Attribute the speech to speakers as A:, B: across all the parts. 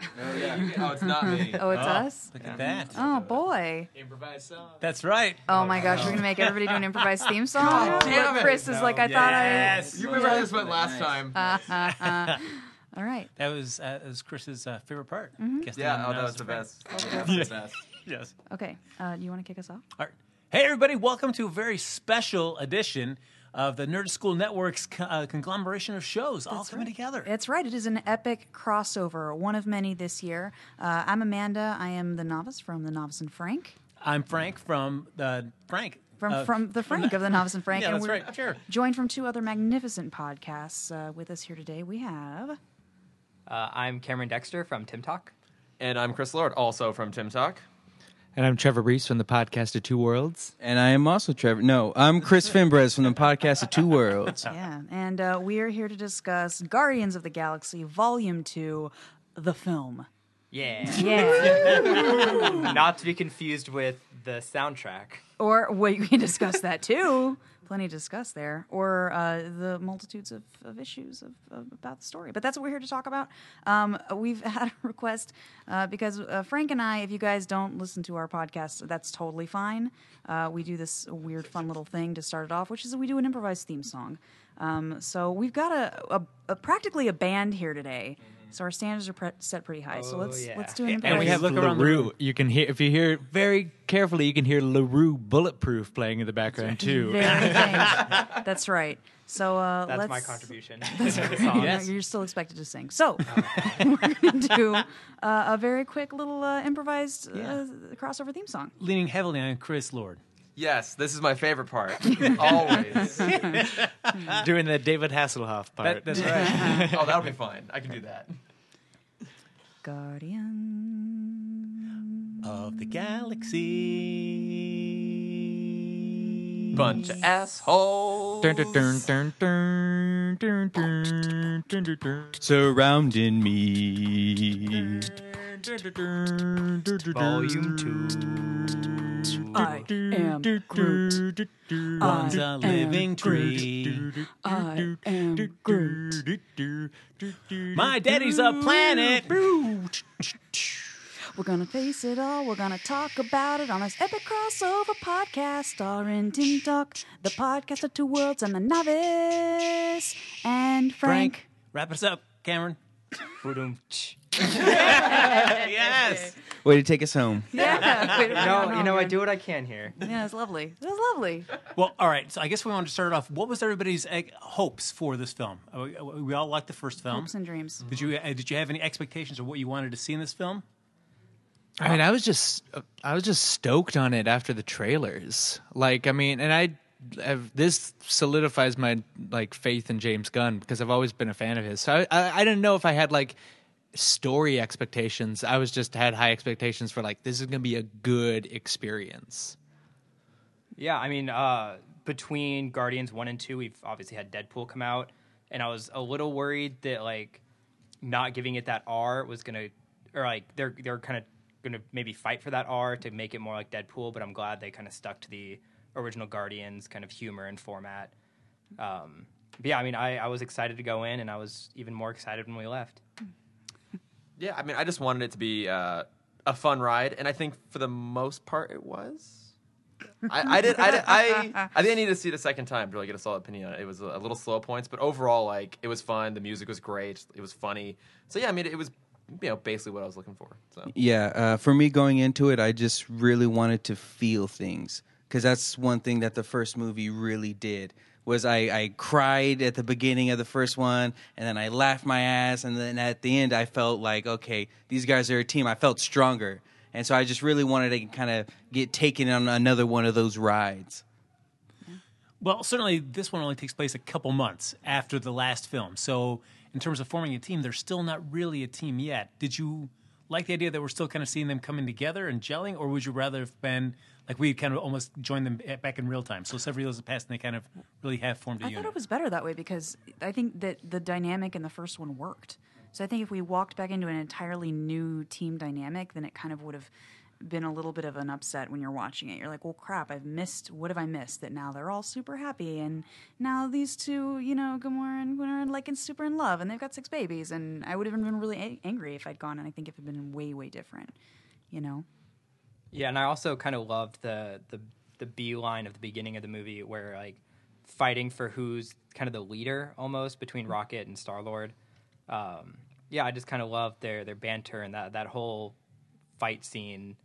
A: you get- oh, it's not me.
B: Oh, it's us?
C: Look at that.
B: Oh, boy.
A: Improvise song.
C: That's right.
B: Oh, my gosh. We're going to make everybody do an improvised theme song?
A: God damn
B: Look,
A: it.
B: Chris is like, I thought I.
C: Yes.
A: You remember how this went last time?
B: Uh, uh, uh. All right.
C: That was uh, that was Chris's uh, favorite part.
B: Mm-hmm.
C: Guess the
A: yeah,
C: one
A: oh, that
C: announced
A: was the best.
C: Yeah.
A: the best.
C: Yes.
B: Okay. Uh, you want to kick us off?
C: All right. Hey, everybody, welcome to a very special edition of the Nerd School Network's co- uh, conglomeration of shows all coming together.
B: That's right. It is an epic crossover, one of many this year. Uh, I'm Amanda. I am the novice from The Novice and Frank.
C: I'm Frank from uh, Frank.
B: From,
C: uh,
B: from the Frank of The Novice and Frank.
C: Yeah,
B: and
C: that's
B: we're
C: right. Sure.
B: Joined from two other magnificent podcasts uh, with us here today. We have.
D: Uh, I'm Cameron Dexter from Tim Talk.
A: And I'm Chris Lord, also from Tim Talk.
E: And I'm Trevor Reese from the podcast of Two Worlds. And I am also Trevor. No, I'm Chris Finbrez from the podcast of Two Worlds.
B: Yeah, and uh, we are here to discuss Guardians of the Galaxy Volume 2, the film.
D: Yeah.
B: Yeah.
D: Not to be confused with the soundtrack.
B: or we can discuss that too. Plenty to discuss there, or uh, the multitudes of, of issues of, of, about the story. But that's what we're here to talk about. Um, we've had a request uh, because uh, Frank and I, if you guys don't listen to our podcast, that's totally fine. Uh, we do this weird, fun little thing to start it off, which is we do an improvised theme song. Um, so we've got a, a, a practically a band here today. So our standards are pre- set pretty high. so
D: Oh,
B: let's
D: yeah.
B: let's do an improvised.
C: And we have
E: Look
C: Look around the room.
E: LaRue. You can hear if you hear it very carefully, you can hear LaRue Bulletproof playing in the background too.
B: Very thanks. That's right. So uh,
D: That's
B: let's, Oh,
D: my contribution to the song.
B: No, You're still expected to sing. So we're going to do uh, a very quick little uh, improvised uh, crossover theme song.
C: Leaning heavily on Chris Lord.
A: Yes, this is my favorite part. Always. oh,
E: Doing the David Hasselhoff part.
C: That, that's right.
A: Oh, that'll be fun. I can do that.
B: Guardian.
C: of the galaxy.
A: Bunch of assholes.
E: Dun, dun, dun, dun, dun, dun, dun, dun, dun, dun. Surrounding me.
D: Volume two.
B: I am Groot.
C: One's
B: I
C: a
B: am
C: living
B: Groot.
C: tree.
B: I am Groot.
C: My daddy's a planet.
B: We're gonna face it all. We're gonna talk about it on this epic crossover podcast starring Tim Talk, the podcast of two worlds, and the novice and Frank.
C: Frank, wrap us up, Cameron.
D: Ba-dum-tsh.
C: Yes.
E: Way to take us home.
B: Yeah,
D: You know, you know, I do what I can here.
B: Yeah, it's lovely. It was lovely.
C: Well, all right. So I guess we wanted to start off. What was everybody's eh, hopes for this film? Uh, We we all liked the first film.
B: Hopes and dreams.
C: Did you uh, did you have any expectations of what you wanted to see in this film?
E: I mean, I was just, I was just stoked on it after the trailers. Like, I mean, and I, have, this solidifies my like faith in James Gunn because I've always been a fan of his. So I, I, I didn't know if I had like story expectations. I was just had high expectations for like this is gonna be a good experience.
D: Yeah, I mean, uh, between Guardians one and two, we've obviously had Deadpool come out, and I was a little worried that like not giving it that R was gonna, or like they're they're kind of gonna maybe fight for that R to make it more like Deadpool. But I'm glad they kind of stuck to the original Guardians kind of humor and format. Um, but yeah, I mean, I, I was excited to go in, and I was even more excited when we left.
A: Yeah, I mean, I just wanted it to be uh, a fun ride, and I think for the most part it was. I, I did. I, did- I I think I needed to see it a second time to really get a solid opinion on it. It was a, a little slow points, but overall, like it was fun. The music was great. It was funny. So yeah, I mean, it was you know basically what I was looking for. So
F: Yeah, uh, for me going into it, I just really wanted to feel things because that's one thing that the first movie really did. Was I, I cried at the beginning of the first one, and then I laughed my ass, and then at the end I felt like, okay, these guys are a team. I felt stronger, and so I just really wanted to kind of get taken on another one of those rides.
C: Well, certainly this one only takes place a couple months after the last film. So, in terms of forming a team, they're still not really a team yet. Did you like the idea that we're still kind of seeing them coming together and gelling, or would you rather have been like we kind of almost joined them at- back in real time? So several years have passed and they kind of really have formed a
B: I
C: unit.
B: thought it was better that way because I think that the dynamic in the first one worked. So I think if we walked back into an entirely new team dynamic, then it kind of would have been a little bit of an upset when you're watching it. You're like, well, crap, I've missed. What have I missed? That now they're all super happy, and now these two, you know, Gamora and Gwyn are like in super in love, and they've got six babies. And I would have been really a- angry if I'd gone, and I think it would have been way, way different, you know.
D: Yeah, and I also kind of loved the the the B line of the beginning of the movie where like fighting for who's kind of the leader almost between Rocket and Star Lord. Um, yeah, I just kind of loved their their banter and that that whole fight scene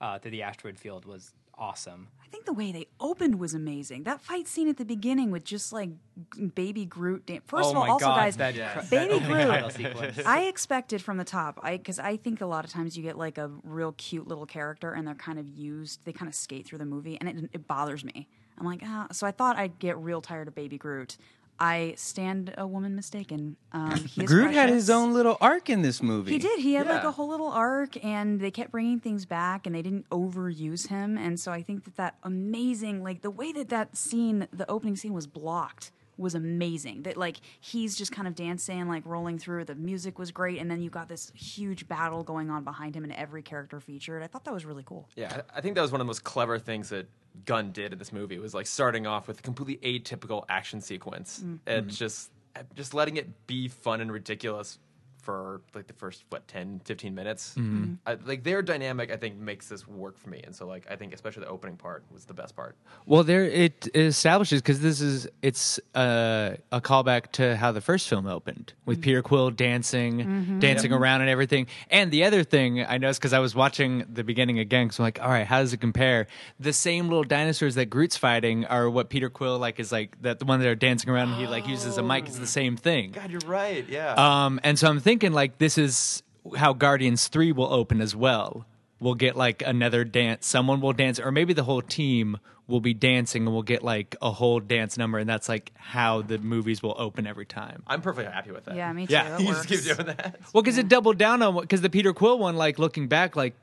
D: uh, through the asteroid field was awesome.
B: I think the way they opened was amazing. That fight scene at the beginning with just like g- baby Groot. Dan- First
D: oh
B: of all,
D: my
B: also
D: god,
B: guys,
D: that, cr- that
B: baby
D: opening
B: Groot.
D: title sequence.
B: I expected from the top, I because I think a lot of times you get like a real cute little character and they're kind of used, they kind of skate through the movie, and it, it bothers me. I'm like, ah. so I thought I'd get real tired of Baby Groot. I stand a woman mistaken. Um, he is
F: Groot had
B: precious.
F: his own little arc in this movie.
B: He did. He had like
A: Yeah.
B: a whole little arc, and they kept bringing things back, and they didn't overuse him. And so I think that that amazing, like the way that that scene, the opening scene was blocked, was amazing. That like he's just kind of dancing, like rolling through. The music was great, and then you got this huge battle going on behind him, and every character featured. I thought that was really cool.
A: Yeah, I I think that was one of the most clever things that Gunn did in this movie. was like starting off with a completely atypical action sequence
B: Mm.
A: and just just letting it be fun and ridiculous for like the first what 10 15 minutes
B: Mm-hmm.
A: I, like their dynamic i think makes this work for me and so like i think especially the opening part was the best part
E: Well, there it establishes because this is it's uh, a callback to how the first film opened with Peter Quill dancing, dancing around and everything. And the other thing I noticed because I was watching the beginning again, because I'm like, all right, how does it compare? The same little dinosaurs that Groot's fighting are what Peter Quill like is like that the one that are dancing around and he like uses a mic. It's the same thing.
A: god you're right yeah
E: Um, and so I'm thinking like this is how Guardians Three will open as well. We'll get like another dance. Someone will dance, or maybe the whole team will be dancing, and we'll get like a whole dance number, and that's like how the movies will open every time.
A: i'm perfectly happy with that
B: Yeah, me too.
E: Yeah,
B: That
A: you just keep
B: works.
A: doing that
E: Well, because it doubled down on because the Peter Quill one, like looking back, like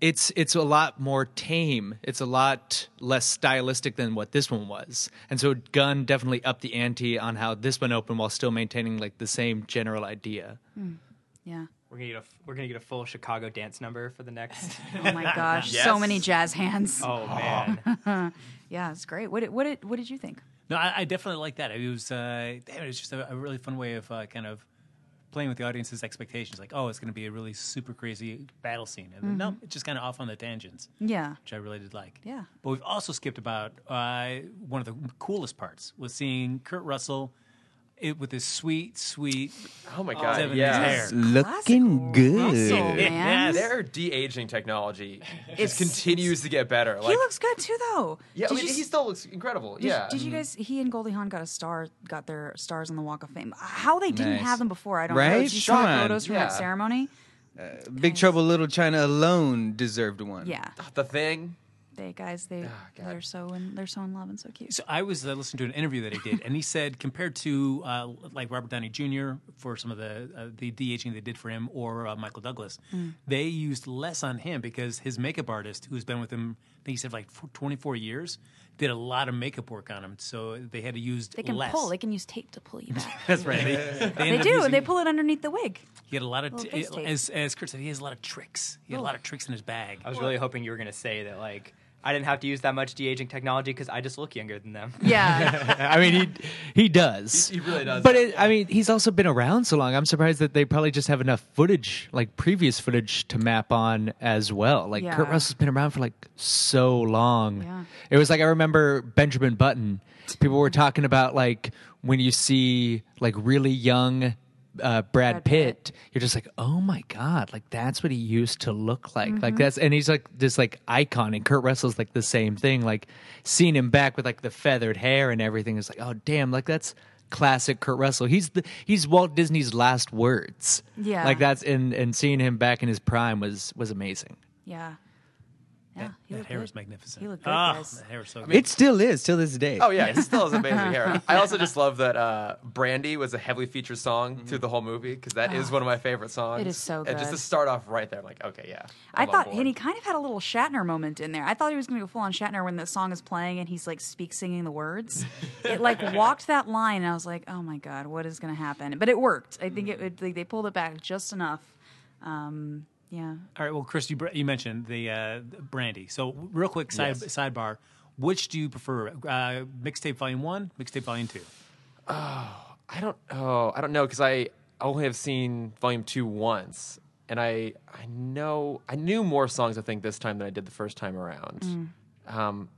E: it's it's a lot more tame. It's a lot less stylistic than what this one was, and so Gunn definitely upped the ante on how this one opened while still maintaining like the same general idea.
B: Yeah.
D: We're gonna get a we're gonna get a full Chicago dance number for the next.
B: Oh my gosh,
A: Yes.
B: so many jazz hands.
D: oh man,
B: Yeah, it's great. What did, what did what did you think?
C: No, I, I definitely like that. It was, uh, damn, it was just a, a really fun way of uh, kind of playing with the audience's expectations. Like, oh, it's going to be a really super crazy battle scene, and then,
B: Mm-hmm.
C: no, it's just kind of off on the tangents,
B: Yeah.
C: which I really did like.
B: Yeah.
C: But we've also skipped about uh, one of the coolest parts was seeing Kurt Russell. It, with his sweet, sweet
A: oh my god
C: Devin
A: yeah
C: Hair.
B: Classic
F: Looking good.
B: Russell, man.
C: Yes.
A: their de-aging technology
B: It's-
A: just continues to get better
B: he
A: like
B: looks good too, though.
A: yeah I
B: Did
A: mean,
B: you
A: he
B: s-
A: still looks incredible
B: Did,
A: yeah mm-hmm.
B: Did you guys? He and Goldie Hawn got a star, got their stars on the Walk of Fame. How they didn't
F: Nice.
B: have them before, I don't know.
F: Right?
B: Did you saw
F: Sean,
B: the photos from
A: yeah.
B: that ceremony?
F: Big Trouble Little China alone deserved one.
B: Yeah,
A: the thing
B: they guys, they
A: Ah, God.
B: they're so in they're so in love and so cute.
C: So I was uh, listening to an interview that he did, and he said compared to uh, like Robert Downey Jr. for some of the uh, the de aging they did for him, or uh, Michael Douglas,
B: Mm.
C: they used less on him because his makeup artist, who's been with him, I think he said like for 24 years, did a lot of makeup work on him. So they had to use
B: They can
C: less.
B: pull. They can use tape to pull you back.
C: That's right. They, they
B: they
C: ended up
B: do.
C: using-
B: They pull it underneath the wig.
C: He had a lot of
B: Little
C: t- eh,
B: face tape.
C: as as Kurt said, he has a lot of tricks. He had a lot of tricks in his bag.
D: I was really hoping you were gonna say that like I didn't have to use that much de aging technology because I just look younger than them.
B: Yeah,
E: I mean, he he does.
A: He- he really does.
E: But it, I mean, he's also been around so long. I'm surprised that they probably just have enough footage, like previous footage, to map on as well. Like Kurt
B: Yeah.
E: Russell's been around for like so long.
B: Yeah.
E: It was like I remember Benjamin Button. People were talking about like when you see like really young. Uh, Brad,
B: Brad
E: Pitt,
B: Pitt.
E: you're just like, oh my god, like that's what he used to look like, like that's, and he's like this like icon, and Kurt Russell's like the same thing, like seeing him back with like the feathered hair and everything is like, oh damn, like that's classic Kurt Russell. He's the he's Walt Disney's last words,
B: Yeah.
E: like that's and and seeing him back in his prime was was amazing.
B: yeah, yeah. He
C: that
B: looked
C: hair
B: good.
C: was magnificent.
B: He looked good,
C: Ah,
B: guys.
C: that hair was so good.
F: It still is till this day.
A: Oh yeah, he still has amazing hair. I also just love that uh, "Brandy" was a heavily featured song through the whole movie because that is one of my favorite songs.
B: it is so
A: And just to
B: good.
A: start off right there, I'm like, okay, yeah.
B: I
A: I'm on
B: thought,
A: board.
B: and he kind of had a little Shatner moment in there. I thought he was going to go full on Shatner when the song is playing and he's like speak singing the words. it like walked that line, and I was like, oh my
E: Mm.
B: god, what is going to happen? But it worked. I think it, it they pulled it back just enough. Um, Yeah.
C: All right. Well, Chris, you br- you mentioned the uh, brandy. So real quick side sidebar. Which do you prefer, uh, mixtape volume one, mixtape volume two?
A: I don't. Oh, I don't know because I only have seen Volume Two once, and I I know I knew more songs I think this time than I did the first time around. Um,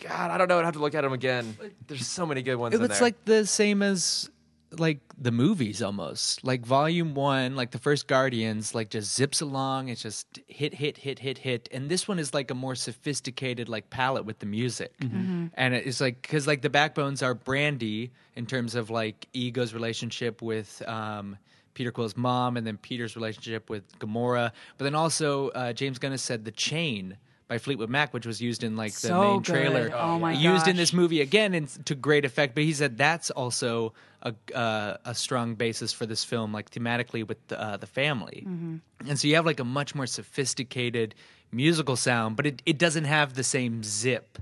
A: God, I don't know. I'd have to look at them again. There's so many good ones.
E: It
A: in
E: was
A: there.
E: like the same as like the movies almost. Like volume one, like the first Guardians, like just zips along. It's just hit, hit, hit, hit, hit. And this one is like a more sophisticated like palette with the music.
A: Mm-hmm.
B: Mm-hmm.
E: And it's like because like the backbones are Brandy in terms of like Ego's relationship with um, Peter Quill's mom, and then Peter's relationship with Gamora. But then also uh, James Gunn has said the chain. By Fleetwood Mac, which was used in like the
B: So
E: main
B: good.
E: trailer,
B: Oh my
E: used in
B: gosh.
E: this movie again and to great effect. But he said that's also a uh, a strong basis for this film, like thematically with the, uh, the family.
B: Mm-hmm.
E: And so you have like a much more sophisticated musical sound, but it, it doesn't have the same zip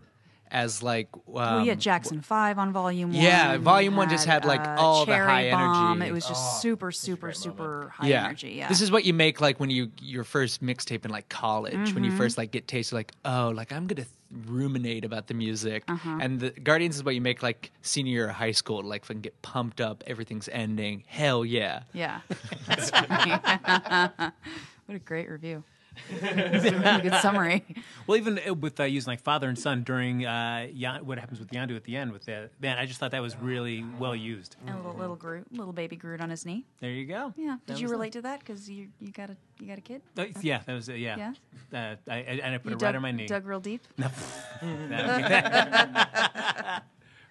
E: as like um,
B: Well, Oh, yeah, Jackson Five on Volume One.
E: Yeah, Volume One just had, like, all the
B: Cherry
E: high
B: Bomb.
E: energy. Oh,
B: It was just super, super, super high energy. Yeah,
E: This is what you make like when you your first mixtape in like college, when
B: Mm-hmm.
E: you first like get tasted like, oh, like I'm gonna th- ruminate about the music.
B: Uh-huh.
E: And the Guardians is what you make like senior year of high school, like fucking get pumped up, everything's ending. Hell yeah.
B: yeah. That's funny. what a great review. That's a good summary.
C: Well, even uh, with uh, using like father and son during uh, Yon- what happens with Yandu at the end with the man, I just thought that was really well used.
B: And little little Groot, little baby Groot on his knee.
C: There you go.
B: Mm. Yeah. Did
C: That
B: you
C: was
B: relate to that? Because you you got a you got a kid.
C: Uh, yeah, that was uh, yeah. Uh, I, I, and I put
B: You
C: it
B: dug,
C: right on my knee.
B: dug real deep.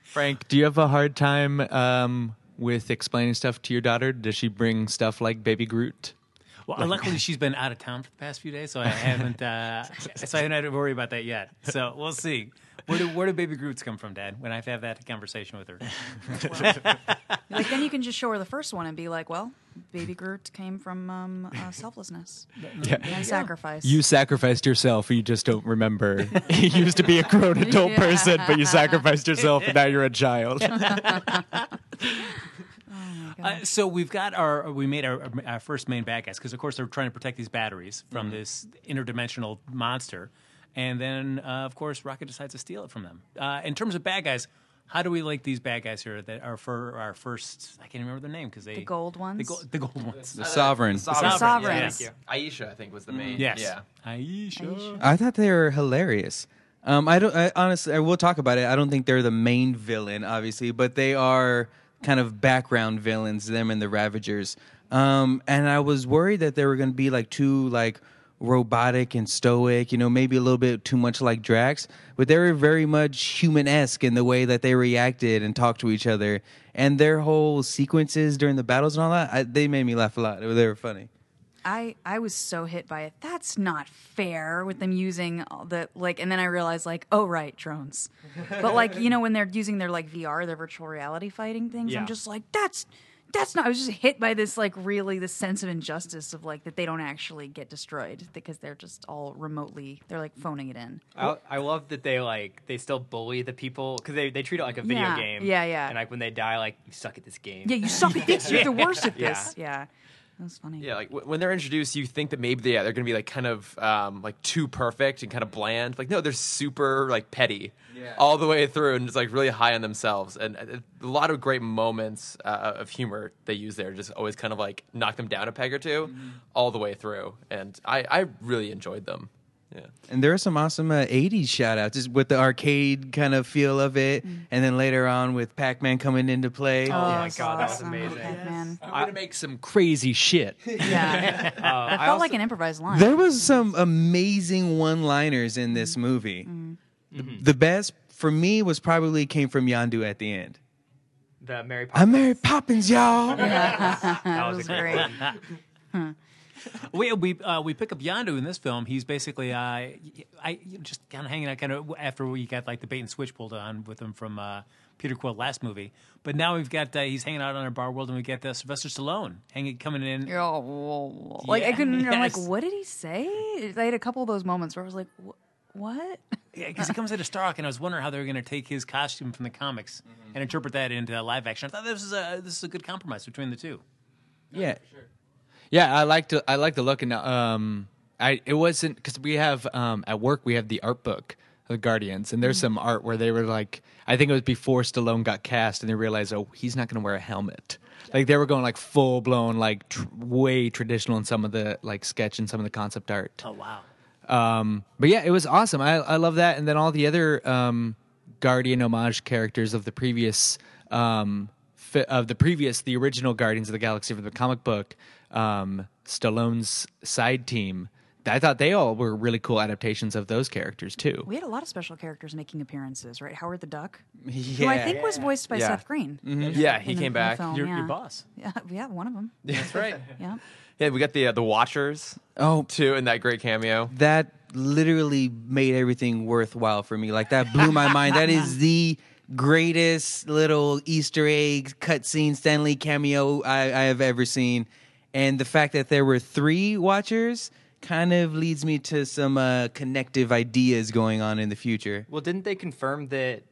E: Frank, do you have a hard time um, with explaining stuff to your daughter? Does she bring stuff like Baby Groot?
C: Well, luckily she's been out of town for the past few days, so I haven't. Uh, so I haven't had to worry about that yet. So we'll see. Where do, where do baby Groots come from, Dad? When I have to have that conversation with her,
B: Like then you can just show her the first one and be like, well, baby Groot came from um, uh, selflessness and sacrifice.
E: You sacrificed yourself. You just don't remember. you used to be a grown adult
B: Yeah.
E: person, but you sacrificed yourself, and now you're a child.
C: Uh, so we've got our we made our, our first main bad guys because of course they're trying to protect these batteries from this interdimensional monster, and then uh, of course Rocket decides to steal it from them. Uh, in terms of bad guys, how do we like these bad guys here that are for our first? I can't remember their name because they
B: the gold ones.
C: the, gold the gold ones.
F: The sovereign.
B: The sovereigns.
A: Yeah. Aisha, I think, was the main.
C: Yes.
A: Yeah.
C: Aisha.
F: I thought they were hilarious. Um, I don't I, honestly. I will talk about it. I don't think they're the main villain, obviously, but they are kind of background villains. Them and the Ravagers. Um, and I was worried that they were going to be like too like robotic and stoic. You know, maybe a little bit too much like Drax. But they were very much human esque in the way that they reacted and talked to each other. And their whole sequences during the battles and all that, I, they made me laugh a lot. They were funny.
B: I I was so hit by it. That's not fair with them using all the like, and then I realized like, oh right, drones. But like you know when they're using their like VR, their virtual reality fighting things,
C: Yeah.
B: I'm just like that's. That's not. I was just hit by this, like, really, this sense of injustice of like that they don't actually get destroyed because they're just all remotely. They're like phoning it in.
D: I, I love that they like they still bully the people because they, they treat it like a video
B: Yeah,
D: game.
B: yeah, yeah.
D: And like when they die, like you suck at this game.
B: Yeah, you suck at this. You're the worst at
D: Yeah.
B: this. Yeah, that was funny.
A: Yeah, like w- when they're introduced, you think that maybe they, yeah, they're going to be like kind of um, like too perfect and kind of bland. Like no, they're super like petty all the way through, and it's like really high on themselves. And uh, a lot of great moments uh, of humor they use there, just always kind of like knock them down a peg or 2 all the way through. And I, I really enjoyed them. Yeah.
F: And there are some awesome uh, 80s shout outs just with the arcade kind of feel of it.
E: Mm.
F: And then later on with Pac Man coming into play.
B: Oh,
D: my
B: it's
D: God, that was
B: awesome.
D: amazing.
B: Pac-Man.
E: I'm gonna make some crazy shit.
B: Yeah,
D: Uh, I
B: felt
D: also-
B: like an improvised line.
F: There was some amazing one liners in this movie.
E: Mm.
F: The, the best for me was probably came from Yandu at the end.
D: the Mary Poppins.
F: I'm Mary Poppins, y'all.
D: that was,
B: was
D: a great.
B: great.
D: one.
C: We we uh, we pick up Yandu in this film. He's basically uh, I you know, just kind of hanging out, kind of after we got like the bait and switch pulled on with him from uh, Peter Quill last movie. But now we've got uh, he's hanging out on our bar world, and we get uh, Sylvester Stallone hanging coming in.
B: You're all, "Whoa, whoa." like I
C: Yeah.
B: couldn't. I'm like,
C: Yes.
B: what did he say? I had a couple of those moments where I was like, "Wh- what?
C: Yeah, because he comes into Stark, and I was wondering how they were going to take his costume from the comics and interpret that into live action. I thought this is a this is a good compromise between the two.
F: yeah.
E: Yeah, I like to I like the look and um I it wasn't cuz we have um at work we have the art book of the Guardians and there's
F: Mm-hmm.
E: some art where they were like I think it was before Stallone got cast and they realized oh he's not going to wear a helmet. Like they were going like full blown like tr- way traditional in some of the like sketch and some of the concept art.
C: Oh wow.
E: Um, but yeah, it was awesome. I, I love that. And then all the other um, Guardian homage characters of the previous um, fi- of the previous the original Guardians of the Galaxy from the comic book, um, Stallone's side team. I thought they all were really cool adaptations of those characters too.
B: We had a lot of special characters making appearances, right? Howard the Duck, who I think was voiced by
A: Yeah.
B: Seth Green.
A: Yeah, he
B: in the-
A: came
B: in the
A: back.
B: film,
C: Your,
B: yeah.
C: your boss.
B: Yeah, yeah, one of them.
A: That's right.
B: Yeah.
A: Yeah, we got the uh, the Watchers
F: Oh,
A: too in that great cameo.
F: that literally made everything worthwhile for me. Like that blew my mind. That is the greatest little Easter egg cutscene Stanley cameo I, I have ever seen. And the fact that there were three watchers kind of leads me to some uh, connective ideas going on in the future.
D: Well, didn't they confirm that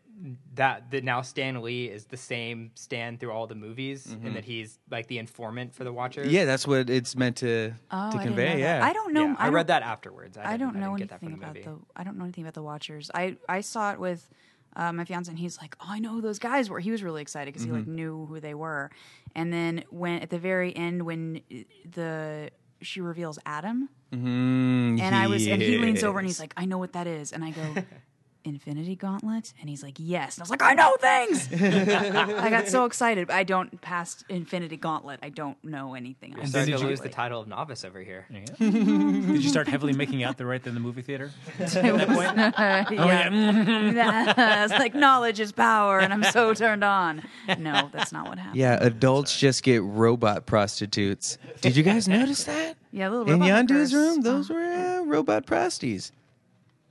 D: that that now Stan Lee is the same Stan through all the movies,
B: Mm-hmm.
D: and that he's like the informant for the Watchers?
F: Yeah, that's what it's meant
B: Oh,
F: to to
B: I didn't know
F: convey.
B: that.
F: yeah,
B: I don't know.
D: No, I,
B: don't-
D: read that afterwards. I,
B: I
D: didn't-
B: don't know
D: didn't get that
B: anything
D: from the
B: about
D: movie.
B: the. I don't know anything about the Watchers. I I saw it with uh, my fiance, and he's like, "Oh, I know who those guys were." He was really excited because he like
D: Mm-hmm.
B: knew who they were. And then when at the very end, when uh, the she reveals Adam,
D: Mm-hmm.
F: Mm,
B: and I was, and he leans over and
F: yes.
B: he's like, "I know what that is," and I go. Infinity Gauntlet, and he's like, "Yes," and I was like, "I know things." I got so excited. I don't past Infinity Gauntlet. I don't know anything else.
D: I'm starting
C: did
D: to
C: you-
D: lose the title of novice over here.
C: Did you start heavily making out the right there in the movie theater? Oh,
B: Yeah. Yes, like knowledge is power, and I'm so turned on. No, that's not what happened.
F: Yeah, adults just get robot prostitutes. Did you guys notice that?
B: Yeah, little
F: In
B: robot
F: Yondu's
B: hookers.
F: room, those
B: Uh,
F: were uh, robot prosties.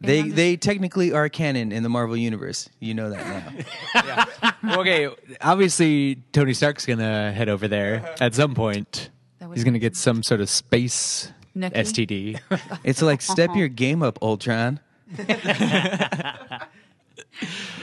F: They
B: Yondu's-
F: they technically are canon in the Marvel universe. You know that now.
E: okay, obviously Tony Stark's gonna head over there at some point.
B: That was-
E: He's gonna get some sort of space
B: Nookie?
E: STD.
F: it's like step your game up, Ultron.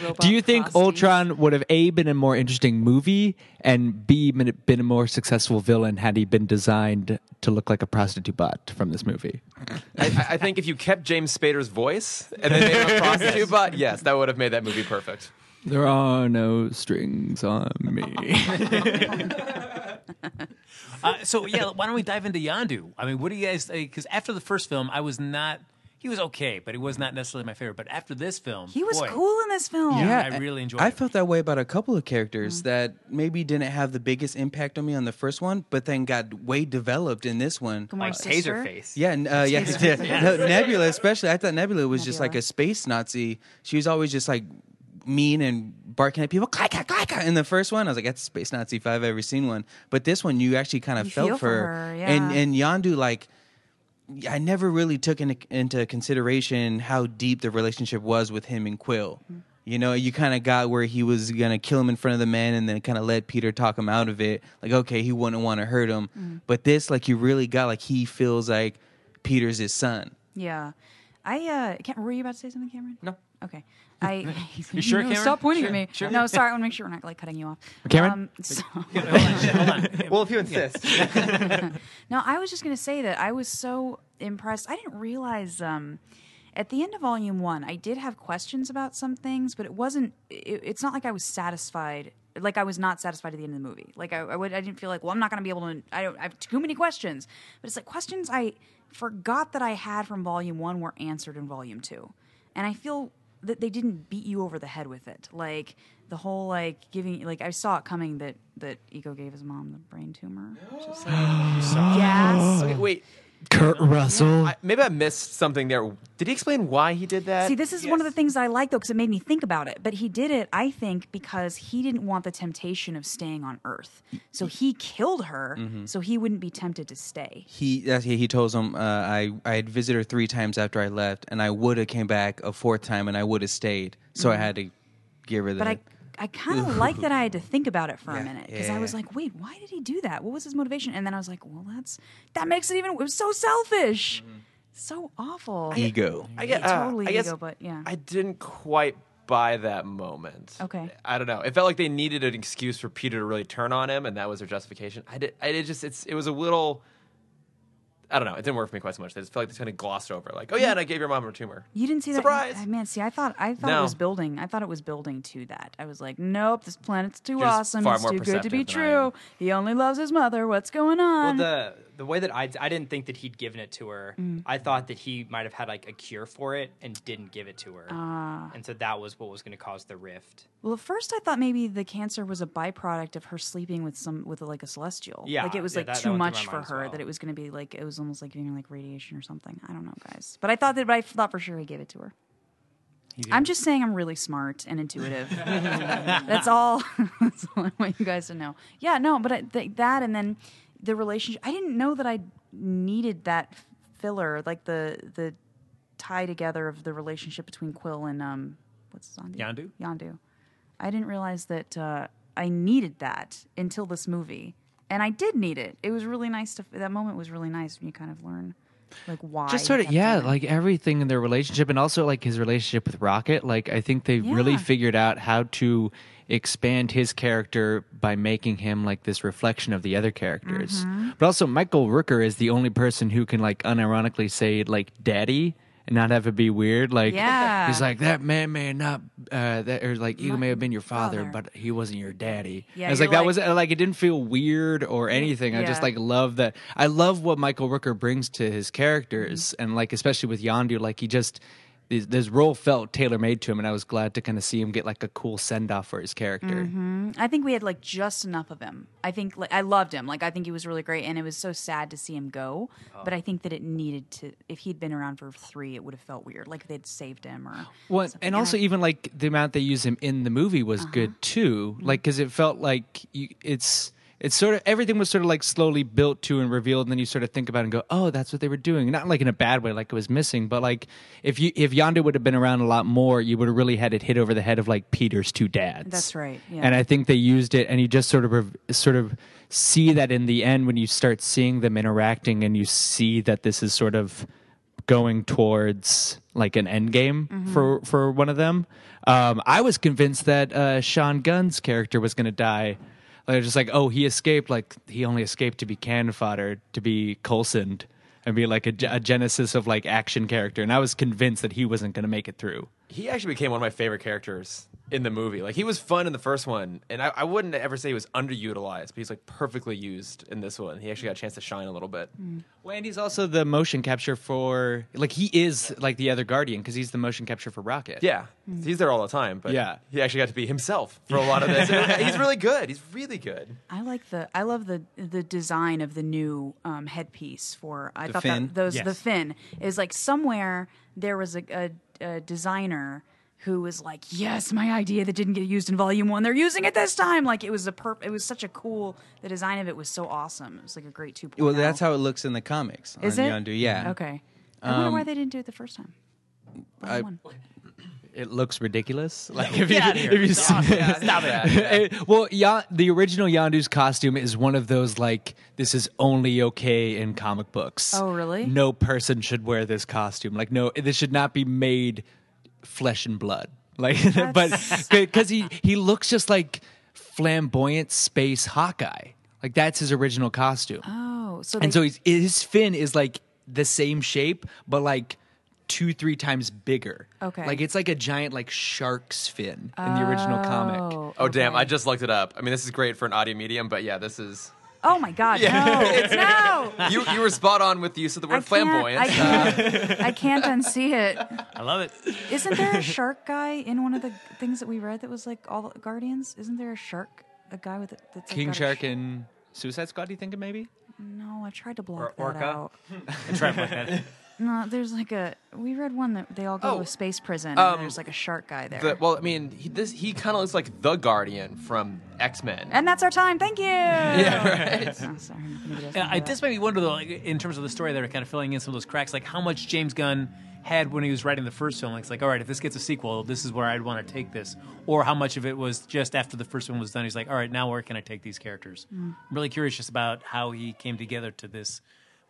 B: robot
E: Do you think
B: prosties.
E: Ultron would have a been a more interesting movie and b been been a more successful villain had he been designed to look like a prostitute bot from this movie?
A: I- I, I think if you kept James Spader's voice and then made him a prostitute, but yes, that would have made that movie perfect.
E: There are no strings on me.
C: Uh, so yeah, why don't we dive into Yandu? I mean, what do you guys? Because after the first film, I was not. He was okay, but he was not necessarily my favorite. But after this film,
B: He was
C: boy,
B: cool in this film.
C: Yeah. I really enjoyed
F: I
C: it. Mm-hmm.
F: felt that way about a couple of characters that maybe didn't have the biggest impact on me on the first one, but then got way developed in this one.
D: Like Taserface.
F: Yeah, n- uh, yeah, yeah. No, Nebula especially. I thought Nebula was just like a space Nazi. She was always just like mean and barking at people. Clacka, clacka. In the first one, I was like, "That's a space Nazi if I've ever seen one." But this one, you actually kind
B: You
F: of felt
B: feel for
F: for her.
B: her,
F: And
B: yeah.
F: and Yandu like. I never really took into, into consideration how deep the relationship was with him and Quill.
B: Mm-hmm.
F: You know, you kind of got where he was going to kill him in front of the men and then kind of let Peter talk him out of it. Like, okay, he wouldn't want to hurt him.
B: Mm-hmm.
F: But this, like, you really got, like, he feels like Peter's his son.
B: Yeah. I uh, can't. Were you about to say something, Cameron?
D: No.
B: Okay. I. you
C: sure,
B: no,
C: Cameron?
B: Stop pointing
C: Sure,
B: at me.
C: sure.
B: No, sorry. I want to make sure we're not like cutting you off.
E: Cameron?
B: Um, so-
A: Well, if you insist.
B: No, I was just going to say that I was so impressed. I didn't realize um, at the end of volume one, I did have questions about some things, but it wasn't. It, it's not like I was satisfied. Like I was not satisfied at the end of the movie. Like I, I would, I didn't feel like, well, I'm not going to be able to. I don't. I have too many questions. But it's like questions I forgot that I had from volume one were answered in volume two, and I feel that they didn't beat you over the head with it. Like the whole like giving like I saw it coming that that Ego gave his mom the brain tumor. Just like, yes.
A: Okay, wait,
E: Kurt Russell.
A: I, maybe I missed something there. Did he explain why he did that?
B: See, this is one of the things that I like though, because it made me think about it. But he did it, I think, because he didn't want the temptation of staying on Earth. So he killed her, so he wouldn't be tempted to stay.
F: He that's- he he tells him, uh, I, I had visited her three times after I left, and I would have came back a fourth time, and I would have stayed. So I had to give her that.
B: Mm-hmm. But I, I kind of like that I had to think about it for a
F: Yeah,
B: minute because
F: yeah,
B: I was
F: yeah.
B: like, wait, why did he do that? What was his motivation? And then I was like, well, that's that makes it even. It was so selfish, so awful.
F: Ego.
A: I get,
B: Yeah,
A: uh,
B: totally
A: I guess
B: ego, but yeah.
A: I didn't quite buy that moment.
B: Okay.
A: I don't know. It felt like they needed an excuse for Peter to really turn on him, and that was their justification. I did. I did just. It's. It was a little I don't know. It didn't work for me quite so much. They just felt like they kind of glossed over, like, oh yeah, and I gave your mom a tumor.
B: You didn't see
A: Surprise!
B: that. Oh, man, see, I thought I thought it
A: No.
B: was building. I thought it was building to that. I was like, nope, this planet's too
A: You're just
B: awesome.
A: far
B: It's
A: more
B: too good to be
A: perceptive than I am.
B: true. He only loves his mother. What's going
D: Well,
B: on?
D: the the way that I I didn't think that he'd given it to her. I thought that he might have had like a cure for it and didn't give it to her, and so that was what was going to cause the rift.
B: Well, at first I thought maybe the cancer was a byproduct of her sleeping with some with like a celestial.
D: Yeah,
B: like it was
D: yeah,
B: like
D: that- that
B: too
D: went through my
B: much for
D: mind as
B: her
D: well.
B: that it was going to be like it was almost like giving her like radiation or something. I don't know, guys, but I thought that but I thought for sure he gave it to her. I'm just saying I'm really smart and intuitive. that's all. that's all I want you guys to know. Yeah, no, but I, th- that and then the relationship. I didn't know that I needed that filler, like the the tie together of the relationship between Quill and um, what's Zondu?
C: Yondu?
B: Yondu. I didn't realize that uh, I needed that until this movie, and I did need it. It was really nice to. That moment was really nice when you kind of learn, like why.
E: just sort
B: he
E: of
B: kept
E: yeah
B: doing it.
E: like everything in their relationship and also like his relationship with rocket like i think they really
B: Yeah.
E: figured out how to expand his character by making him like this reflection of the other characters
B: Mm-hmm.
E: but also michael rooker is the only person who can like unironically say like daddy and not have it be weird like
B: Yeah.
E: he's like that man may not uh that or like you may have been your father,
B: father.
E: but he wasn't your daddy
B: Yeah,
E: i was
B: you're
E: like that
B: like-
E: was like it didn't feel weird or anything i just
B: yeah.
E: like love that i love what michael rooker brings to his characters and like especially with yondu like he just this, this role felt tailor-made to him and i was glad to kind of see him get like a cool send-off for his character
B: Mm-hmm. I think we had like just enough of him. I think like I loved him. Like I think he was really great, and it was so sad to see him go. But I think that it needed to. If he'd been around for three, it would have felt weird. Like if they'd saved him or
E: Well,
B: something.
E: and also
B: I-
E: even like the amount they use him in the movie was good too. Like because it felt like you, it's it's sort of everything was sort of like slowly built to and revealed, and then you sort of think about it and go, oh, that's what they were doing. Not like in a bad way, like it was missing, but like if you if Yondu would have been around a lot more, you would have really had it hit over the head of like Peter's two dads.
B: That's right, yeah.
E: And I think they used it, and you just sort of rev- sort of see that in the end when you start seeing them interacting, and you see that this is sort of going towards like an end game
B: Mm-hmm.
E: for for one of them. Um, I was convinced that uh, Sean Gunn's character was going to die. Like, I was just like, oh, he escaped. Like he only escaped to be cannon fodder, to be Coulsoned, and be like a, ge- a genesis of like action character. And I was convinced that he wasn't going to make it through.
A: He actually became one of my favorite characters in the movie. Like he was fun in the first one, and I, I wouldn't ever say he was underutilized, but he's like perfectly used in this one. He actually got a chance to shine a little bit.
B: Mm.
E: Well, and he's also the motion capture for like he is like the other guardian because he's the motion capture for Rocket.
A: Yeah,
B: Mm.
A: he's there all the time, but
E: Yeah.
A: he actually got to be himself for a lot of this. he's really good. He's really good.
B: I like the I love the the design of the new um, headpiece for I
F: The
B: thought
F: fin?
B: that those the
C: Yes.
B: fin is like somewhere there was a, a, a designer who was like yes my idea that didn't get used in volume one they're using it this time like it was a perp it was such a cool the design of it was so awesome it was like a great two oh.
F: Well, that's how it looks in the comics.
B: Is
F: on
B: it?
F: Yondu, yeah. Um,
B: okay I wonder why they didn't do it the first time Volume
F: I-
B: one.
E: It looks ridiculous. Like if you,
D: Get outta here.
E: if you see,
D: Stop Stop it.
E: Eh, well, Yon, the original Yondu's costume is one of those like this is only okay in comic books.
B: Oh, really?
E: No person should wear this costume. Like, no, this should not be made flesh and blood. Like, but
B: That's-
E: because he he looks just like flamboyant space Hawkeye. Like that's his original costume,
B: oh so they,
E: and so he's, his fin is like the same shape, but like two three times bigger.
B: Okay.
E: like it's like a giant like shark's fin in the original comic.
B: oh,
A: Oh damn!
B: okay.
A: I just looked it up. I mean, this is great for an audio medium, but yeah, this is
B: oh my god no no
A: you. You were spot on with the use of the word
B: I can't-
A: flamboyant.
B: I
A: Uh,
B: can't, I can't unsee it.
C: I love it.
B: Isn't there a shark guy in one of the things that we read that was like all Guardians? Isn't there a shark, a guy with a, that's like
E: King
B: got a
E: Shark
B: sh-
E: and Suicide Squad. Do you think it maybe?
B: no, I tried to block that
D: orca?
B: out.
C: Try to that.
B: No, there's like a. We read one that they all go to
A: Oh,
B: a space prison.
A: um,
B: and There's like a shark guy there.
A: the- well, I mean, he, this he kind of looks like the Guardian from X Men.
B: and that's our time. Thank you. Yeah, right. Oh, sorry. Nobody else
C: Yeah,
B: can
C: I,
B: do
C: this
B: that.
C: made me wonder though, like, in terms of the story, they're kind of filling in some of those cracks, like how much James Gunn had when he was writing the first film. Like, it's like, all right, if this gets a sequel, this is where I'd want to take this, or how much of it was just after the first one was done. He's like, all right, now where can I take these characters? I'm really curious just about how he came together to this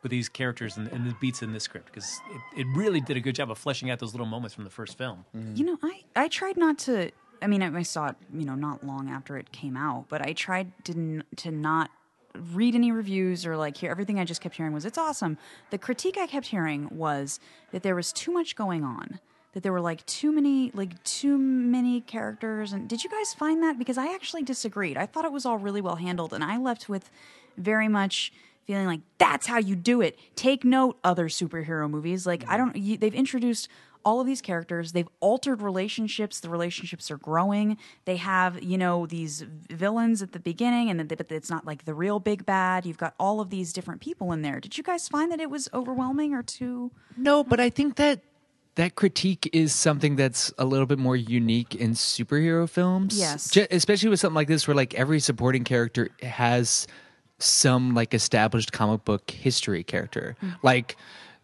C: with these characters and, and the beats in this script because it, it really did a good job of fleshing out those little moments from the first film.
B: You know, I, I tried not to. I mean, I, I saw it, you know, not long after it came out, but I tried to, n- to not read any reviews or like hear everything I just kept hearing was it's awesome. The critique I kept hearing was that there was too much going on. That there were like too many like too many characters and did you guys find that because I actually disagreed. I thought it was all really well handled and I left with very much feeling like that's how you do it. Take note, other superhero movies. Like
E: Mm-hmm.
B: I don't, you, they've introduced all of these characters. They've altered relationships. The relationships are growing. They have you know these villains at the beginning, and then but it's not like the real big bad. You've got all of these different people in there. Did you guys find that it was overwhelming or too?
E: No, but I think that that critique is something that's a little bit more unique in superhero films.
B: Yes.
E: Ju- especially with something like this where like every supporting character has some like established comic book history character. Like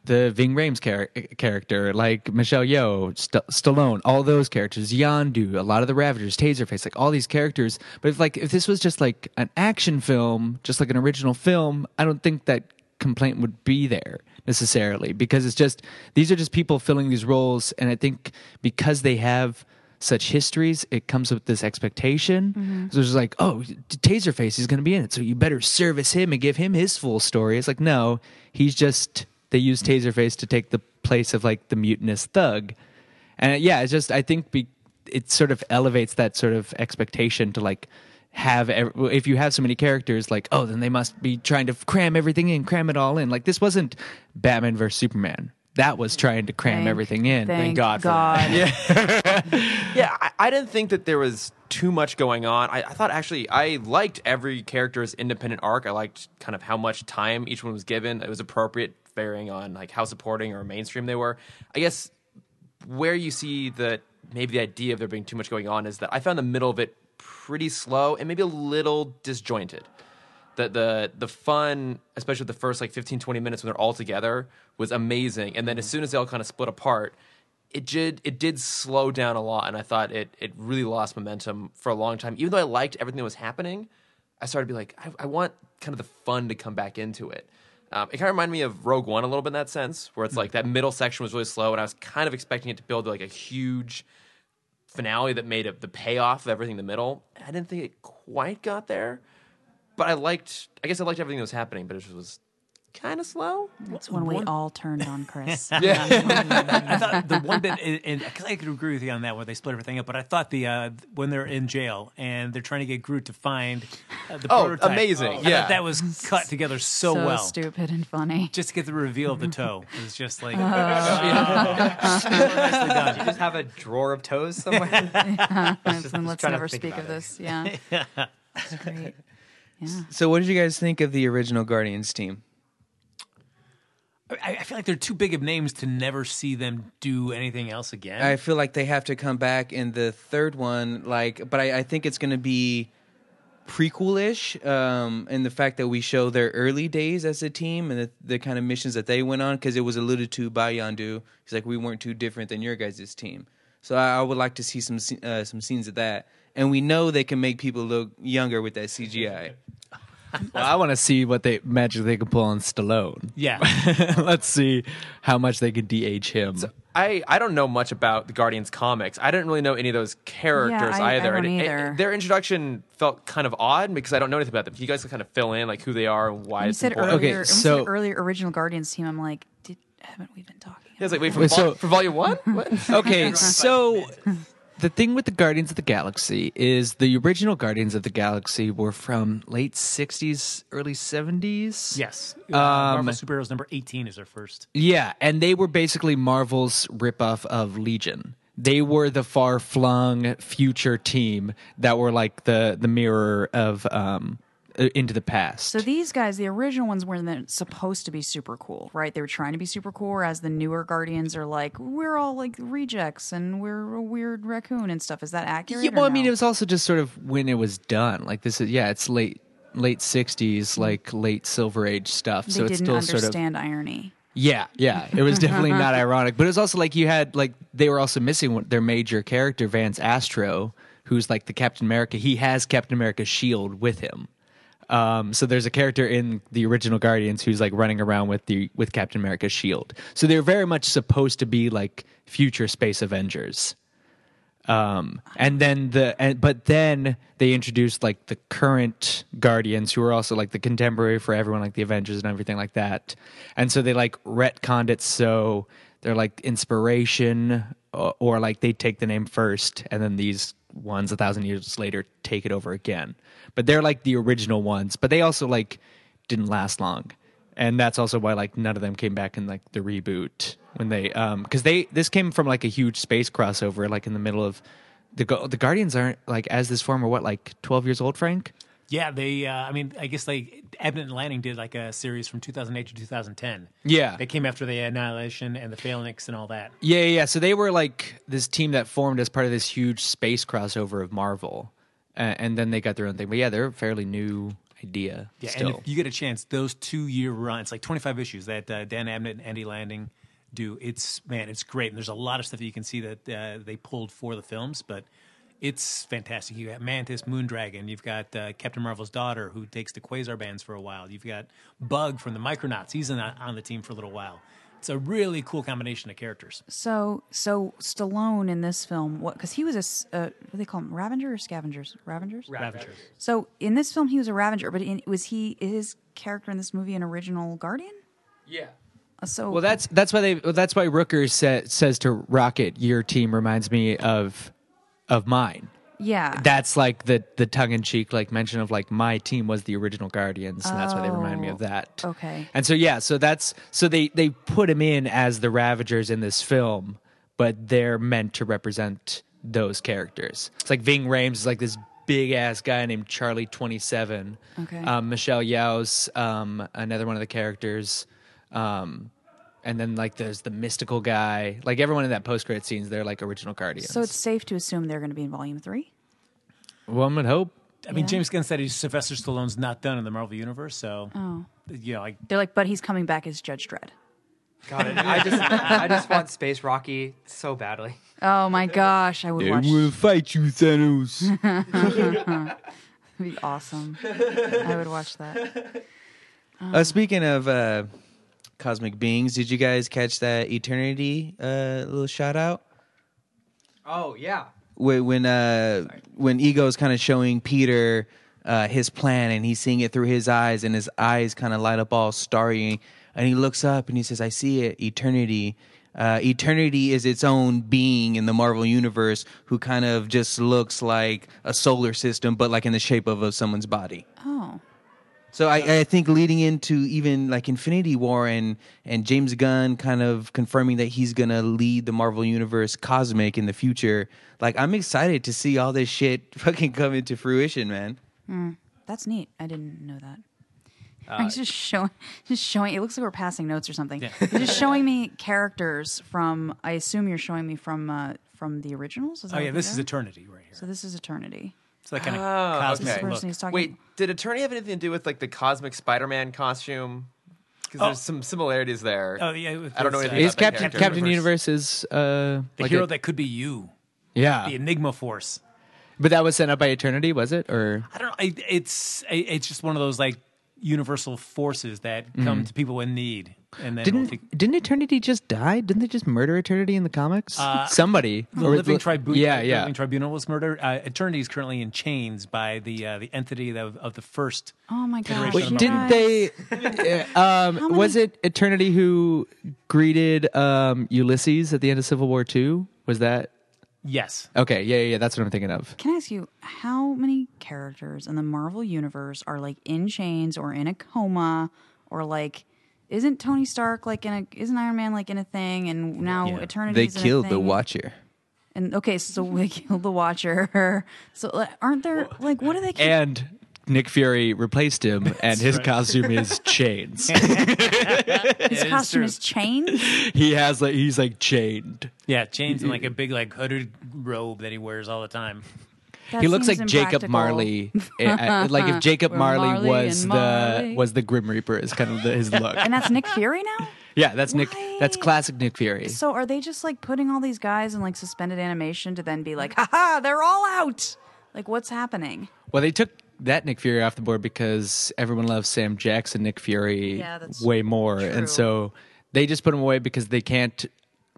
E: the Ving Rhames char- character, like Michelle Yeoh, St- Stallone, all those characters, Yondu, a lot of the Ravagers, Taserface, like all these characters. But if like if this was just like an action film, just like an original film, I don't think that complaint would be there necessarily because it's just these are just people filling these roles and i think because they have such histories it comes with this expectation
B: Mm-hmm.
E: so it's just like oh taserface is going to be in it so you better service him and give him his full story it's like no he's just they use taserface to take the place of like the mutinous thug and uh, yeah it's just i think be, it sort of elevates that sort of expectation to like have ev- if you have so many characters like oh then they must be trying to f- cram everything in cram it all in like this wasn't batman versus superman that was trying to cram
B: Thank-
E: everything in
B: Thank
E: god, for that.
B: God.
A: Yeah, I, I didn't think that there was too much going on. I, I thought actually I liked every character's independent arc. I liked kind of how much time each one was given. It was appropriate, varying on like how supporting or mainstream they were. I guess where you see that maybe the idea of there being too much going on is that I found the middle of it pretty slow and maybe a little disjointed. The, the the fun, especially the first like 15, 20 minutes when they're all together, was amazing. And then as soon as they all kind of split apart, it did it did slow down a lot, and I thought it it really lost momentum for a long time. Even though I liked everything that was happening, I started to be like, I, I want kind of the fun to come back into it. Um, it kind of reminded me of Rogue One a little bit in that sense, where it's like that middle section was really slow, and I was kind of expecting it to build to like a huge finale that made up the payoff of everything in the middle. I didn't think it quite got there, but I liked. I guess I liked everything that was happening, but it just was kind of slow.
B: That's when we all turned on Chris.
C: I thought the one bit, and- and because I could agree with you on that, where they split everything up. But I thought the uh, when they're in jail and they're trying to get Groot to find uh, the
A: Oh,
C: prototype,
A: amazing.
C: I thought
A: Yeah.
C: that was cut together so,
B: so
C: well.
B: stupid and funny.
C: Just to get the reveal of the toe it was just like
D: Do you just have a drawer of toes somewhere?
B: and let's
D: trying to
B: never
D: think
B: speak
D: about it.
B: of this. Yeah. It's great. Yeah.
F: So, what did you guys think of the original Guardians team?
C: I, I feel like they're too big of names to never see them do anything else again.
F: I feel like they have to come back in the third one, like, but I, I think it's going to be prequel-ish um, in the fact that we show their early days as a team and the, the kind of missions that they went on because it was alluded to by Yandu. He's like, we weren't too different than your guys' team. So I, I would like to see some sce- uh, some scenes of that. And we know they can make people look younger with that CGI.
E: Well, i want to see what they magic they can pull on stallone
C: yeah,
E: let's see how much they could de-age him
A: I, I don't know much about the Guardians comics. I didn't really know any of those characters
B: Yeah, I- I
A: either. and
B: don't
A: it- it-
B: either.
A: their introduction felt kind of odd because I don't know anything about them. Can you guys kind of fill in like who they are and why
B: When you
A: it's
B: said
A: important?
B: earlier,
E: Okay,
B: when you
E: so-
B: said earlier original Guardians team. I'm like, did, haven't we been talking?
A: Yeah, it's like
B: about
A: wait for,
E: Wait,
A: vol-
E: so-
A: for volume one. What?
E: okay, so the thing with the Guardians of the Galaxy is the original Guardians of the Galaxy were from late 60s, early 70s.
C: yes.
A: Um,
C: Uh, Marvel superheroes number eighteen is their first.
E: Yeah, and they were basically Marvel's ripoff of Legion. They were the far flung future team that were like the the mirror of um uh, into the past.
B: So these guys, the original ones, were not supposed to be super cool, right? They were trying to be super cool. Whereas the newer Guardians are like, we're all like rejects and we're a weird raccoon and stuff. Is that accurate?
E: Yeah,
B: or
E: well, I mean,
B: no?
E: it was also just sort of when it was done. Like this is yeah, it's late late 60s, like late Silver Age stuff.
B: Mm-hmm. They
E: so it's
B: didn't
E: still sort of
B: understand irony.
E: Yeah, yeah. It was definitely not ironic, but it was also like you had like they were also missing one- their major character Vance Astro, who's like the Captain America. He has Captain America's shield with him. Um, so there's a character in the original Guardians who's like running around with the with Captain America's shield. So they're very much supposed to be like future space Avengers. Um, and then the and, but then they introduced like the current Guardians who are also like the contemporary for everyone, like the Avengers and everything like that. And so they like retconned it so they're like inspiration or, or like they take the name first and then these ones a thousand years later take it over again. But they're like the original ones, but they also like didn't last long. And that's also why like none of them came back in like the reboot when they um because they this came from like a huge space crossover like in the middle of the Gu- the Guardians aren't like as this form are what like twelve years old Frank
C: Yeah, they. Uh, I mean, I guess like Abnett and Lanning did like a series from 2008 to 2010.
E: Yeah.
C: they came after the Annihilation and the Phalanx and all that.
E: Yeah, yeah. yeah. So they were like this team that formed as part of this huge space crossover of Marvel, uh, and then they got their own thing. But yeah, they're a fairly new idea
C: Yeah,
E: still.
C: and if you get a chance, those two year runs, like 25 issues that uh, Dan Abnett and Andy Landing do, it's man, it's great. And there's a lot of stuff that you can see that uh, they pulled for the films, but it's fantastic. You got Mantis, Moondragon. You've got uh, Captain Marvel's daughter, who takes the Quasar bands for a while. You've got Bug from the Micronauts. He's in, uh, on the team for a little while. It's a really cool combination of characters.
B: So, so Stallone in this film, what? Because he was a, s- uh, what do they call him, Ravenger or Scavengers? Ravengers.
C: Ravagers.
B: So in this film, he was a Ravenger, but in, was he his character in this movie an original Guardian?
A: Yeah.
B: Uh, So
E: well, that's that's why they well, that's why Rooker sa- says to Rocket, "Your team reminds me of of mine."
B: yeah,
E: That's like the the tongue in cheek like mention of like my team was the original Guardians, and that's why they remind me of
B: Oh,
E: that.
B: okay.
E: And so yeah, so that's so they they put him in as the Ravagers in this film, but they're meant to represent those characters. It's like Ving Rhames is like this big ass guy named Charlie Twenty Seven.
B: Okay.
E: Um, Michelle Yao's um, another one of the characters. Um, and then like there's the mystical guy. Like everyone in that post credit scenes, they're like original Guardians.
B: so it's safe to assume they're going to be in Volume Three.
E: one would hope.
C: I mean,
B: Yeah.
C: James Gunn said he's Sylvester Stallone's not done in the Marvel universe, so you know, like oh,
B: They're like, but he's coming back as Judge Dredd.
D: God, I just I just want Space Rocky so badly.
B: Oh my gosh, I would watch. That'd
F: fight you, Thanos.
B: be awesome. I would watch that.
F: uh, speaking of uh, cosmic beings, did you guys catch that Eternity uh, little shout out?
D: Oh yeah.
F: Wh- when uh when ego's kind of showing peter uh his plan and he's seeing it through his eyes and his eyes kind of light up all starry and he looks up and he says i see it eternity uh, eternity is its own being in the Marvel universe who kind of just looks like a solar system, but like in the shape of, of someone's body.
B: Oh,
F: So I, I think leading into even like Infinity War and and James Gunn kind of confirming that he's gonna lead the Marvel Universe cosmic in the future. Like I'm excited to see all this shit fucking come into fruition, man.
B: that's neat. I didn't know that. I'm just showing, just showing. It looks like we're passing notes or something. You're just showing me characters from. I assume you're showing me from uh, from the originals. Is that
C: oh yeah,
B: what
C: this
B: they
C: is
B: are?
C: eternity right here.
B: So this is Eternity.
C: It's that kind of
A: Oh,
C: cosmic
A: okay.
B: This person
C: look.
B: he's talking.
A: Wait, did Attorney have anything to do with like the cosmic Spider-Man costume? Because
C: Oh.
A: there's some similarities there.
C: Oh yeah, with
A: I don't know
C: this,
A: anything
C: uh,
E: Is
A: about that
E: Cap-
A: character.
E: Captain Universe is uh,
C: the
E: like
C: hero
E: a-
C: that could be you,
E: yeah,
A: Uh.
C: the Enigma Force.
E: but that was sent up by Eternity, was it? Or
C: I don't know. It, it's it, it's just one of those like universal forces that
A: Mm-hmm.
C: come to people in need, and then will
E: didn't
C: take-
E: didn't Eternity just die? Didn't they just murder Eternity in the comics? Somebody,
C: Uh, the
E: Or
C: living
E: the-
C: tribunal.
E: Yeah,
C: the
E: yeah.
C: Living tribunal was murdered. Uh, Eternity is currently in chains by the uh, the entity that- of, of the first.
B: Oh my gosh!
C: Wait,
B: you
E: Didn't
B: guys.
E: they? uh, um,
B: many-
E: was it Eternity who greeted um, Ulysses at the end of Civil War Two? Was that
C: Yes,
E: okay? Yeah, yeah, yeah. That's what I'm thinking of.
B: Can I ask you how many characters in the Marvel universe are like in chains or in a coma or like isn't Tony Stark like in a isn't Iron Man like in a thing and now
C: Yeah.
B: Eternity
F: They killed the
B: Watcher.
F: Watcher.
B: And okay, so they killed the Watcher. So like, aren't there like what do they keep
E: And Nick Fury replaced him, and his costume is chains.
B: his costume is chains?
E: he has like he's like chained.
C: yeah, chains and like a big like hooded robe that he wears all the time.
B: That
E: he looks
B: seems
E: like Jacob
B: impractical.
E: Marley. eh, eh, like if Jacob
B: We're
E: Marley,
B: Marley
E: was
B: and
E: the
B: Marley.
E: was the Grim Reaper is kind of the, his look.
B: And that's Nick Fury now?
E: yeah, that's Nick.
B: Why?
E: That's classic Nick Fury.
B: So are they just like putting all these guys in like suspended animation to then be like, haha, they're all out? Like what's happening?
E: Well, they took that Nick Fury off the board because everyone loves Sam Jackson Nick Fury
B: Yeah, that's
E: way more,
B: true.
E: and so they just put him away because they can't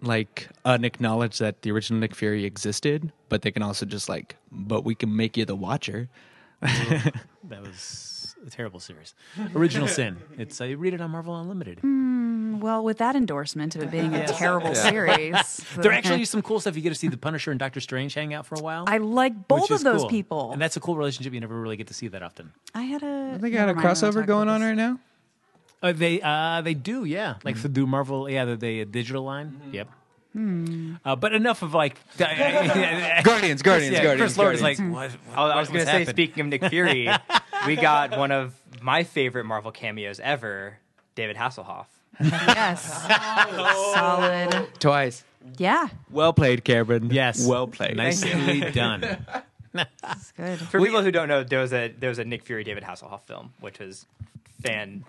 E: like unacknowledge that the original Nick Fury existed, but they can also just like, but we can make you the Watcher.
C: That was a terrible series. Original Sin. It's uh, you read it on Marvel Unlimited.
B: Hmm, Well, with that endorsement of it being a terrible series,
C: There actually is some cool stuff. You get to see the Punisher and Doctor Strange hang out for a while.
B: I like
C: which
B: both
C: is
B: of those
C: cool.
B: people.
C: and that's a cool relationship. You never really get to see that often.
B: I had a.
F: I think I got
B: never
F: a
B: mind, we'll talk
F: crossover
B: about
F: going on
B: this.
F: right now.
C: Uh, they uh, they do, yeah. Like
F: Hmm.
C: for do Marvel, yeah. They, they a digital line. Yep.
B: Hmm.
C: Uh, but enough of like
F: Guardians, Guardians,
C: Yeah,
F: Guardians.
C: Chris Lord is like,
F: Guardians.
C: what,
D: I was- Oh, I was
C: what's
D: going to say,
C: happened?
D: speaking of Nick Fury, we got one of my favorite Marvel cameos ever, David Hasselhoff.
B: Yes. Solid.
E: Twice.
B: Yeah.
E: Well played, Cameron.
C: Yes.
E: Well played.
C: Nicely done.
B: That's good.
D: For people who don't know, there was a there was a Nick Fury David Hasselhoff film, which was fan.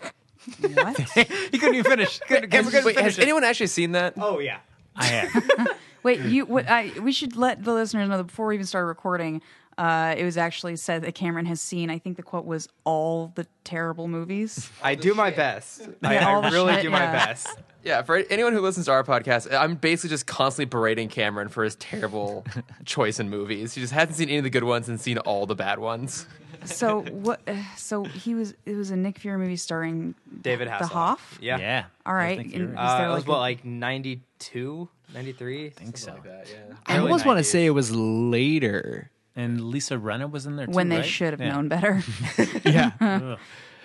B: What?
C: he couldn't even finish. Couldn't- couldn't
A: Wait,
C: finish
A: has
C: it.
A: anyone actually seen that?
D: Oh yeah,
C: I have.
B: Wait, you. What, I, we should let the listeners know that before we even started recording, uh, it was actually said that Cameron has seen. I think the quote was all the terrible movies.
D: I do my best. I,
B: all
D: I
B: the
D: really
B: shit,
D: do my
B: yeah.
D: best.
A: Yeah, for anyone who listens to our podcast, I'm basically just constantly berating Cameron for his terrible choice in movies. He just hasn't seen any of the good ones and seen all the bad ones.
B: So what? Uh, so he was. It was a Nick Fury movie starring
D: David
B: the
D: Hasselhoff.
B: Hoff.
D: Yeah.
C: Yeah.
B: All right,
C: I think
B: and-
C: you're right.
D: Uh,
B: there
D: it was
B: like
D: what,
B: a-
D: like 92, 93? I think
C: so.
E: I
D: Early
E: almost want to
D: 90s.
E: say it was later.
C: And Lisa Renna was in there too.
B: When they
C: right?
B: should have
C: Yeah.
B: known better.
E: Yeah.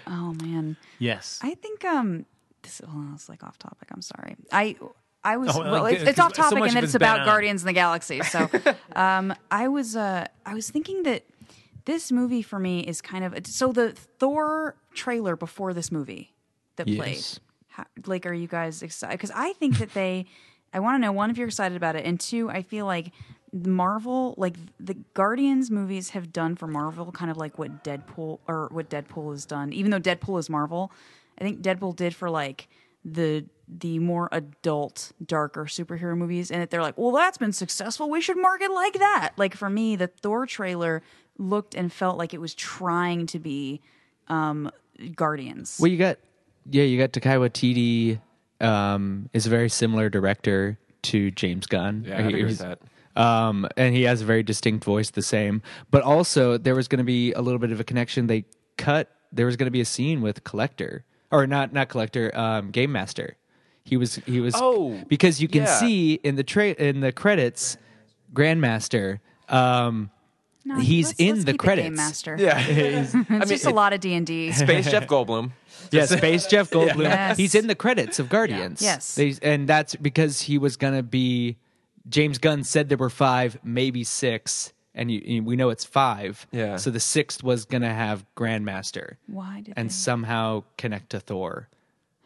B: oh man.
C: Yes.
B: I think um this well, it's like off topic. I'm sorry. I I was
C: Oh, well,
B: well,
C: okay,
B: it's, it's off
C: 'cause so
B: topic
C: much
B: and
C: of
B: then
C: it's
B: it's about
C: been on.
B: Guardians of the Galaxy. So um I was uh I was thinking that this movie for me is kind of so the Thor trailer before this movie that played.
E: Yes.
B: How, like are you guys excited cuz I think that they I want to know one if you're excited about it and two I feel like Marvel like the Guardians movies have done for Marvel kind of like what Deadpool or what Deadpool has done even though Deadpool is Marvel I think Deadpool did for like the the more adult darker superhero movies and that they're like well that's been successful we should market like that like for me the Thor trailer looked and felt like it was trying to be um Guardians
E: Well, you got yeah, you got Taika Waititi. Um, is a very similar director to James Gunn.
A: Yeah, I
E: He
A: agree
E: was-
A: with that.
E: Um, and he has a very distinct voice, the same. But also, there was going to be a little bit of a connection. They cut. There was going to be a scene with Collector, or not not Collector, um, Game Master. He was he was
A: Oh,
E: because you can
A: yeah.
E: see in the tra- in the credits, Grandmaster. Um,
B: No,
E: he's
B: let's-
E: in
B: let's
E: the
B: keep it
E: credits.
B: Game Master.
A: Yeah,
B: it's just a lot of D and D.
A: Space Jeff Goldblum.
E: Yeah, Space Jeff Goldblum.
B: Yes.
E: He's in the credits of Guardians.
B: Yes.
E: They, and that's because he was going to be. James Gunn said there were five, maybe six, and you, you- we know it's five.
A: Yeah.
E: So the sixth was going to have Grandmaster
B: Why did
E: and
B: they-
E: somehow connect to Thor.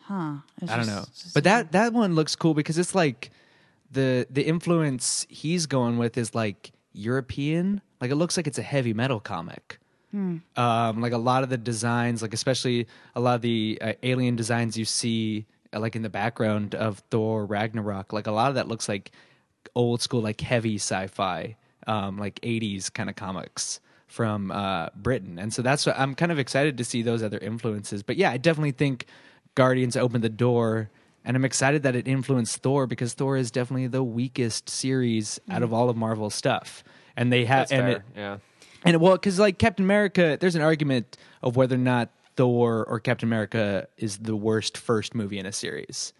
B: Huh? It's
E: I don't
B: just-
E: know.
B: it's just-
E: But that that one looks cool because it's like the the influence he's going with is like European. Like it looks like it's a heavy metal comic. Um, like a lot of the designs, like especially a lot of the uh, alien designs you see, uh, like in the background of Thor Ragnarok, like a lot of that looks like old school, like heavy sci-fi, um, like '80s kind of comics from uh, Britain. And so that's what I'm kind of excited to see those other influences. But yeah, I definitely think Guardians opened the door, and I'm excited that it influenced Thor because Thor is definitely the weakest series out of all of Marvel stuff. And they have
A: Mm-hmm. That's
E: and
A: fair. yeah.
E: it, and well, because like Captain America, there's an argument of whether or not Thor or Captain America is the worst first movie in a series.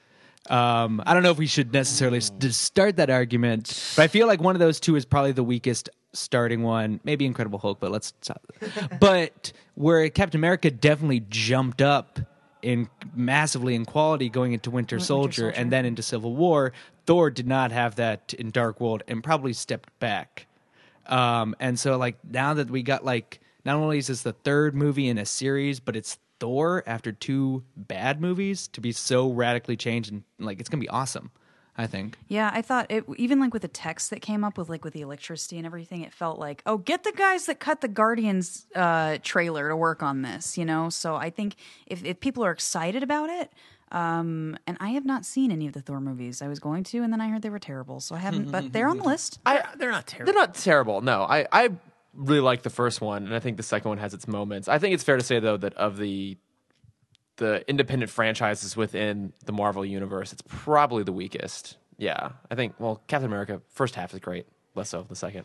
E: Um, I don't know if we should necessarily s- just start that argument, but I feel like one of those two is probably the weakest starting one. Maybe Incredible Hulk, but let's. Stop. but where Captain America definitely jumped up in massively in quality going into Winter
B: Winter
E: Soldier,
B: Soldier.
E: and then into Civil War, Thor did not have that in Dark World and probably stepped back. Um, and so like now that we got like not only is this the third movie in a series, but it's Thor after two bad movies to be so radically changed and like it's gonna be awesome, I think.
B: yeah, I thought it even like with the text that came up with like with the electricity and everything, it felt like oh, get the guys that cut the Guardians uh, trailer to work on this, you know. So I think if, if people are excited about it, um, and I have not seen any of the Thor movies. I was going to, and then I heard they were terrible, so I haven't. but they're on the list.
A: I,
C: They're not terrible.
A: they're not terrible. No, I, I really like the first one, and I think the second one has its moments. I think it's fair to say though that of the the independent franchises within the Marvel universe, it's probably the weakest. Yeah, I think well, Captain America first half is great, less so the second.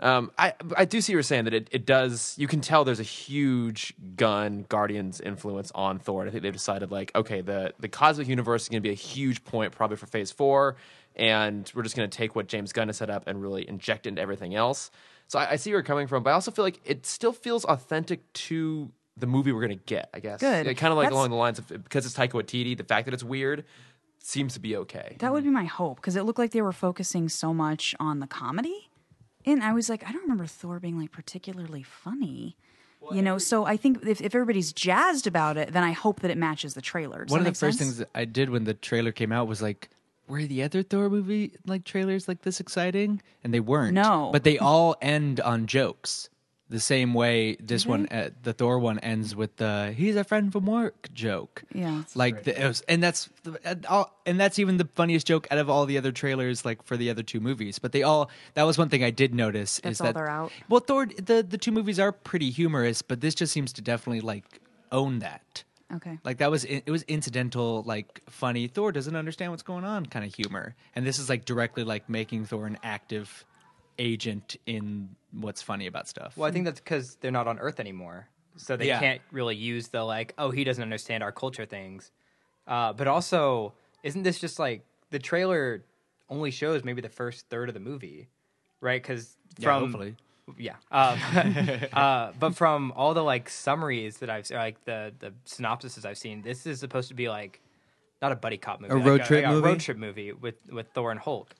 A: Um, I I do see what you're saying that it, it does. You can tell there's a huge gun Guardians influence on Thor. And I think they've decided like, okay, the the cosmic universe is going to be a huge point probably for Phase Four, and we're just going to take what James Gunn has set up and really inject it into everything else. So I, I see where you're coming from, but I also feel like it still feels authentic to the movie we're going to get. I guess
B: Good.
A: Yeah, kind of like
B: That's-
A: along the lines of because it's Taika Waititi, the fact that it's weird seems to be okay.
B: That would be my hope because it looked like they were focusing so much on the comedy. And I was like, I don't remember Thor being like particularly funny. you know, so I think if, if everybody's jazzed about it, then I hope that it matches the trailer. Does
E: One of
B: that
E: the
B: make
E: first
B: sense?
E: things that I did when the trailer came out was like, were the other Thor movie like trailers like this exciting? And they weren't.
B: No.
E: but they all end on jokes. The same way this
B: Mm-hmm.
E: one, uh, the Thor one, ends with the "he's a friend from work" joke.
B: Yeah.
E: like the, it was, and that's the- and all, and that's even the funniest joke out of all the other trailers, like for the other two movies. But they all that was one thing I did notice
B: That's
E: is
B: all
E: that
B: they're out.
E: Well, Thor, the the two movies are pretty humorous, but this just seems to definitely like own that.
B: Okay.
E: Like that was it was incidental, like funny. Thor doesn't understand what's going on, kind of humor. And this is like directly like making Thor an active agent in what's funny about stuff.
D: Well, I think that's because they're not on Earth anymore, so they
E: Yeah.
D: can't really use the like, oh, he doesn't understand our culture things. Uh, but also, isn't this just like the trailer only shows maybe the first third of the movie, right? Because
E: Yeah,
D: from
E: hopefully.
D: yeah, um, uh, but from all the like summaries that I've or, like the the synopsises I've seen, this is supposed to be like not a buddy cop movie,
F: A
D: like
F: road trip
D: like a
F: movie?
D: road trip movie with with Thor and Hulk.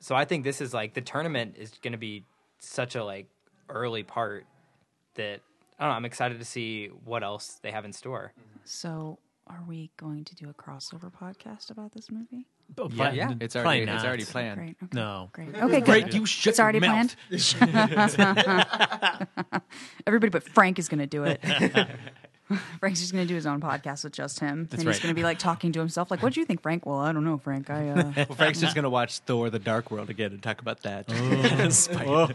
D: So I think this is like the tournament is going to be such a like early part that I don't know. I'm excited to see what else they have in store.
B: So are we going to do a crossover podcast about this movie?
C: But
E: Yeah,
C: plan-
E: it's
C: probably
E: already it's
C: not.
E: already planned.
B: Great. Okay.
C: No.
B: Great. Okay,
C: Great,
B: good.
C: you shut
B: It's already
C: your mouth.
B: planned. Everybody but Frank is going to do it. Frank's just going to do his own podcast with just him. and he's
C: right.
B: going to be like talking to himself, like, what do you think, Frank? Well, I don't know, Frank. I, uh,
E: Well, Frank's just gonna watch Thor: The Dark World again and talk about that.
C: Spider-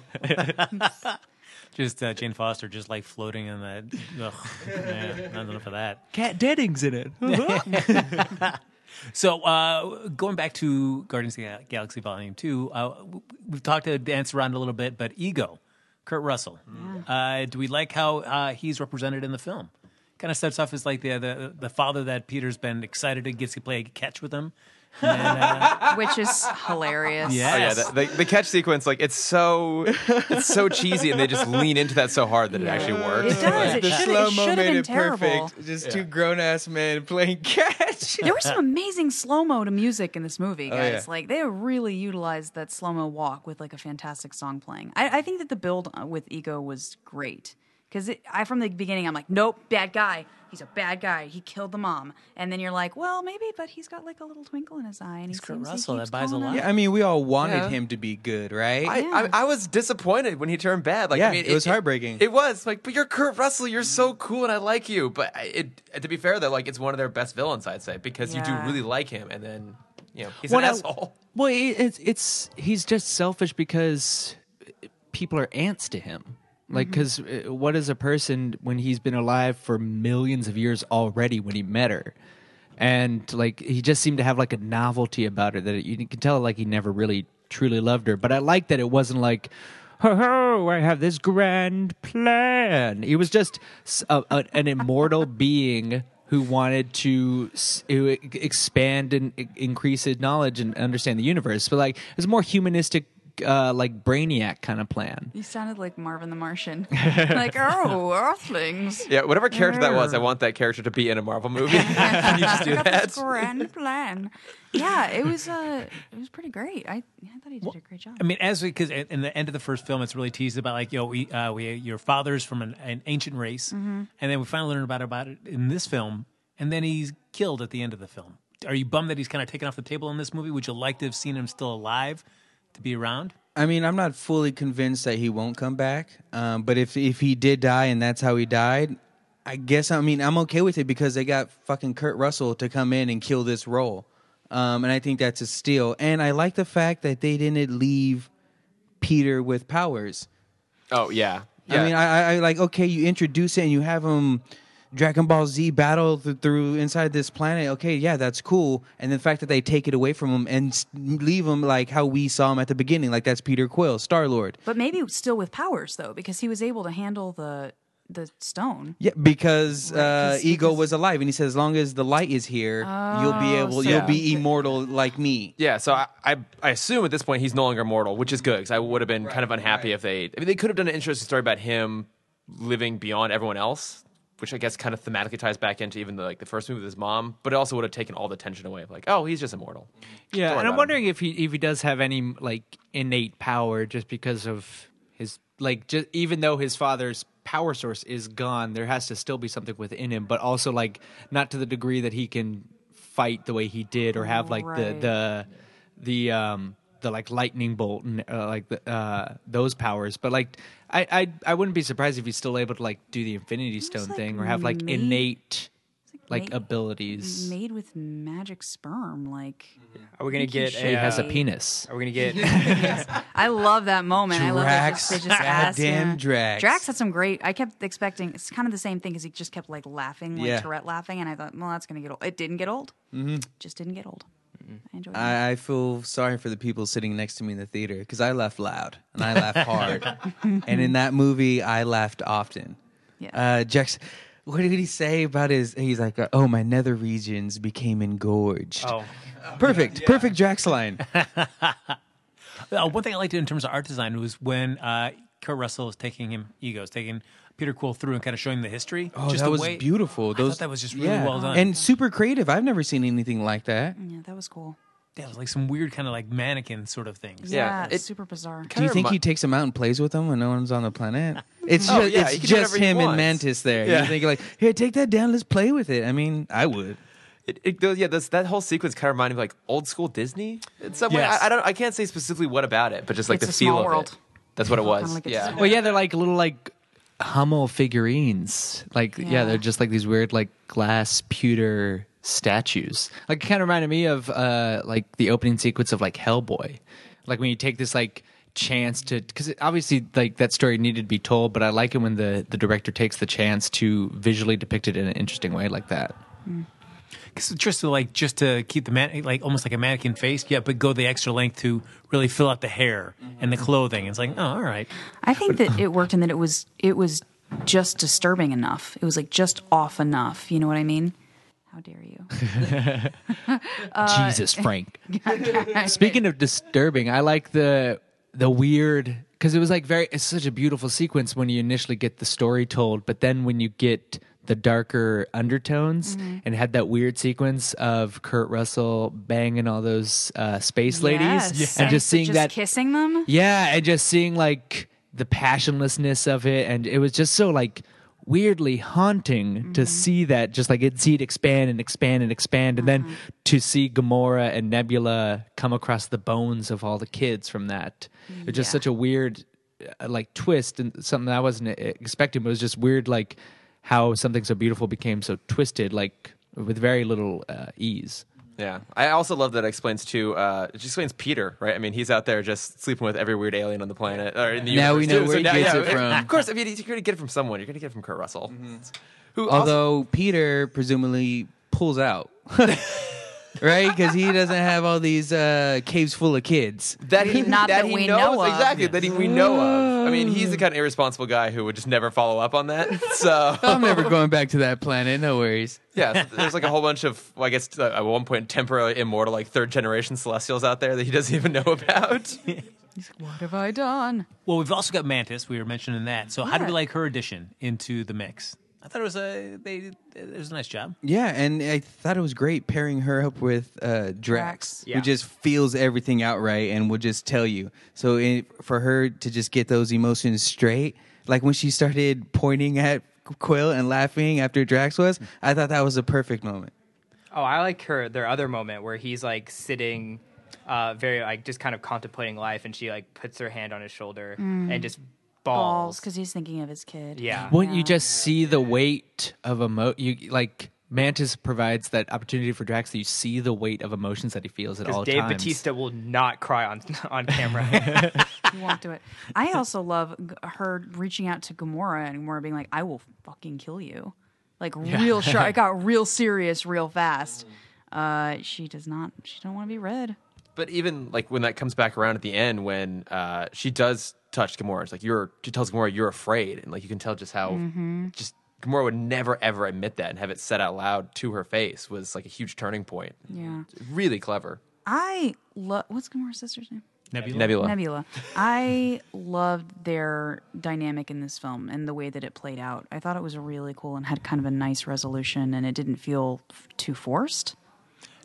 E: Oh.
C: just uh, Jane Foster, just like floating in that. Ugh, man, not enough of that.
E: Cat Dennings in it.
C: So uh, going back to Guardians of the Gal- Galaxy Volume Two, uh, w- we've talked to dance around a little bit, but Ego, Kurt Russell.
E: Mm.
C: Uh, do we like how uh, he's represented in the film? Kind of starts off as like the, the the father that Peter's been excited to gets to play catch with him. And then, uh,
B: which is hilarious.
A: Oh yeah,
C: yes.
A: the, the, the catch sequence, like it's so it's so cheesy, and they just lean into that so hard that it actually works.
B: It does.
A: Like,
B: It should have been terrible.
F: Just two grown ass men playing catch.
B: There was some amazing slow mo to music in this movie,
A: Oh,
B: guys.
F: yeah.
B: Like they really utilized that slow mo walk with like a fantastic song playing. I, I think that the build uh, with Ego was great because I from the beginning I'm like, nope, bad guy. He's a bad guy. He killed the mom, and then you're like, well, maybe, but he's got like a little twinkle in his eye, and he's
C: Kurt Russell, that buys a lot.
F: Yeah, I mean, we all wanted
A: Yeah.
F: him to be good, right?
A: I,
B: Yeah.
A: I, I was disappointed when he turned bad. Like, I
F: Yeah,
A: mean,
F: it was heartbreaking.
A: It, was like, but you're Kurt Russell. You're so cool, and I like you. But I- it, to be fair, though, like it's one of their best villains, I'd say, because you
B: Yeah.
A: do really like him, and then you know he's
E: Well,
A: an
E: now-
A: asshole.
E: Well, he- it's it's he's just selfish because people are ants to him. Like, because what is a person when he's been alive for millions of years already when he met her? And like, he just seemed to have like a novelty about her that you can tell like he never really truly loved her. But I like that it wasn't like, ho ho, I have this grand plan. He was just s- a, a- an immortal being who wanted to s- who e- expand and i- increase his knowledge and understand the universe. But like, it's a more humanistic, uh, like brainiac kind of plan.
B: You sounded like Marvin the Martian. like, oh, Earthlings.
A: Yeah, whatever character that was, I
B: Yeah.
A: want that character to be in a Marvel movie. Can you just do
B: I got
A: that?
B: this grand plan. Yeah, it was uh, it was pretty great. I, I thought he did a great job.
C: I mean, as we because in the end of the first film, it's really teased about like you know we, uh, we your father's from an, an ancient race, and then we finally learn about about it in this film, and then he's killed at the end of the film. Are you bummed that he's kind of taken off the table in this movie? Would you like to have seen him still alive to be around?
F: I mean, I'm not fully convinced that he won't come back. Um, but if if he did die and that's how he died, I guess I mean I'm okay with it because they got fucking Kurt Russell to come in and kill this role, um, and I think that's a steal. And I like the fact that they didn't leave Peter with powers.
A: Oh yeah. yeah.
F: I mean, I, I, I like okay, you introduce it and you have him Dragon Ball Z battle th- through inside this planet. Okay, yeah, that's cool. And the fact that they take it away from him and s- leave him like how we saw him at the beginning, like that's Peter Quill, Star Lord.
B: But maybe still with powers though, because he was able to handle the the stone.
F: Yeah, because
B: Right,
F: uh,
B: 'cause-
F: Ego
B: because-
F: was alive, and he said, "As long as the light is here, you'll be
B: Oh,
F: able,
B: so-
F: you'll be immortal like me."
A: Yeah, so I, I I assume at this point he's no longer mortal, which is good because I would have been kind of unhappy if they. I mean, they could have done an interesting story about him living beyond everyone else, which I guess kind of thematically ties back into even the, like the first movie with his mom, but it also would have taken all the tension away of like, oh, he's just immortal. Don't worry
E: Yeah, and
A: about
E: I'm
A: him.
E: wondering if he if he does have any like innate power just because of his like just even though his father's power source is gone, there has to still be something within him, but also like not to the degree that he can fight the way he did or have like
B: Right.
E: the the the um the like lightning bolt and uh, like the, uh those powers, but like I I I wouldn't be surprised if he's still able to like do the Infinity Stone
B: like,
E: thing or have like
B: made-
E: innate like
B: made-
E: abilities.
B: Made with magic sperm, like
D: Are we gonna
B: Think he
D: get
B: should.
E: He
D: a?
E: has a um,
D: uh,
E: penis.
D: Are we gonna get?
B: I love that moment. I love that just,
F: Drax.
B: they just asked
F: Goddamn
B: him.
F: Drax.
B: Drax had some great. I kept expecting it's kind of the same thing because he just kept like laughing, like
F: Yeah.
B: Tourette laughing, and I thought, well, that's gonna get old. It didn't get old. Mm-hmm. Just didn't get old.
A: Mm-hmm.
B: I enjoyed it.
F: I, I feel sorry for the people sitting next to me in the theater because I laughed loud and I laughed hard, and in that movie I laughed often.
B: Yeah.
F: Uh, Jackson, what did he say about his? He's like, "Oh, my nether regions became engorged."
D: oh,
F: perfect, perfect Jax line.
C: Uh, one thing I liked in terms of art design was when uh, Kurt Russell is taking him, Ego is taking Peter Quill through and kind of showing the history.
F: Oh,
C: just
F: that
C: the
F: was
C: way-
F: beautiful.
C: I
F: Those
C: thought that was just really
F: yeah.
C: well done.
F: and super creative. I've never seen anything like that.
B: yeah, that was cool.
C: that was like some weird kind of like mannequin sort of things.
A: Yeah,
B: Yeah, it's
A: it-
B: super bizarre.
F: Do you think
A: remi-
F: he takes him out and plays with them when no one's on the planet? It's
A: Oh,
F: just,
A: yeah, he
F: it's
A: can do
F: just
A: whatever he
F: him and
A: wants.
F: Mantis there.
A: Yeah.
F: You think like, here, take that down. Let's play with it. I mean, I would.
A: It, it goes, yeah, this, that whole sequence kind of reminded me of like old school Disney in some way.
C: Yes.
A: I, I don't, I can't say specifically what about it, but just like
B: It's
A: the
B: a
A: feel
B: small
A: of
B: world.
A: it. That's what it was.
B: Kinda like it's a
A: yeah,
B: small-
E: Well, yeah, they're like little like Hummel figurines. Like yeah,
B: Yeah.
E: they're just like these weird like glass pewter statues. Like it kind of reminded me of uh like the opening sequence of like Hellboy. Like when you take this like chance to because obviously like that story needed to be told but i like it when the the director takes the chance to visually depict it in an interesting way like that
C: Cause just to like just to keep the man like almost like a mannequin face, yeah, but go the extra length to really fill out the hair and the clothing. It's like, oh, all right.
B: I think that it worked and that it was it was just disturbing enough. It was like just off enough. You know what I mean? How dare you?
E: Jesus,
B: Uh,
E: Frank. Speaking of disturbing, I like the the weird because it was like very. It's such a beautiful sequence when you initially get the story told, but then when you get the darker undertones
B: Mm-hmm.
E: and had that weird sequence of Kurt Russell banging all those uh, space ladies
B: Yes.
E: and just
B: So
E: seeing that
B: kissing them.
E: yeah, and just seeing like the passionlessness of it, and it was just so like weirdly haunting
B: Mm-hmm.
E: to see that, just like it see it expand and expand and expand, and
B: Uh-huh.
E: then to see Gamora and Nebula come across the bones of all the kids from that. It was just
B: Yeah.
E: such a weird uh, like twist and something I wasn't e-, expecting. But it was just weird, like how something so beautiful became so twisted, like with very little uh, ease.
A: Yeah, I also love that it explains too. Uh, it just explains Peter, right? I mean, he's out there just sleeping with every weird alien on the planet or in the
F: Now
A: universe,
F: we know
A: too.
F: where he gets it from.
A: Of course, I mean, you're going to get it from someone. You're going to get it from Kurt Russell, who also-
F: Although Peter presumably pulls out, right? Because he doesn't have all these uh, caves full of kids.
A: that he
B: Not that
A: he
B: we
A: knows,
B: know of.
A: exactly that he, we know of. I mean, he's the kind of irresponsible guy who would just never follow up on that. So
F: I'm never going back to that planet. No worries.
A: yeah, so there's like a whole bunch of well, I guess uh, at one point temporary immortal like third generation Celestials out there that he doesn't even know about.
B: What have I done?
C: Well, we've also got Mantis. We were mentioning that. So, how do
B: Yeah.
C: we like her addition into the mix? I thought it was a they. It was a nice job.
F: Yeah, and I thought it was great pairing her up with uh, Drax,
B: Drax.
D: Yeah.
F: who just feels everything out right and will just tell you. So it, for her to just get those emotions straight, like when she started pointing at Quill and laughing after Drax was, I thought that was a perfect moment.
D: oh, I like her. Their other moment where he's like sitting, uh, very like just kind of contemplating life, and she like puts her hand on his shoulder and just
B: Balls,
D: balls.
B: because he's thinking of his kid.
D: yeah.
E: Wouldn't
B: Yeah.
E: you just see the weight of emo? You like Mantis provides that opportunity for Drax. That you see the weight of emotions that he feels at all
D: Because Dave
E: times.
D: Batista will not cry on on camera.
B: He won't do it. I also love g- her reaching out to Gamora and Gamora being like, "I will fucking kill you." like real sharp. It got real serious real fast. Uh, she does not. She don't want to be read.
A: But even like when that comes back around at the end, when uh, she does touch Gamora, it's like you're. She tells Gamora you're afraid, and like you can tell just how
B: Mm-hmm.
A: just Gamora would never ever admit that and have it said out loud to her face was like a huge turning point.
B: Yeah,
A: Really clever.
B: I love. What's Gamora's sister's name?
C: Nebula.
A: Nebula.
B: Nebula. I loved their dynamic in this film and the way that it played out. I thought it was really cool and had kind of a nice resolution, and it didn't feel f- too forced.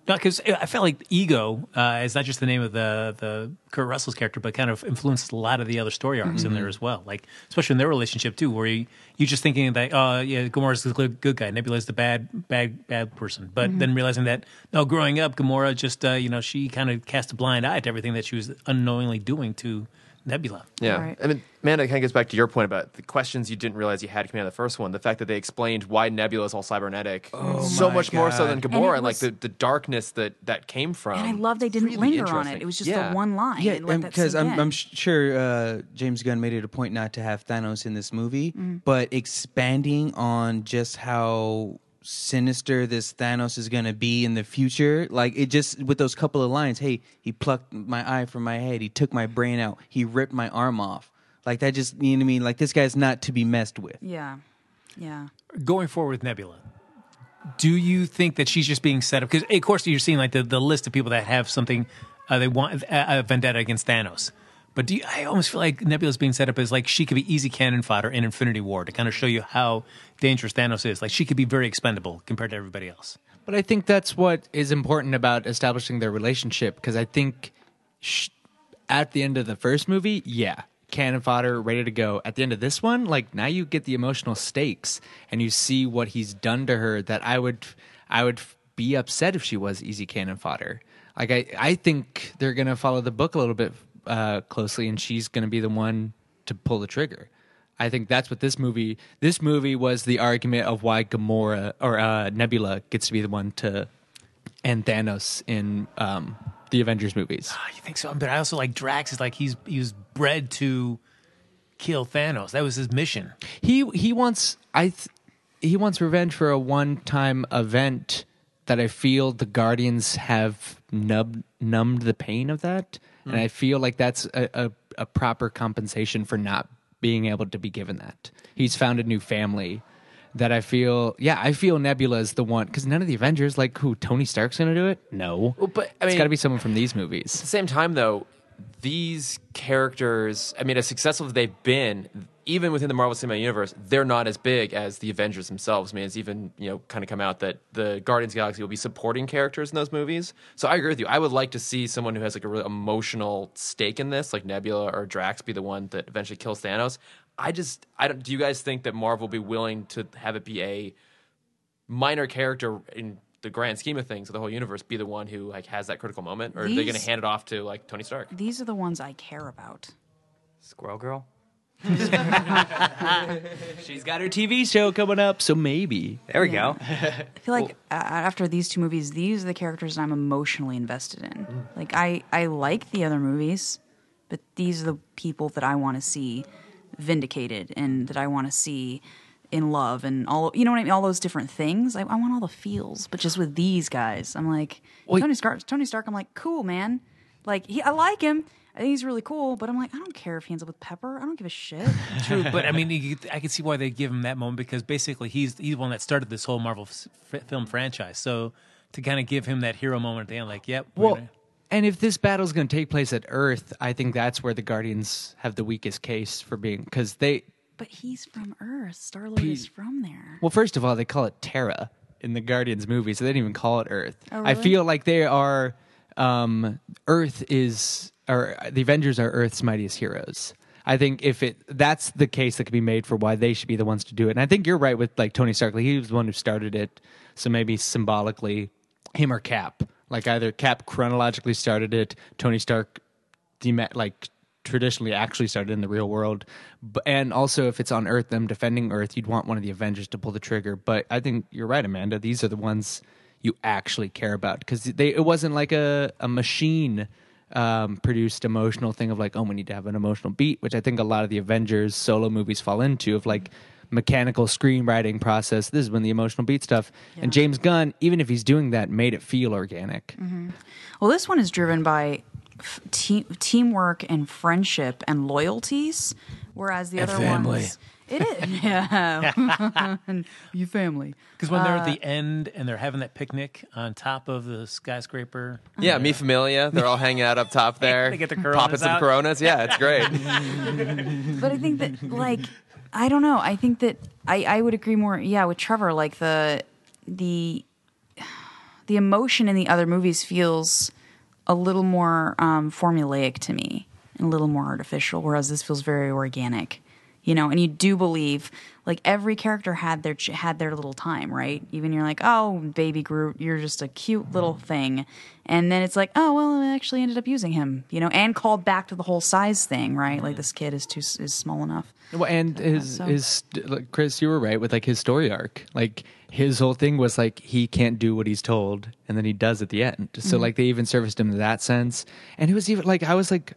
C: No, because I felt like Ego uh, is not just the name of the the Kurt Russell's character, but kind of influenced a lot of the other story arcs in there as well. Like especially in their relationship too, where you you just thinking that uh, yeah, Gamora's the good good guy, Nebula's the bad bad bad person, but then realizing that no, growing up, Gamora just uh, you know she kind of cast a blind eye to everything that she was unknowingly doing to Nebula.
A: Yeah.
B: Right.
A: I mean, Amanda, it kind of gets back to your point about the questions you didn't realize you had coming out of the first one. The fact that they explained why Nebula is all cybernetic so
F: Oh my
A: much more so than
B: And
F: God.
B: it
A: Gamora and like
B: was-
A: the, the darkness that that came from.
B: And I love they didn't
A: Um, Really
B: linger on it.
A: interesting.
B: It was just
A: Yeah.
B: the one line. and let
F: Yeah,
B: that
F: because
B: sink
F: I'm,
B: in.
F: I'm sure uh, James Gunn made it a point not to have Thanos in this movie,
B: Mm-hmm.
F: but expanding on just how sinister this Thanos is going to be in the future. Like it just with those couple of lines, hey, he plucked my eye from my head, he took my brain out, he ripped my arm off. Like that just you know what I mean. Like this guy's not to be messed with.
B: yeah, yeah.
C: going forward with Nebula, do you think that she's just being set up? Because of course you're seeing like the, the list of people that have something uh, they want a, a vendetta against Thanos. But do you, I almost feel like Nebula's being set up as like she could be easy cannon fodder in Infinity War to kind of show you how dangerous Thanos is. Like she could be very expendable compared to everybody else.
E: But I think that's what is important about establishing their relationship because I think sh- at the end of the first movie, yeah, cannon fodder, ready to go. At the end of this one, like now you get the emotional stakes and you see what he's done to her. That I would, I would be upset if she was easy cannon fodder. Like I, I think they're gonna follow the book a little bit uh, closely, and she's gonna be the one to pull the trigger. I think that's what this movie. This movie was the argument of why Gamora or uh, Nebula gets to be the one to end Thanos in um, the Avengers movies.
C: Ah, you think so? But I also like Drax is like he's he was bred to kill Thanos. That was his mission.
E: He he wants I th- he wants revenge for a one time event that I feel the Guardians have numbed numbed the pain of that, and I feel like that's a, a, a proper compensation for not being able to be given that. He's found a new family that I feel yeah I feel Nebula is the one because none of the Avengers like who Tony Stark's gonna do it no
A: Well, but, I
E: it's
A: mean-
E: got to be someone from these movies
A: At the same time, though, these characters, I mean, as successful as they've been, even within the Marvel Cinematic Universe, they're not as big as the Avengers themselves. I mean, it's even, you know, kind of come out that the Guardians of the Galaxy will be supporting characters in those movies. So I agree with you. I would like to see someone who has like a really emotional stake in this, like Nebula or Drax, be the one that eventually kills Thanos. I just, I don't, do you guys think that Marvel will be willing to have it be a minor character in the grand scheme of things of the whole universe be the one who like has that critical moment or are they going to
B: These-
A: hand it off to like tony stark
B: These are the ones I care about.
D: Squirrel Girl.
E: she's got her TV show coming up so maybe
D: There we go.
B: I feel like uh, after these two movies, these are the characters that I'm emotionally invested in. Like I, I like the other movies, but these are the people that I want to see vindicated and that I want to see in love and all you know what I mean. All those different things. I, I want all the feels, but just with these guys, I'm like Tony Stark. Tony Stark. I'm like cool, man. Like he, I like him. I think he's really cool, but I'm like I don't care if he ends up with Pepper. I don't give a shit.
C: True, but I mean, you, could- I can see why they give him that moment because basically he's he's the one that started this whole Marvel f- f- film franchise. So to kind of give him that hero moment at the end, like, yep, we're
E: Well,
C: gonna-
E: and if this battle's going to take place at Earth, I think that's where the Guardians have the weakest case for being because they.
B: but he's from Earth. Star Lord is from there.
E: Well, first of all, they call it Terra in the Guardians movie, so they didn't even call it Earth.
B: Oh,
E: I
B: really?
E: feel like they are. Um, Earth is, or the Avengers are Earth's mightiest heroes. I think if it that's the case that could be made for why they should be the ones to do it. And I think you're right with like Tony Stark. Like, he was the one who started it, so maybe symbolically, him or Cap. Like either Cap chronologically started it, Tony Stark dema- like traditionally actually started in the real world but, and also if it's on earth them defending earth you'd want one of the avengers to pull the trigger but i think you're right amanda these are the ones you actually care about because they it wasn't like a, a machine um, produced emotional thing of like oh we need to have an emotional beat which i think a lot of the avengers solo movies fall into of like mechanical screenwriting process. This is when the emotional beat stuff. And James Gunn, even if he's doing that, made it feel organic.
B: Well, this one is driven by f- te- teamwork and friendship and loyalties, whereas the other
E: family.
B: ones. It is. Yeah. and you family.
C: Because when they're at the end and they're having that picnic on top of the skyscraper,
A: Yeah, me familia. They're all hanging out up top there.
C: They get their
A: popping
C: Coronas
A: some
C: out.
A: Coronas. Yeah, it's great.
B: But I think that, like, I don't know. I think that I, I would agree more, yeah, with Trevor. Like, the, the, the emotion in the other movies feels a little more um, formulaic to me and a little more artificial, whereas this feels very organic, you know. And you do believe like every character had their ch- had their little time, right? Even you're like, oh, baby Groot, you're just a cute little
D: Mm-hmm.
B: thing, and then it's like, oh, well, I actually ended up using him, you know, and called back to the whole size thing, right?
D: Mm-hmm.
B: Like this kid is too s- is small enough.
E: Well, and his
B: so.
E: his st- like, Chris, you were right with like his story arc. Like his whole thing was like he can't do what he's told, and then he does at the end. So
B: Mm-hmm.
E: like they even serviced him in that sense, and it was even like I was like,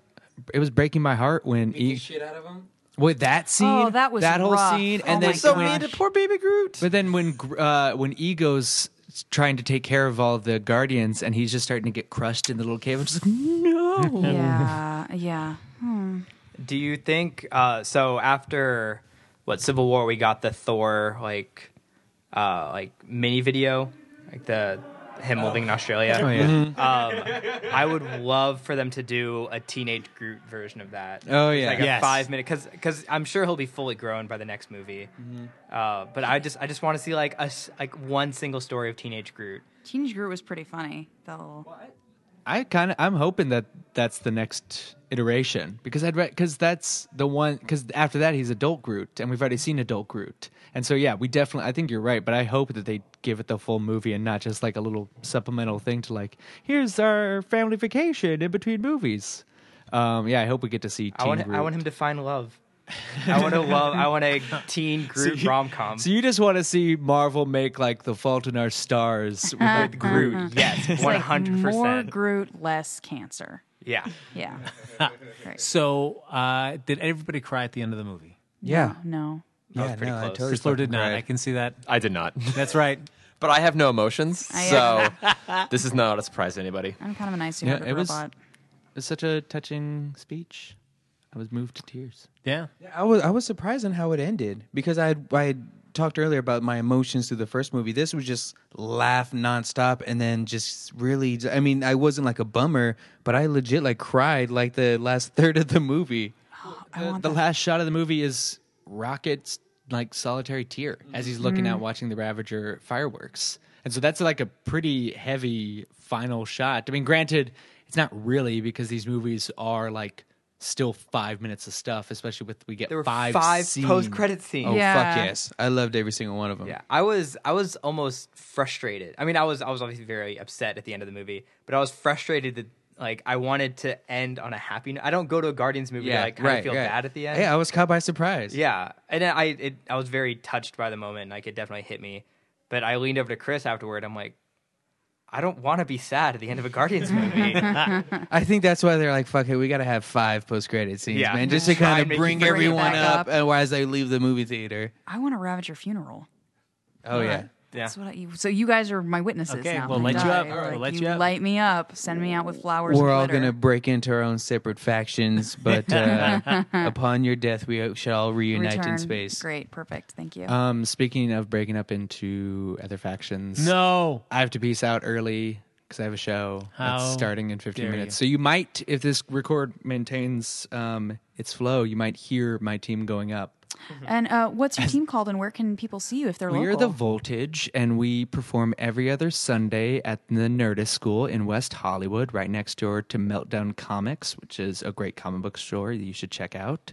E: it was breaking my heart when he,
F: shit out of him.
E: with that scene,
B: Oh, that was
E: that whole
B: rough.
E: scene,
B: Oh
E: and
B: my
E: then
A: so
B: gosh.
A: mean to poor baby Groot.
E: But then when gr- uh, when Ego's trying to take care of all the guardians, and he's just starting to get crushed in the little cave, I'm just like, no.
B: Yeah, yeah.
D: Do you think uh, so? After what Civil War, we got the Thor like uh, like mini video, like the him living in Australia. Um,
E: Oh, yeah. Mm-hmm.
D: I would love for them to do a teenage Groot version of that.
E: Oh, yeah.
D: like a
C: Yes.
D: five minute because because I'm sure he'll be fully grown by the next movie.
E: Mm-hmm.
D: Uh, but I just I just want to see like a s- like one single story of teenage Groot.
B: Teenage Groot was pretty funny. That little.
E: I kind of I'm hoping that that's the next iteration because I'd because that's the one because after that he's adult Groot and we've already seen adult Groot and so yeah we definitely I think you're right but I hope that they give it the full movie and not just like a little supplemental thing to like here's our family vacation in between movies. Um, yeah, I hope we get to see. Teen
D: I want
E: Groot.
D: I want him to find love. I want to love. I want a teen Groot
E: you-
D: rom com.
E: So you just want to see Marvel make like The Fault in Our Stars with like,
D: Groot, yes, one hundred
B: More
D: percent.
B: Groot, less cancer.
D: Yeah.
B: Yeah.
C: so uh, did everybody cry at the end of the movie?
F: Yeah.
B: No.
F: Yeah,
D: pretty
F: no, I
D: close.
F: totally
D: Chris
C: Slur did
F: fucking
C: not.
F: cried.
C: I can see that.
A: I did not.
C: That's right.
A: But I have no emotions,
B: I-
A: so this is not a surprise to anybody.
B: I'm kind of an icy
E: Yeah,
B: hearted
E: it was-
B: robot.
E: It's such a touching speech. I was moved to tears.
C: Yeah.
F: I was I was surprised on how it ended because I had, I had talked earlier about my emotions through the first movie. This was just laugh nonstop and then just really. I mean, I wasn't like a bummer, but I legit like cried like the last third of the movie.
B: I
E: The,
B: want
E: the last shot of the movie is Rocket's like solitary tear as he's looking
D: Mm-hmm.
E: out watching the Ravager fireworks. And so that's like a pretty heavy final shot. I mean, granted, it's not really because these movies are like still five minutes of stuff, especially with we get
D: There were
E: five,
D: five,
E: scene-
D: post-credit scenes.
F: Oh
D: yeah.
B: Yeah.
F: fuck yes, I loved every single one of them.
D: I was I was almost frustrated. I mean, I was I was obviously very upset at the end of the movie, but I was frustrated that like I wanted to end on a happy note. I don't go to a Guardians movie to like kind of feel bad at the end.
F: Yeah, I was caught by surprise.
D: Yeah, and then I it, I was very touched by the moment. Like it definitely hit me. But I leaned over to Chris afterward. I'm like, I don't want to be sad at the end of a Guardians movie.
F: I think that's why they're like, "Fuck it, we gotta have five post-credit scenes,
D: Yeah.
F: man, just to
D: Just try
F: kind
D: and
F: of
D: make
F: bring
D: you
B: forget
F: everyone
B: about
F: up,
B: it.
F: and as they leave the movie theater."
B: I want to ravage your funeral.
F: Oh yeah,
D: yeah.
B: That's what I, so you guys are my witnesses
C: Okay,
B: now.
C: we'll
B: Like,
C: light you up.
B: die.
C: All right.
B: Like,
C: We'll light
B: you
C: you up.
B: light me up. Send me out with flowers.
F: we're
B: and
F: all
B: glitter.
F: gonna break into our own separate factions, but uh, upon your death, we shall all reunite
B: return.
F: in space.
B: Great, perfect. Thank you.
E: Um, speaking of breaking up into other factions,
C: No.
E: I have to peace out early because I have a show
C: How
E: that's starting in 15
C: dare
E: minutes.
C: you.
E: So you might, if this record maintains um, its flow, you might hear my team going up.
B: and uh, what's your team called? And where can people see you if they're
E: We are the
B: local?
E: Voltage, and we perform every other Sunday at the Nerdist School in West Hollywood, right next door to Meltdown Comics, which is a great comic book store that you should check out.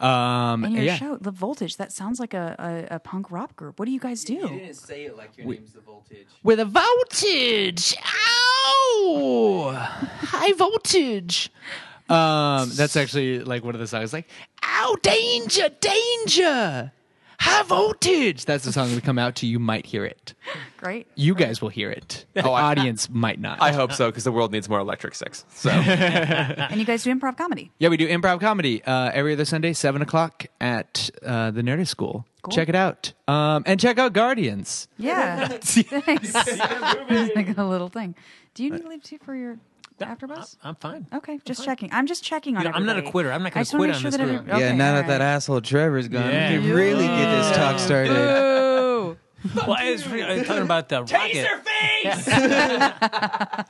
E: Um,
B: and your
E: yeah.
B: show, the Voltage. That sounds like a, a, a punk rock group. What do you guys do?
F: say it like your name's the voltage.
E: with a voltage. Ow! High voltage. Um, that's actually like one of the songs, like "Ow, danger, danger, High voltage. That's the song that would come out to you. Might hear it.
B: Great.
E: You guys will hear it. The
A: Oh, I-
E: audience might not.
A: I hope so because the world needs more Electric Six. So
B: And you guys do improv comedy.
E: yeah, we do improv comedy uh, every other Sunday, seven o'clock at uh, the Nerdist School.
B: Cool.
E: Check it out, um, and check out Guardians.
B: Yeah. Thanks. I was thinking a little thing. Do you need to leave too for your after bus?
C: I'm fine.
B: Okay, just checking. I'm just checking on.
C: know, I'm not a
B: everybody.
C: quitter. I'm not
B: I
C: gonna
B: just wanna make
C: quit on
B: sure
C: this
B: that
C: group.
B: every- okay,
F: yeah, now
B: all
F: that that
B: right.
F: asshole Trevor's gone,
C: Yeah.
F: we can really get this talk started.
B: Boo.
C: Well, I was pretty- I was talking about the rocket.
D: face.
C: I,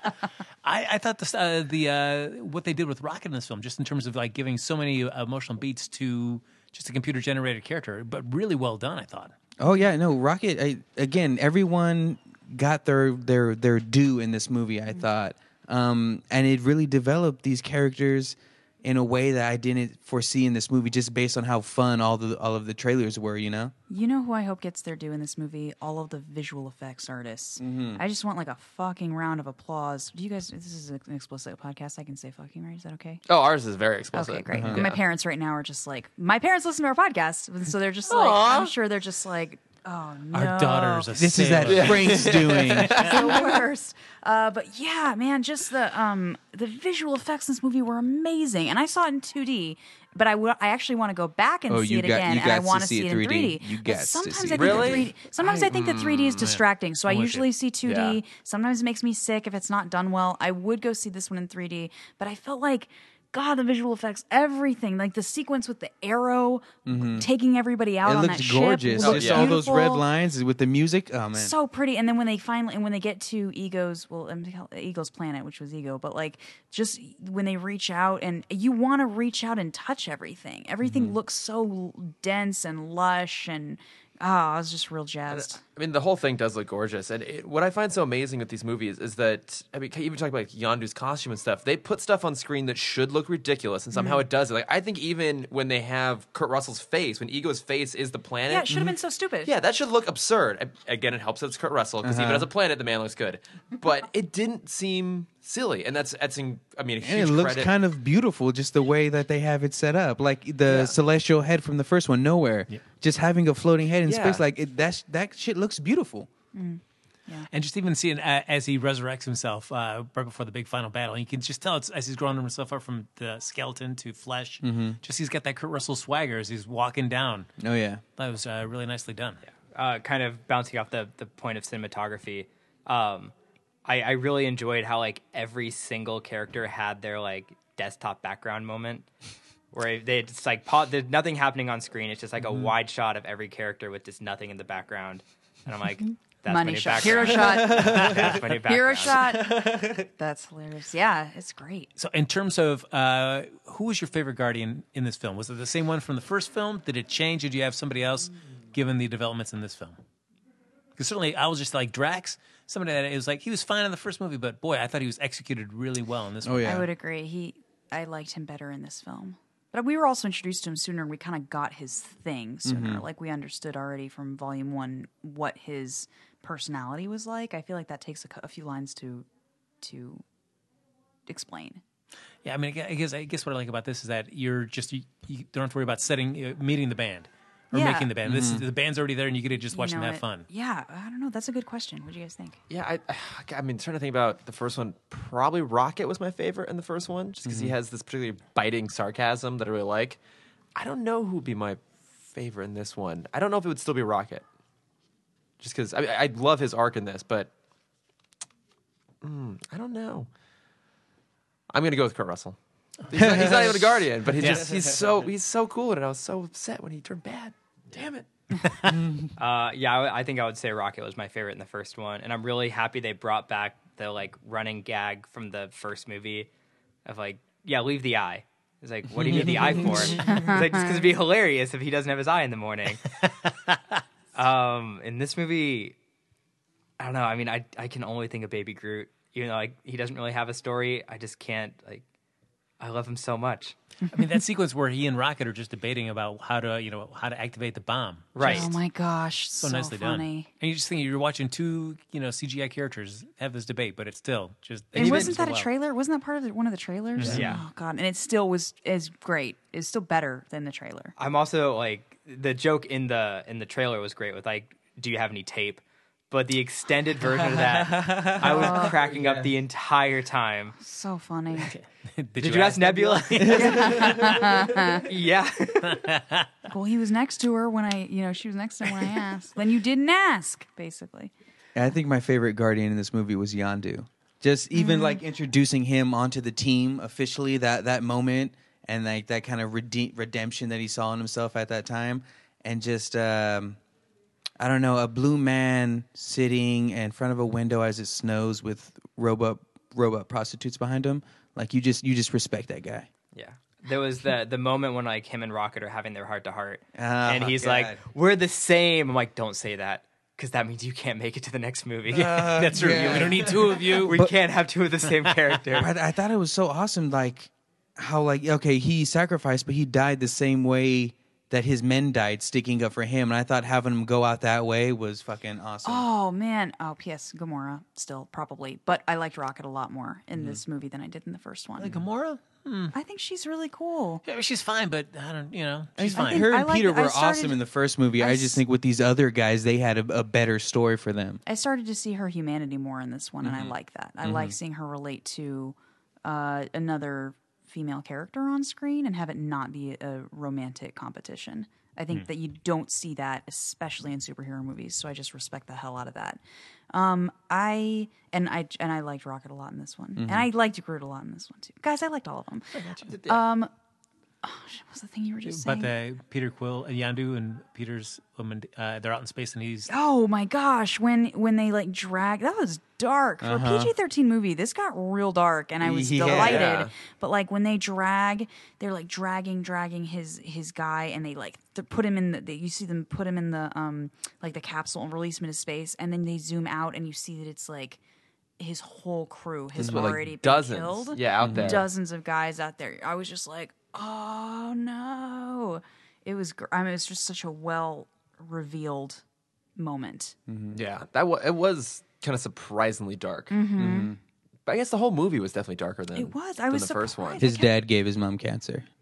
C: I thought this, uh, the uh, what they did with Rocket in this film, just in terms of like giving so many emotional beats to just a computer generated character, but really well done. I thought.
F: Oh yeah, no Rocket. I, again, everyone got their their their due in this movie.
B: Mm-hmm.
F: I thought, um, and it really developed these characters in a way that I didn't foresee in this movie, just based on how fun all the all of the trailers were. You know,
B: You know who I hope gets their due in this movie? All of the visual effects artists.
F: Mm-hmm.
B: I just want like a fucking round of applause. Do you guys? This is an explicit podcast. I can say fucking right. Is that okay?
A: oh, ours is very explicit.
B: Okay, great.
C: Mm-hmm.
B: My parents right now are just like my parents listen to our podcast, so they're just like I'm sure they're just like oh no,
C: Our daughter's a
F: this is that
C: sailor.
F: Frank's doing.
B: the worst. Uh, but yeah, man, just the um, the visual effects in this movie were amazing, and I saw it in 2D. But I wa- I actually want to go back and
F: Oh,
B: see
F: you
B: it
F: got-
B: again,
F: you
B: and I
F: gots to
B: want to
F: see
B: see it
F: it
B: in
F: 3D.
B: 3D.
F: You
B: But
F: gots to
B: sometimes
F: see
B: I
F: it
B: think the
A: Really?
B: 3D. Sometimes I, think that 3D is distracting, so I
C: with you.
B: usually see 2D.
A: Yeah.
B: Sometimes it makes me sick if it's not done well. I would go see this one in 3D, but I felt like. God, the visual effects, everything, like the sequence with the arrow taking everybody out
F: Mm-hmm. It
B: on that
F: looked
B: ship
F: gorgeous.
B: looked
F: just all those red
B: beautiful
F: lines with the music. Oh man,
B: so pretty. And then when they finally, and when they get to Ego's, well, um, Ego's planet, which was Ego, but like just when they reach out and you want to reach out and touch everything. Everything looks so dense and lush, and oh, I was just real jazzed.
A: I mean, the whole thing does look gorgeous, and it, what I find so amazing with these movies is that I mean, even talking about like, Yondu's costume and stuff, they put stuff on screen that should look ridiculous, and
B: Mm-hmm.
A: somehow it does. Like I think even when they have Kurt Russell's face, when Ego's face is the planet,
B: Yeah, it should have been so stupid.
A: mm-hmm. Yeah, that should look absurd. I- Again, it helps that it's Kurt Russell because
B: Uh-huh.
A: even as a planet, the man looks good. But it didn't seem silly, and that's that's in, I mean, a huge
F: and it looks
A: credit.
F: kind of beautiful, just the way that they have it set up, like the celestial head from the first one, nowhere, just having a floating head in
A: Yeah.
F: space, like it, that. That shit looks beautiful.
C: And just even seeing uh, as he resurrects himself uh, right before the big final battle, you can just tell it's, as he's growing himself up from the skeleton to flesh.
F: Mm-hmm.
C: Just he's got that Kurt Russell swagger as he's walking down.
F: Oh yeah,
C: That was uh, really nicely done.
D: uh, kind of bouncing off the, the point of cinematography, um, I, I really enjoyed how like every single character had their like desktop background moment, where they just like pa- there's nothing happening on screen. It's just like
B: Mm-hmm.
D: a wide shot of every character with just nothing in the background, and I'm like, that's my
B: Mm-hmm. Money
D: new
B: shot, hero
D: background.
B: shot,
D: That's my new background.
B: hero shot. That's hilarious. Yeah, it's great.
C: So, in terms of uh, who was your favorite guardian in this film? Was it the same one from the first film? Did it change? Did you have somebody else given the developments in this film? Because certainly I was just like Drax, somebody that it was like, he was fine in the first movie, but boy, I thought he was executed really well in this one.
F: oh yeah.
B: I would agree. He, I liked him better in this film. But we were also introduced to him sooner, and we kind of got his thing sooner.
C: Mm-hmm.
B: Like we understood already from Volume One what his personality was like. I feel like that takes a, cou- a few lines to to explain.
C: Yeah, I mean, I guess, I guess what I like about this is that you're just, you, you don't have to worry about setting, uh, meeting the band or
B: Yeah.
C: making the band. This is,
F: Mm-hmm.
C: the band's already there and you get to just watch
B: You know
C: them have
B: it-
C: fun.
B: Yeah, I don't know. That's a good question. What do you guys think?
A: Yeah, I, I- I mean, trying to think about the first one. Probably Rocket was my favorite in the first one, just because he has this particularly biting sarcasm that I really like. I don't know who would be my favorite in this one. I don't know if it would still be Rocket, just because I, I love his arc in this, but mm, I don't know. I'm gonna go with Kurt Russell. He's not, he's not even a Guardian, but he just he's so he's so cool, and I was so upset when he turned bad. Damn it.
D: Uh, yeah, I, w- I think I would say Rocket was my favorite in the first one, and I'm really happy they brought back the like running gag from the first movie of like, yeah, leave the eye. It's like, what do you need the eye for? It's like, just because it'd be hilarious if he doesn't have his eye in the morning. um, in this movie, I don't know. I mean, I I can only think of Baby Groot, even though like he doesn't really have a story. I just can't like. I love him so much.
C: I mean, that sequence where he and Rocket are just debating about how to, you know, how to activate the bomb.
D: Right.
B: Oh my gosh, so,
C: so nicely
B: funny.
C: done. And you just think you're watching two, you know, CGI characters have this debate, but it's still just. they
B: And
C: did
B: wasn't
C: so
B: that a
C: well. Mm-hmm.
B: trailer? Wasn't that part of the, one of the trailers?
D: Yeah.
B: Oh god, and it still was as great. It's still better than the trailer.
D: I'm also like the joke in the in the trailer was great with like, do you have any tape? But the extended version of that, I was cracking up the entire time.
B: So funny.
C: Did,
D: Did you ask Nebula? yeah.
B: well, he was next to her when I, you know, she was next to him when I asked. then you didn't ask, basically.
F: And I think my favorite guardian in this movie was Yandu. Just even like introducing him onto the team officially that that moment and like that kind of rede- redemption that he saw in himself at that time and just um I don't know, a blue man sitting in front of a window as it snows with robot robot prostitutes behind him. Like you just you just respect that guy.
D: Yeah. There was the the moment when like him and Rocket are having their heart to heart, and
F: my
D: he's
F: God.
D: like, "We're the same." I'm like, "Don't say that, because that means you can't make it to the next movie.
C: That's true.
F: yeah.
C: We don't need two of you.
D: we can't have two of the same character."
F: I, I thought it was so awesome, like how like okay, he sacrificed, but he died the same way that his men died, sticking up for him. And I thought having him go out that way was fucking awesome.
B: Oh man. Oh, P.S. Gamora still probably, but I liked Rocket a lot more in this movie than I did in the first one.
C: Gamora?
B: I think she's really cool.
C: Yeah, she's fine, but I don't, you know, she's
F: I
C: fine.
F: think Her
B: I
F: and
B: like-
F: Peter
B: I
F: were
B: started-
F: awesome in the first movie. I,
B: I s-
F: just think with these other guys, they had a, a better story for them.
B: I started to see her humanity more in this one, and I
C: Mm-hmm.
B: like that. I like seeing her relate to uh, another female character on screen and have it not be a romantic competition. I
C: Hmm.
B: think that you don't see that, especially in superhero movies. So I just respect the hell out of that. Um, I and I and I liked Rocket a lot in this one,
C: Mm-hmm.
B: and I liked Groot a lot in this one too. Guys, I liked all of them. Um, oh, shit, what was the thing you were just saying?
C: But the Peter Quill, uh, Yandu, and Peter's woman, uh, they're out in space, and he's
B: Oh my gosh, when when they like drag that was dark. For a PG thirteen movie, this got real dark and I was
F: Yeah.
B: delighted. But like when they drag, they're like dragging, dragging his his guy and they like th- put him in the they, you see them put him in the um like the capsule and release him into space and then they zoom out and you see that it's like his whole crew has
A: But, like,
B: already been
A: dozens,
B: killed
A: yeah, out there.
B: dozens of guys out there. I was just like, oh no. It was, gr- I mean, it was just such a well revealed moment.
A: Yeah, that wa it was kind of surprisingly dark. Mhm. But I guess the whole movie was definitely darker than
B: Mm-hmm. It was. I
A: than
B: was
A: the first one.
B: surprised.
F: His dad gave his mom cancer.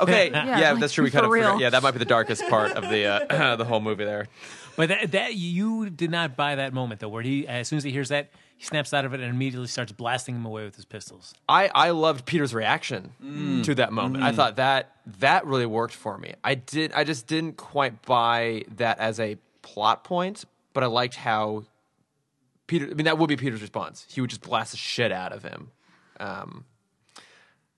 A: Okay, yeah,
B: like,
A: that's true. We
B: for
A: kind of
B: real.
A: forgot. yeah, that might be the darkest part of the uh, the whole movie there.
C: But that, that you did not buy that moment though, where he as soon as he hears that, he snaps out of it and immediately starts blasting him away with his pistols.
A: I, I loved Peter's reaction to that moment. I thought that that really worked for me. I did I just didn't quite buy that as a plot point, but I liked how Peter I mean that would be Peter's response. He would just blast the shit out of him. Um,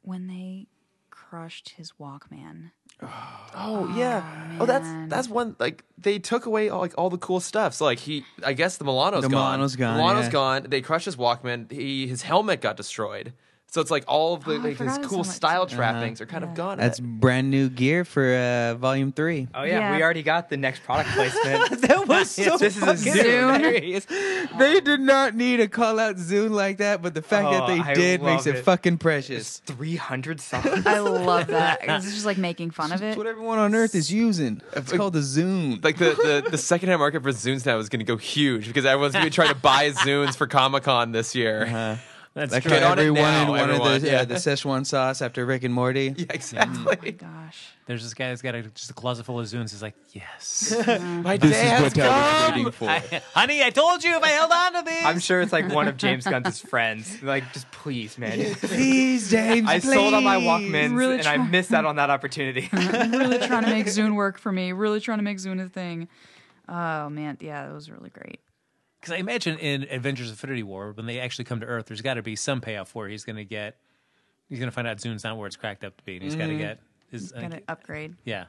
B: When they crushed his Walkman.
A: oh yeah. Oh, that's that's one like they took away all, like all the cool stuff. So like he I guess the Milano's
F: The
A: gone.
F: Milano's gone,
A: Milano's
F: yeah.
A: gone. They crushed his Walkman. He his helmet got destroyed. So it's like all of the
B: Oh, I
A: like,
B: forgot
A: his
B: his
A: cool
B: helmet.
A: style trappings are kind of gone.
F: That's brand new gear for uh, Volume Three.
D: Oh yeah,
B: Yeah.
D: we already got the next product placement.
F: That was so
D: this is a
F: fucking-
B: Zune.
D: hilarious.
F: They did not need a call out Zune like that, but the fact
D: Oh,
F: that they
D: I
F: did makes
D: love
F: it,
D: it.
F: fucking precious.
D: Three hundred songs.
B: I love that. It's just like making fun of
F: It's
B: it.
F: what everyone on Earth is using. It's called the Zune.
A: like the, the, the secondhand market for Zunes now is going to go huge because everyone's going to be trying to buy Zunes for Comic Con this year.
F: Uh-huh.
C: That's
F: Like
C: true.
F: how
A: Get on it
F: everyone
A: now,
F: wanted
A: everyone.
F: the,
A: Yeah.
F: yeah, the Szechuan sauce after Rick and Morty.
A: Yeah, exactly.
B: Gosh.
C: There's this guy that's got a, just a closet full of zunes. He's like, yes,
A: My day has come.
F: for.
C: I- honey, I told you if I held on to these.
D: I'm sure it's like one of James Gunn's friends. Like, just please, man.
F: Please, James.
D: I sold on my
F: please.
D: Walkmans,
B: Really
D: and I
B: try-
D: missed out on that opportunity.
B: really trying to make Zune work for me. Really trying to make Zune a thing. Oh man, yeah, it was really great.
C: Because I imagine in Avengers: Infinity War, when they actually come to Earth, there's got to be some payoff where he's going to get. He's going to find out Zune's not where it's cracked up to be, and he's got to get. His, I think-
B: Mm-hmm. Gotta upgrade.
C: yeah.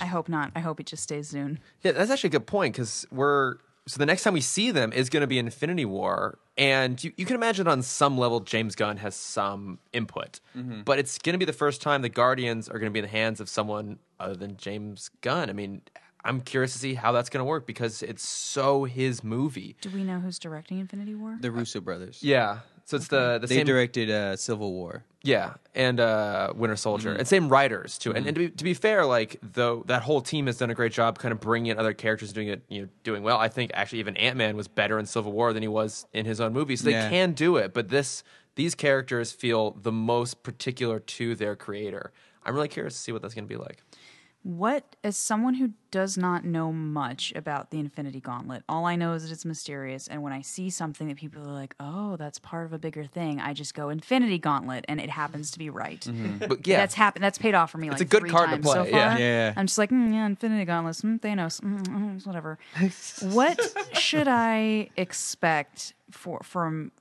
B: I hope not. I hope it just stays Zune.
A: Yeah, that's actually a good point because we're so the next time we see them is going to be Infinity War, and you, you can imagine on some level James Gunn has some input, but it's going to be the first time the Guardians are going to be in the hands of someone other than James Gunn. I mean, I'm curious to see how that's going to work because it's so his movie.
B: Do we know who's directing Infinity War?
F: The Russo brothers.
A: Yeah, so it's the the
F: They
A: same
F: directed uh, Civil War.
A: Yeah, and uh, Winter Soldier, and same writers too. And, and to, be, to be fair, like though that whole team has done a great job, kind of bringing in other characters, doing it, you know, doing well. I think actually even Ant Man was better in Civil War than he was in his own movie. So they
F: Yeah.
A: can do it, but this these characters feel the most particular to their creator. I'm really curious to see what that's going to be like.
B: What, as someone who does not know much about the Infinity Gauntlet, all I know is that it's mysterious. And when I see something that people are like, oh, that's part of a bigger thing, I just go Infinity Gauntlet, and it happens to be right.
A: But yeah,
B: That's happened. That's paid off for me. Like
A: a good
B: three
A: card to
B: times so
A: play,
B: far.
A: yeah.
F: Yeah.
B: I'm just like, mm, yeah, Infinity Gauntlet, mm, Thanos, mm, mm, whatever. what should I expect for from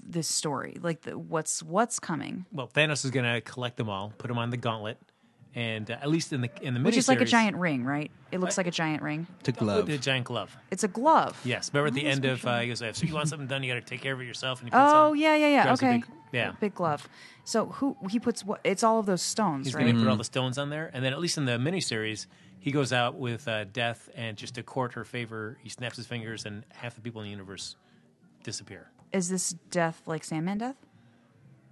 B: this story? Like, the, what's what's coming?
C: Well, Thanos is going to collect them all, put them on the gauntlet, and uh, at least in the in the
B: Which is like a
C: miniseries-
B: giant ring, right? It looks like a giant ring.
F: To glove.
C: a giant glove.
B: It's a glove.
C: Yes, remember at the end of uh, he goes, "So you want something done, you got to take care of it yourself." And he puts
B: Oh
C: on-
B: yeah, yeah, yeah.
C: grabs a
B: Okay.
C: big- yeah.
B: Big glove. So who he puts what? It's all of those stones,
C: He's
B: right?
C: going to put all the stones on there, and then at least in the miniseries, he goes out with uh, Death, and just to court her favor, he snaps his fingers, and half the people in the universe disappear.
B: Is this death like Sandman death?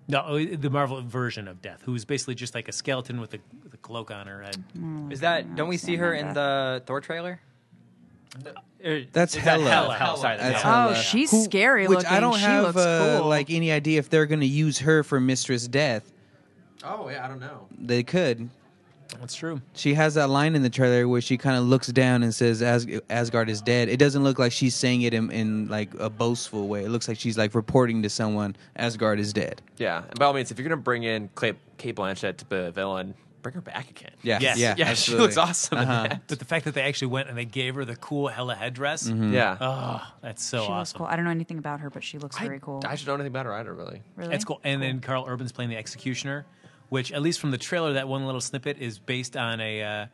C: No, oh, the Marvel version of Death, who's basically just like a skeleton with a, with a cloak on her head.
B: Mm.
D: Is that? Don't we see her in the Thor trailer? Or-
F: That's
D: Er, is that
F: Hela.
D: Hela. Sorry,
F: That's
D: that's Hela.
F: how,
B: Oh,
F: uh,
B: she's
F: who-
B: scary
F: which
B: looking.
F: I don't
B: She
F: have
B: looks
F: uh,
B: cool.
F: like any idea if they're going to use her for Mistress Death.
A: oh yeah, I don't know.
F: They could.
C: That's true.
F: She has that line in the trailer where she kind of looks down and says, As- "Asgard is dead." It doesn't look like she's saying it in, in like a boastful way. It looks like she's like reporting to someone, "Asgard is dead."
A: Yeah, and by all means, if you're gonna bring in Clay, Kate Blanchett to be a villain, bring her back again.
F: Yeah,
C: Yes. Uh-huh.
F: yeah,
A: yeah, she
F: absolutely.
A: looks awesome. in
D: Uh,
A: that.
C: But the fact that they actually went and they gave her the cool Hella headdress,
D: Mm-hmm.
A: Yeah,
C: oh, that's so
B: she looks
C: awesome.
B: cool. I don't know anything about her, but she looks very cool.
A: I should know anything about her either, really.
B: really?
C: That's cool. And then Carl Urban's playing the executioner, which at least from the trailer, that one little snippet is based on a uh,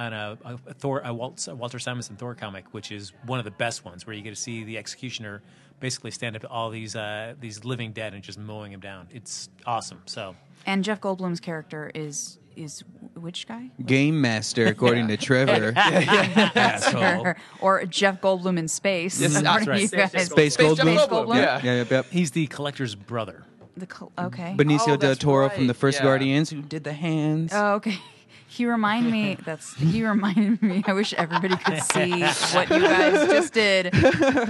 C: on a, a Thor a Walt, a Walter Simonson Thor comic, which is one of the best ones where you get to see the executioner basically stand up to all these uh, these living dead and just mowing them down. It's awesome. So
B: And Jeff Goldblum's character is is which guy?
F: Game master, according to Trevor.
C: asshole.
B: Or, or Jeff Goldblum in space.
A: Yes,
B: What
A: that's
B: are
A: right.
B: you
A: Space
B: guys-
F: Space Goldblum.
A: Jeff
B: Goldblum?
A: Yeah.
F: Yep, yep, yep.
C: He's the collector's brother.
B: The col- okay.
F: Benicio
A: Oh,
F: del
A: that's
F: Toro
A: right,
F: from the first
A: yeah. Uh,
F: Guardians, who did the hands.
B: oh, okay. He reminded me. That's he reminded me. I wish everybody could see what you guys just did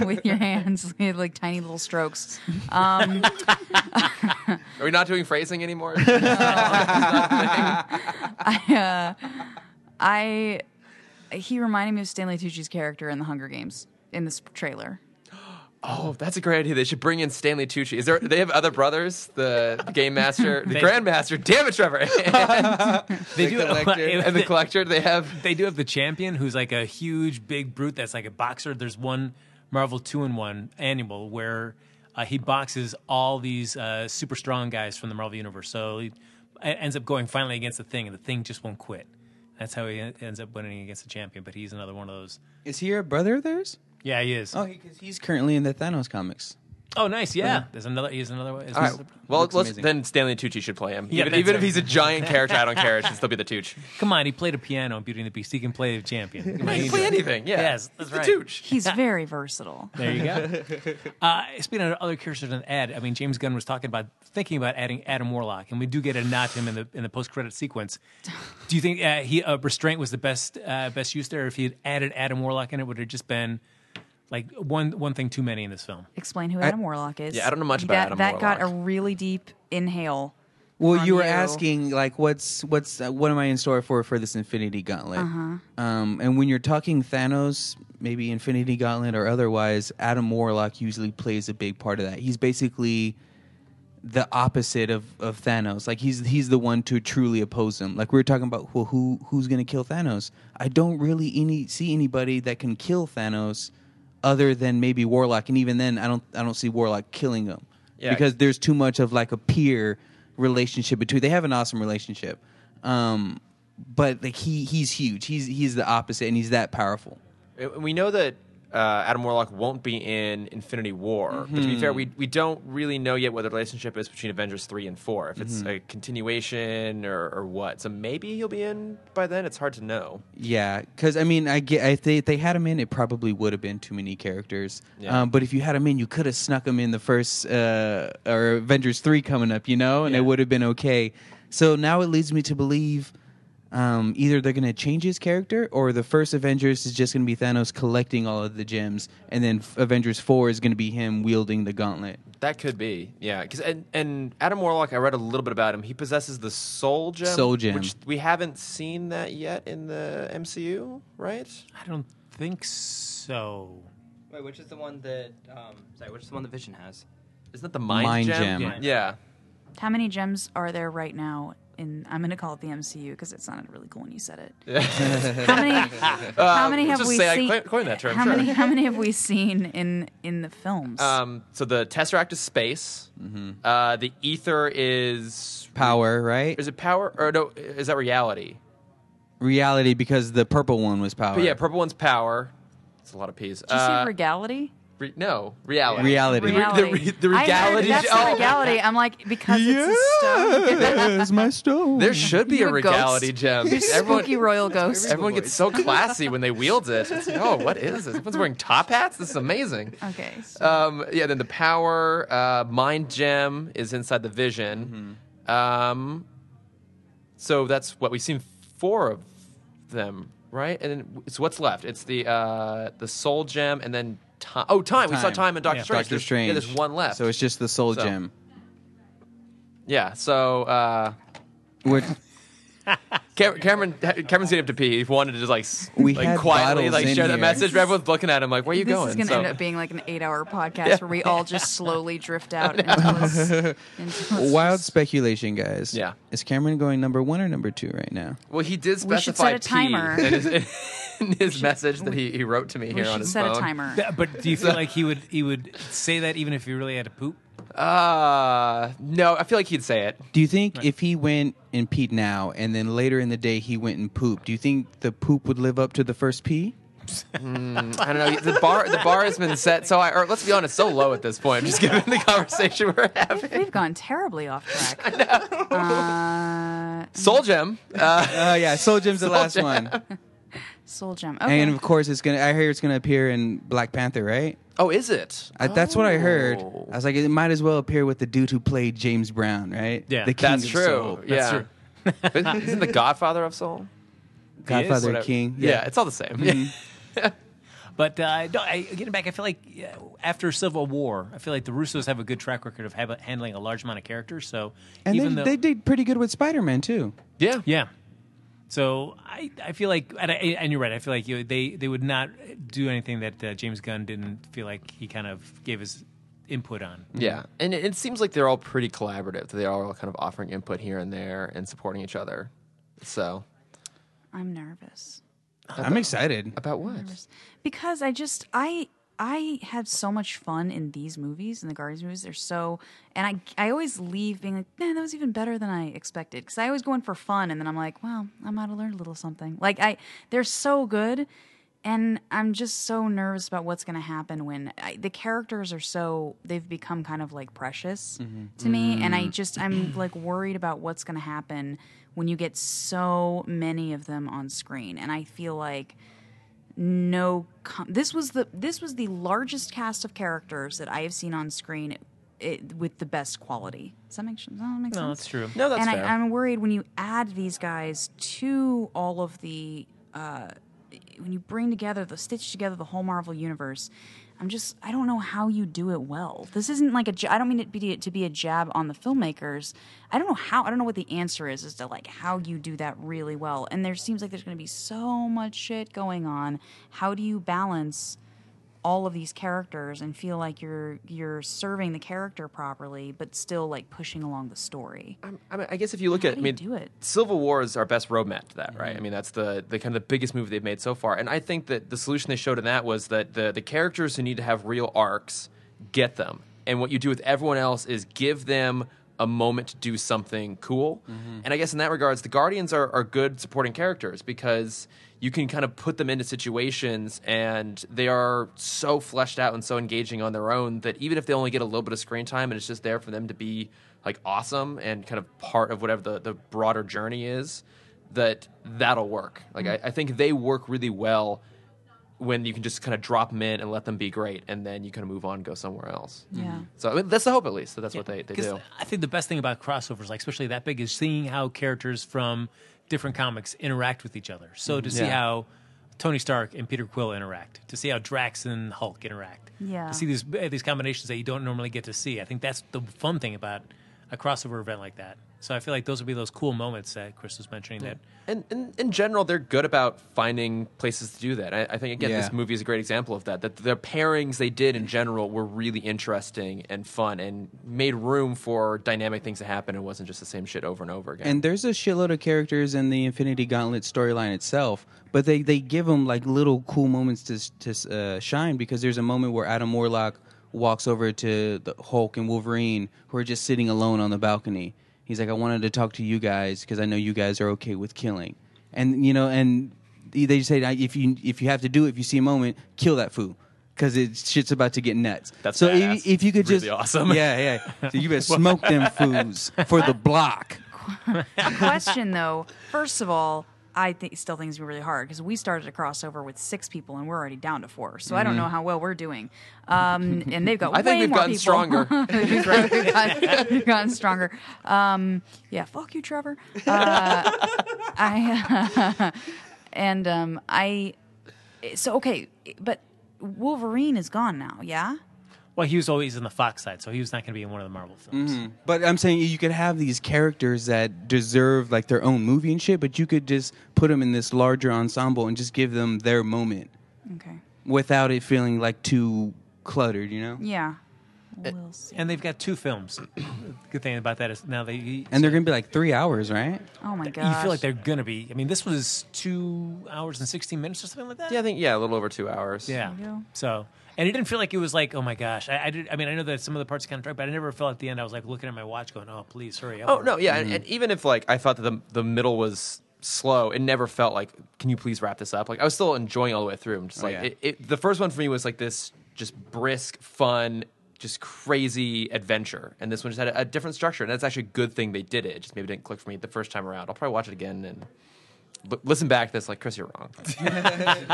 B: with your hands, like tiny little strokes. Um,
A: Are we not doing phrasing anymore?
B: I he reminded me of Stanley Tucci's character in The Hunger Games in this trailer.
A: oh, that's a great idea. They should bring in Stanley Tucci. Is there? They have other brothers, the Game Master, the
C: They-
A: Grandmaster. Damn it, Trevor,
C: They
F: The
C: do
F: collector
A: and the Collector. They have.
C: They do have the champion, who's like a huge, big brute that's like a boxer. There's one Marvel two in one annual where uh, he boxes all these uh, super strong guys from the Marvel universe. So he e- ends up going finally against the thing, and the thing just won't quit. That's how he en- ends up winning against the champion. But he's another one of those.
F: Is he a brother of theirs?
C: Yeah, he is.
F: Oh,
C: Oh,
F: because he's currently in the Thanos comics.
C: nice. Yeah, there's another. He's another. one.
A: All right. Well,
F: Looks
A: let's,
F: amazing.
A: then Stanley Tucci should play him.
C: Yeah,
A: even
C: that's
A: even if
C: right.
A: he's a giant character, I don't care. It should still be the Tucci.
C: Come on, he played a piano in Beauty and the Beast. He can play the champion. Come on,
A: He can
C: you do
A: play
C: it.
A: anything. Yeah.
C: Yes, that's
A: the
C: right.
A: Tucci.
B: He's very versatile.
C: There you go. uh, speaking of other characters in the ad, I mean, James Gunn was talking about thinking about adding Adam Warlock, and we do get a nod to him in the in the post credit sequence. Do you think uh, he uh, restraint was the best uh, best use there? If he had added Adam Warlock in it, would it just been like one one thing too many in this film?
B: Explain who Adam Warlock is.
A: Yeah, I don't know much about
B: That-
A: Adam
B: that got
A: Warlock.
B: a really deep inhale.
F: Well,
B: from
F: you were
B: you.
F: asking like, what's what's uh, what am I in store for for this Infinity Gauntlet? Um, and when you're talking Thanos, maybe Infinity Gauntlet or otherwise, Adam Warlock usually plays a big part of that. He's basically the opposite of, of Thanos. Like he's he's the one to truly oppose him. Like we were talking about, well, who who's gonna kill Thanos? I don't really any see anybody that can kill Thanos other than maybe Warlock, and even then, I don't I don't see Warlock killing him
A: Yeah.
F: because there's too much of like a peer relationship between. They have an awesome relationship, um, but like he he's huge. He's he's the opposite, and he's that powerful.
A: And we know that uh, Adam Warlock won't be in Infinity War. But to be fair, we we don't really know yet what the relationship is between Avengers three and four. If it's a continuation or, or what. So maybe he'll be in by then. It's hard to know.
F: Yeah, because I mean, I get if they they had him in, it probably would have been too many characters.
A: Yeah.
F: Um, but if you had him in, you could have snuck him in the first uh, or Avengers three coming up, you know, and it would have been okay. So now it leads me to believe um, either they're going to change his character or the first Avengers is just going to be Thanos collecting all of the gems, and then F- Avengers Four is going to be him wielding the gauntlet.
A: That could be, yeah. 'Cause- and, and Adam Warlock, I read a little bit about him. He possesses the Soul Gem,
F: Soul Gem.
A: which we haven't seen that yet in the MCU, right?
C: I don't think so.
D: Wait, which is the one that? Um, sorry, which is the one that Vision has?
A: Isn't that the Mind,
F: Mind
A: Gem?
F: Gem.
A: Yeah.
F: Yeah.
B: How many gems are there right now? In I'm going to call it the MCU because it sounded really cool when you said it. how many? how many have
A: Uh, just
B: we
A: say I
B: seen?
A: coined- coined that term,
B: How
A: sure.
B: many? How many have we seen in in the films?
A: Um, so the Tesseract is space. Uh, the Ether is
F: Power, right?
A: is it power or no? Is that reality?
F: Reality, because the purple one was power.
A: But yeah, purple one's power. It's a lot of P's.
B: Did you
A: Uh,
B: say regality?
A: re- no, reality.
F: reality.
B: Reality.
A: re- the
B: I heard
A: regality-
B: That's the
A: oh.
B: regality. I'm like because it's a stone.
F: yeah, it's my stone.
A: There should be
B: You
A: a
B: a
A: regality
B: ghost?
A: gem.
B: Your
A: Everyone,
B: spooky royal ghost.
A: everyone gets so classy when they wield it. It's like, oh, what is this? Everyone's wearing top hats. This is amazing.
B: Okay. so-
A: Um, yeah, then the power uh, mind gem is inside the vision. Um, so that's what we've seen four of them, right? And then it's what's left. It's the uh, the soul gem, and then time. Oh, time. We saw
F: Time.
A: time in Doctor
C: Yeah.
A: Strange.
F: Doctor
A: There's-
F: Strange.
A: Yeah, there's one left.
F: So it's just the soul
A: So-
F: gem.
A: yeah. So uh,
F: Which
A: Cam- Cameron, Cameron's gonna have to pee. He wanted to just like, s-
F: We
A: like
F: had
A: quietly
F: bottles
A: like
F: in
A: share that
F: here.
A: message. but Everyone's looking at him like, where are you
B: this
A: going?
B: is going to
A: So-
B: end up being like an eight-hour podcast where we all just slowly drift out into this. Into this
F: wild speculation, guys.
A: Yeah.
F: Is Cameron going number one or number two right now?
A: Well, he did
B: We should
A: specify
B: set a
A: P
B: timer.
A: in his, in his message that he, he wrote to me
B: we
A: here on
B: should
A: his
B: set
A: phone.
B: a timer.
C: Th- But do you feel like he would he would say that even if he really had to poop?
A: Uh, no, I feel like he'd say it.
F: Do you think if he went and peed now and then later in the day he went and pooped, do you think the poop would live up to the first pee?
A: I don't know. The bar the bar has been set so I or let's be honest, so low at this point. Just given the conversation we're having.
B: We've gone terribly off track. Uh,
A: Soul Gem. Uh,
F: Oh yeah, Soul Gem's the last one.
B: Soul Gem. Okay.
F: And of course it's gonna I hear it's gonna appear in Black Panther, right?
A: oh, is it?
F: I, that's what I heard.
A: Oh.
F: I was like, it might as well appear with the dude who played James Brown, right?
C: Yeah,
F: the
A: That's
F: of
A: true.
F: Soul.
A: yeah. Isn't- Isn't the Godfather of Soul?
F: Godfather
A: Whatever.
F: King. Mm-hmm.
A: Yeah. it's all the same.
C: But uh, no, I, getting back, I feel like uh, after Civil War, I feel like the Russos have a good track record of hab- handling a large amount of characters. So
F: And
C: even
F: they,
C: though,
F: they did pretty good with Spider Man too.
A: yeah.
C: yeah. So I, I feel like and, I, and you're right. I feel like you, they they would not do anything that uh, James Gunn didn't feel like he kind of gave his input on.
A: Yeah, and it, it seems like they're all pretty collaborative. They are all kind of offering input here and there and supporting each other. So
B: I'm nervous.
F: I'm excited.
A: about what?
B: because I just I I had so much fun in these movies in the Guardians movies. They're so and I I always leave being like, man, that was even better than I expected because I always go in for fun and then I'm like, wow, I might have learned a little something. Like I they're so good. And I'm just so nervous about what's going to happen when I, the characters are so they've become kind of like precious to me, and I just I'm like worried about what's going to happen when you get so many of them on screen, and I feel like no com- this was the this was the largest cast of characters that I have seen on screen it, with the best quality. Does that make, does that make sense?
C: No, that's true.
A: No, that's
B: and
A: fair.
B: I, I'm worried when you add these guys to all of the uh, when you bring together the stitch together the whole Marvel universe. I'm just I don't know how you do it well. This isn't like a j- I don't mean it be, to be a jab on the filmmakers. I don't know how I don't know what the answer is as to like how you do that really well. And there seems like there's going to be so much shit going on. How do you balance? all of these characters and feel like you're you're serving the character properly but still like pushing along the story
A: I'm- I mean, I guess if you look at, I
B: do you
A: mean,
B: do it? Mm-hmm.
A: Civil War is our best roadmap to that, right? I mean, that's the, the kind of the biggest movie they've made so far, and I think that the solution they showed in that was that the the characters who need to have real arcs get them, and what you do with everyone else is give them a moment to do something cool.
B: Mm-hmm.
A: And I guess in that regards, the Guardians are are good supporting characters because you can kind of put them into situations and they are so fleshed out and so engaging on their own that even if they only get a little bit of screen time and it's just there for them to be like awesome and kind of part of whatever the, the broader journey is that that'll work like I, I think they work really well when you can just kind of drop them in and let them be great and then you kind of move on and go somewhere else
B: Yeah.
A: so I mean, that's the hope at least that that's what they, they
C: 'Cause
A: do
C: I think the best thing about crossovers, like especially that big, is seeing how characters from different comics interact with each other. So to see
F: Yeah.
C: how Tony Stark and Peter Quill interact, to see how Drax and Hulk interact,
B: Yeah.
C: to see these eh, these combinations that you don't normally get to see. I think that's the fun thing about a crossover event like that. So I feel like those would be those cool moments that Chris was mentioning. That
A: And, and in general, they're good about finding places to do that. I, I think again,
F: Yeah.
A: this movie is a great example of that. That the pairings they did in general were really interesting and fun, and made room for dynamic things to happen. It wasn't just the same shit over and over again.
F: And there's a shitload of characters in the Infinity Gauntlet storyline itself, but they, they give them like little cool moments to to uh, shine because there's a moment where Adam Warlock walks over to the Hulk and Wolverine who are just sitting alone on the balcony. He's like, I wanted to talk to you guys because I know you guys are okay with killing, and you know, and they they say "I- if you if you have to do it, if you see a moment, kill that fool. Because it shit's about to get nuts.
A: That's
F: so
A: badass.
F: if, if you could
A: Really
F: just
A: awesome.
F: yeah, yeah. So you better smoke them fools for the block.
B: question though. First of all, I think still think it's gonna be really hard because we started a crossover with six people and we're already down to four. So I don't know how well we're doing. Um, and they've got
A: Mm-hmm. I think
B: way
A: we've
B: more
A: gotten stronger.
B: people. He's right. We've gotten, we've gotten stronger. Um, yeah, fuck you, Trevor. Uh, I and um, I. So okay, but Wolverine is gone now. Yeah.
C: well, he was always in the Fox side, so he was not going to be in one of the Marvel films.
A: Mm-hmm.
F: But I'm saying you could have these characters that deserve like their own movie and shit, but you could just put them in this larger ensemble and just give them their moment
B: Okay.
F: without it feeling like too cluttered, you know?
B: Yeah.
C: Uh,
B: We'll see.
C: And they've got two films. Good thing about that is now they
F: And they're gonna be like three hours, right?
B: Oh my
C: you
B: god.
C: feel like they're going to be. I mean, this was two hours and sixteen minutes or something like that.
A: yeah, I think yeah, a little over two hours.
C: Yeah.
B: you go.
C: So, and it didn't feel like it was like, oh my gosh. I, I did. I mean, I know that some of the parts kind of drag, but I never felt at the end. I was like looking at my watch, going, oh please hurry up.
A: Oh no, yeah, and, and even if like I thought that the the middle was slow, it never felt like can you please wrap this up? Like I was still enjoying all the way through. I'm just like
F: yeah.
A: it, it, the first one for me was like this just brisk, fun, just crazy adventure, and this one just had a, a different structure, and that's actually a good thing they did it. It just maybe didn't click for me the first time around. I'll probably watch it again and. li- Listen back to this, like Chris, you're wrong.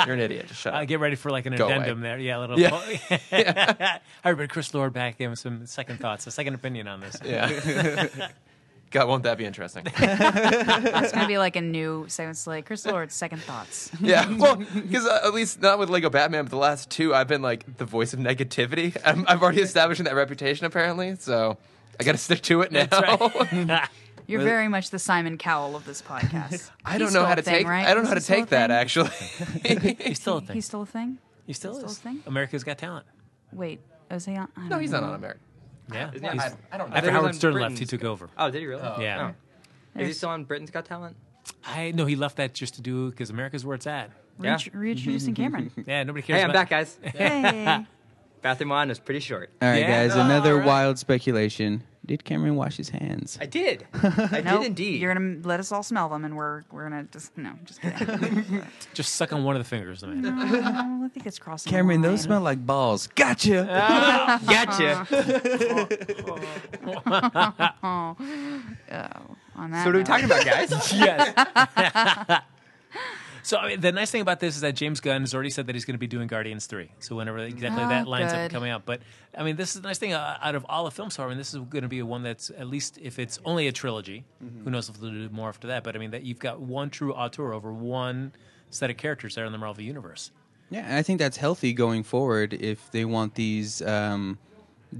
A: you're an idiot. Just shut
C: Uh,
A: up.
C: get ready for like an
A: Go away.
C: addendum there. Yeah, a little.
A: Yeah.
C: I remember Chris Lord back gave him some second thoughts, a second opinion on this.
A: Yeah. God, won't that be interesting?
B: It's gonna be like a new segment. It's like Chris Lord's second thoughts.
A: Yeah, well, because uh, at least not with Lego Batman, but the last two, I've been like the voice of negativity. I'm, I've already established that reputation, apparently. So I got to stick to it now.
B: You're very much the Simon Cowell of this podcast.
A: I
B: He
A: don't
B: stole
A: know
B: a
A: how to
B: thing,
A: take.
B: right?
A: I don't know how to
B: Was he
A: take
B: still a
A: that
B: thing?
A: actually.
C: He's still a thing.
B: He's still a thing.
C: he still,
B: still
C: is.
B: a thing?
C: America's Got Talent.
B: Wait, was he on? I
A: no,
B: don't
A: he's
B: know.
A: not on America.
C: Yeah.
D: Isn't he-
C: He's-
D: I-
A: I don't know.
C: after
D: he was on
C: Howard Stern left,
D: Britain's
C: he took over.
D: Oh, did he really?
C: Yeah.
D: Oh. Is he still on Britain's Got Talent?
C: I know he left that just to do because America's where it's at.
D: Yeah.
B: Reintr- Reintroducing Cameron.
C: Yeah, nobody cares.
D: Hey, I'm back,
C: about-
D: guys.
B: Hey.
D: Bathroom line was pretty short.
F: All right,
C: Yeah.
F: guys, another
C: Alright.
F: wild speculation. Did Cameron wash his hands?
D: I did. I
B: Nope,
D: did indeed.
B: You're gonna let us all smell them, and we're we're gonna just no, just kidding.
C: Just suck on one of the fingers, man.
B: No, I think it's crossing. the
F: Cameron,
B: line.
F: those smell like balls. Gotcha.
D: gotcha.
B: On that
D: so what are we
B: note.
D: talking about, guys?
C: yes. so I mean, the nice thing about this is that James Gunn has already said that he's going to be doing Guardians three. So whenever exactly
B: Oh,
C: that lines
B: good.
C: up coming out, but I mean, this is the nice thing uh, out of all the films. So I mean, this is going to be one that's at least if it's only a trilogy. Who knows if they'll do more after that? But I mean, that you've got one true auteur over one set of characters there in the Marvel universe.
F: Yeah, and I think that's healthy going forward if they want these um,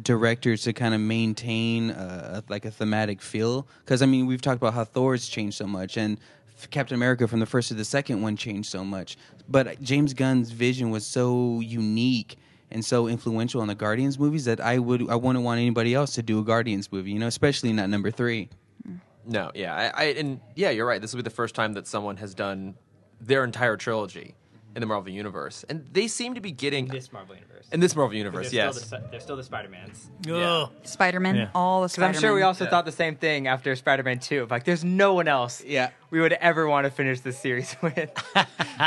F: directors to kind of maintain uh, like a thematic feel. Because I mean, we've talked about how Thor's changed so much, and f- Captain America from the first to the second one changed so much. But James Gunn's vision was so unique and so influential on the Guardians movies that I would I wouldn't want anybody else to do a Guardians movie, you know, especially not number three.
A: No, yeah, I, I and yeah, you're right. This will be the first time that someone has done their entire trilogy in the Marvel universe, and they seem to be getting
D: this Marvel universe.
A: in this Marvel universe. Yes,
D: Still the, they're still the Spider-Mans.
C: Ugh.
B: Spider-Man,
C: Yeah.
B: all the
D: Because I'm
B: Spider-Man.
D: sure we also thought the same thing after Spider-Man 2. Like, there's no one else
F: Yeah.
D: we would ever want to finish this series with.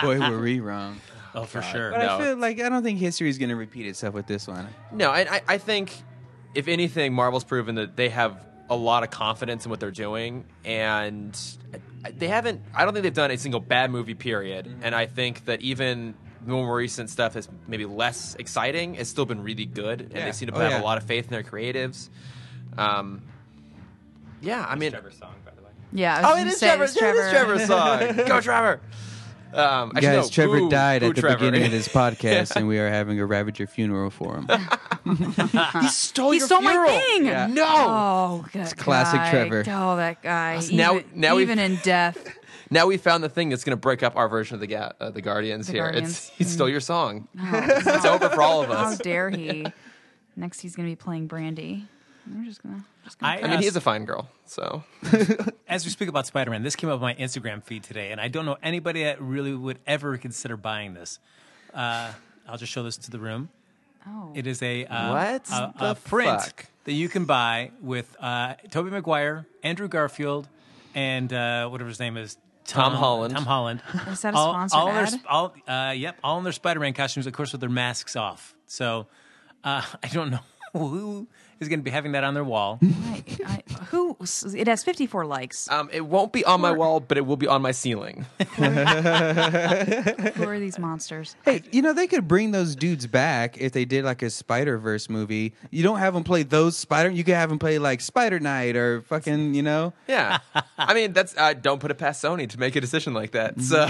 F: Boy, were we wrong.
C: Oh, for sure.
F: But
A: No.
F: I feel like I don't think history is going to repeat itself with this one.
A: No, and I, I think if anything, Marvel's proven that they have a lot of confidence in what they're doing, and they haven't. I don't think they've done a single bad movie. Period.
D: Mm-hmm.
A: And I think that even the more recent stuff that's maybe less exciting has still been really good, and
F: Yeah.
A: they seem to
F: Oh,
A: have
F: yeah.
A: a lot of faith in their creatives. Um, yeah, I mean,
D: Trevor's song, by the way.
B: Yeah. I was
A: Oh, it
B: gonna
A: is
B: say
A: Trevor.
B: it's
A: Yeah, It is Trevor's song. Go Trevor. Um, actually,
F: Guys,
A: no,
F: Trevor
A: boo-
F: died
A: boo
F: at the
A: Trevor.
F: beginning of this podcast, and we are having a Ravager funeral for him.
A: he stole
B: He
A: your
B: stole
A: funeral.
B: my thing.
A: Yeah. No.
B: Oh, good
F: classic
B: guy.
F: Trevor.
B: Oh, that guy.
A: So now-
B: even,
A: now we've-
B: even in death.
A: Now we found the thing that's going to break up our version of the ga- uh, the Guardians
B: The
A: here.
B: Guardians. Hmm.
A: It's he stole your song.
B: Oh,
A: It's over for all of
B: How
A: us.
B: dare he? Next, he's going to be playing Brandy. We're just going to.
C: I,
A: I mean,
C: asked-
A: he is a fine girl. So
C: as we speak about Spider Man, this came up on my Instagram feed today, and I don't know anybody that really would ever consider buying this. Uh, I'll just show this to the room.
B: Oh.
C: It is a uh,
A: What
C: a,
A: the
C: a print
A: fuck?
C: that you can buy with uh, Toby Maguire, Andrew Garfield, and uh, whatever his name is.
A: Tom Holland.
C: Tom Holland.
B: Is that a sponsored
C: all their,
B: ad?
C: sp- all, uh, yep, all in their Spider-Man costumes, of course, with their masks off. So uh, I don't know who is going to be having that on their wall.
B: I, I, who? It has 54 likes.
A: um, it won't be on my wall, but it will be on my ceiling.
B: Who are these monsters?
F: Hey, you know they could bring those dudes back if they did like a Spider Verse movie. You don't have them play those Spider. You could have them play like Spider Knight or fucking you know.
A: Yeah, I mean that's uh, don't put it past Sony to make a decision like that. So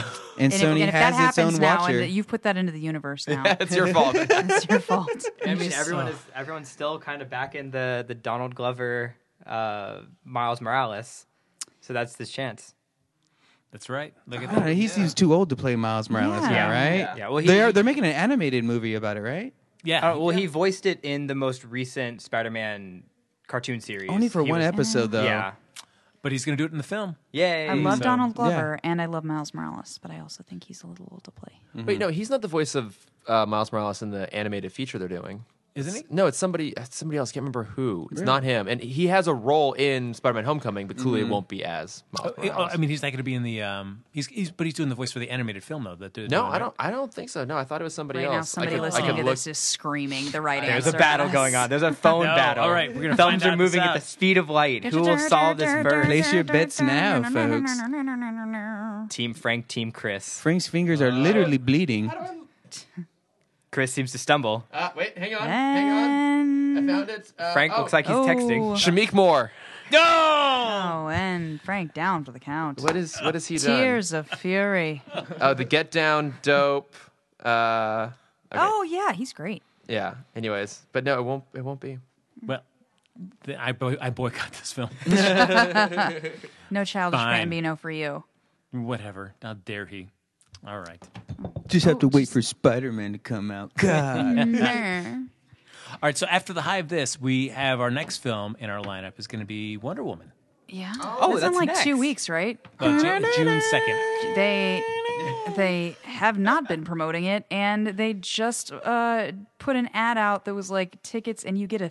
B: And
F: And,
B: if,
F: Sony
B: and if that
F: has its
B: happens
F: own
B: now,
F: watcher.
B: and that you've put that into the universe now,
A: it's your fault.
B: it's your fault.
D: I mean, everyone
C: oh.
B: uh,
D: is everyone's still kind of back in the the Donald Glover, uh, Miles Morales, so that's this chance.
C: That's right. Look at
F: God,
C: that.
F: he seems too old to play Miles Morales
B: Yeah.
F: now, right?
D: Yeah, well, he-
F: they're they're making an animated movie about it, right?
C: Yeah.
D: Uh, well, he voiced it in the most recent Spider-Man cartoon series.
F: Only for
D: He
F: one
D: was-
F: episode though.
D: Yeah.
C: but he's going to do it in the film.
D: Yay.
B: I love
D: So-
B: Donald Glover and I love Miles Morales, but I also think he's a little old to play.
A: Wait, no, he's not the voice of uh, Miles Morales in the animated feature they're doing.
C: Isn't
A: It's-
C: he?
A: No, it's somebody. it's Somebody else. Can't remember who. It's not him. And he has a role in Spider-Man: Homecoming, but clearly it
C: Mm-hmm.
A: won't be as Miles
C: Oh,
A: Morales.
C: I mean, he's not going to be in the. Um, he's, he's but he's doing the voice for the animated film though. That they're
A: no,
C: doing,
A: I
C: right?
A: don't. I don't think so. No, I thought it was somebody
B: Right
A: else.
B: now,
A: I
B: somebody
A: could, I
B: listening
A: could
B: to
A: look.
B: this is screaming the right answer.
D: There's a battle
B: Yes.
D: going on. There's a phone
C: No,
D: battle.
C: all right, we're gonna
D: thumbs
C: find
D: are
C: out
D: moving
C: this
D: at the
C: out.
D: speed of light. Who will solve this verse?
F: Place your bets now, folks.
D: Team Frank, Team Chris.
F: Frank's fingers are literally bleeding.
D: Chris seems to stumble.
A: Uh, wait, hang on,
B: And
A: found it. Uh,
D: Frank looks like he's
B: Oh.
D: texting.
A: Shamik Moore.
B: oh, and Frank down for the count.
A: What is what is he
B: Tears of fury.
A: done? Oh, the Get Down, dope. Uh,
B: Oh yeah, he's great.
A: yeah. Anyways, but no, it won't. It won't be.
C: Well, th- I boy- I boycott this film.
B: No childish
C: Fine.
B: Gambino for you.
C: Whatever. How dare he? All right.
F: Just have to wait for Spider Man to come out. God.
C: All right. So after the high of this, we have our next film in our lineup is going to be Wonder Woman.
B: Yeah.
D: Oh,
B: in
D: that's
B: like two
D: next.
B: weeks, right?
C: Uh, Ju- June second.
B: They they have not been promoting it, and they just uh, put an ad out that was like tickets, and you get a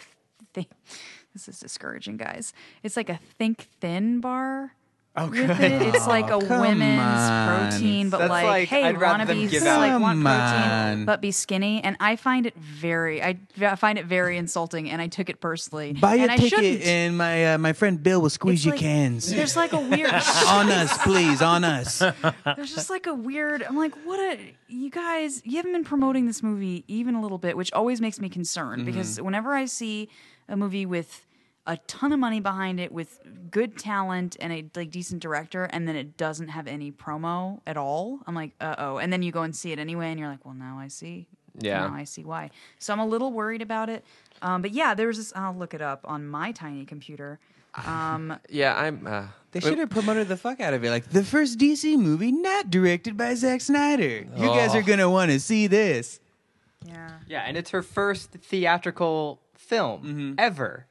B: thing. This is discouraging, guys. It's like a think thin bar. Oh, It's like a
F: come
B: women's
F: on.
B: protein, but
D: That's
B: like,
D: like,
B: hey,
D: I'd rather
B: wanna
D: them
B: be
D: give
B: like
F: out-
B: want
F: Come
B: protein,
F: on.
B: but be skinny. And I find it very, I I find it very insulting, and I took it personally.
F: Buy
B: and
F: a
B: I
F: ticket,
B: shouldn't.
F: and my uh, my friend Bill will
B: It's
F: squeeze your
B: like-
F: cans.
B: There's like a weird.
F: on us, please, on us.
B: There's just like a weird. I'm like, what a you guys. You haven't been promoting this movie even a little bit, which always makes me concerned because whenever I see a movie with a ton of money behind it, with good talent and a like decent director, and then it doesn't have any promo at all, I'm like, uh oh. And then you go and see it anyway, and you're like, well, now I see.
A: Yeah.
B: Now I see why. So I'm a little worried about it. Um, but yeah, there was this. I'll look it up on my tiny computer. Um,
A: Yeah, I'm. Uh,
F: They should have promoted the fuck out of it. Like the first DC movie not directed by Zack Snyder. You guys
A: Oh.
F: are gonna want to see this.
B: yeah.
D: Yeah, and it's her first theatrical film ever.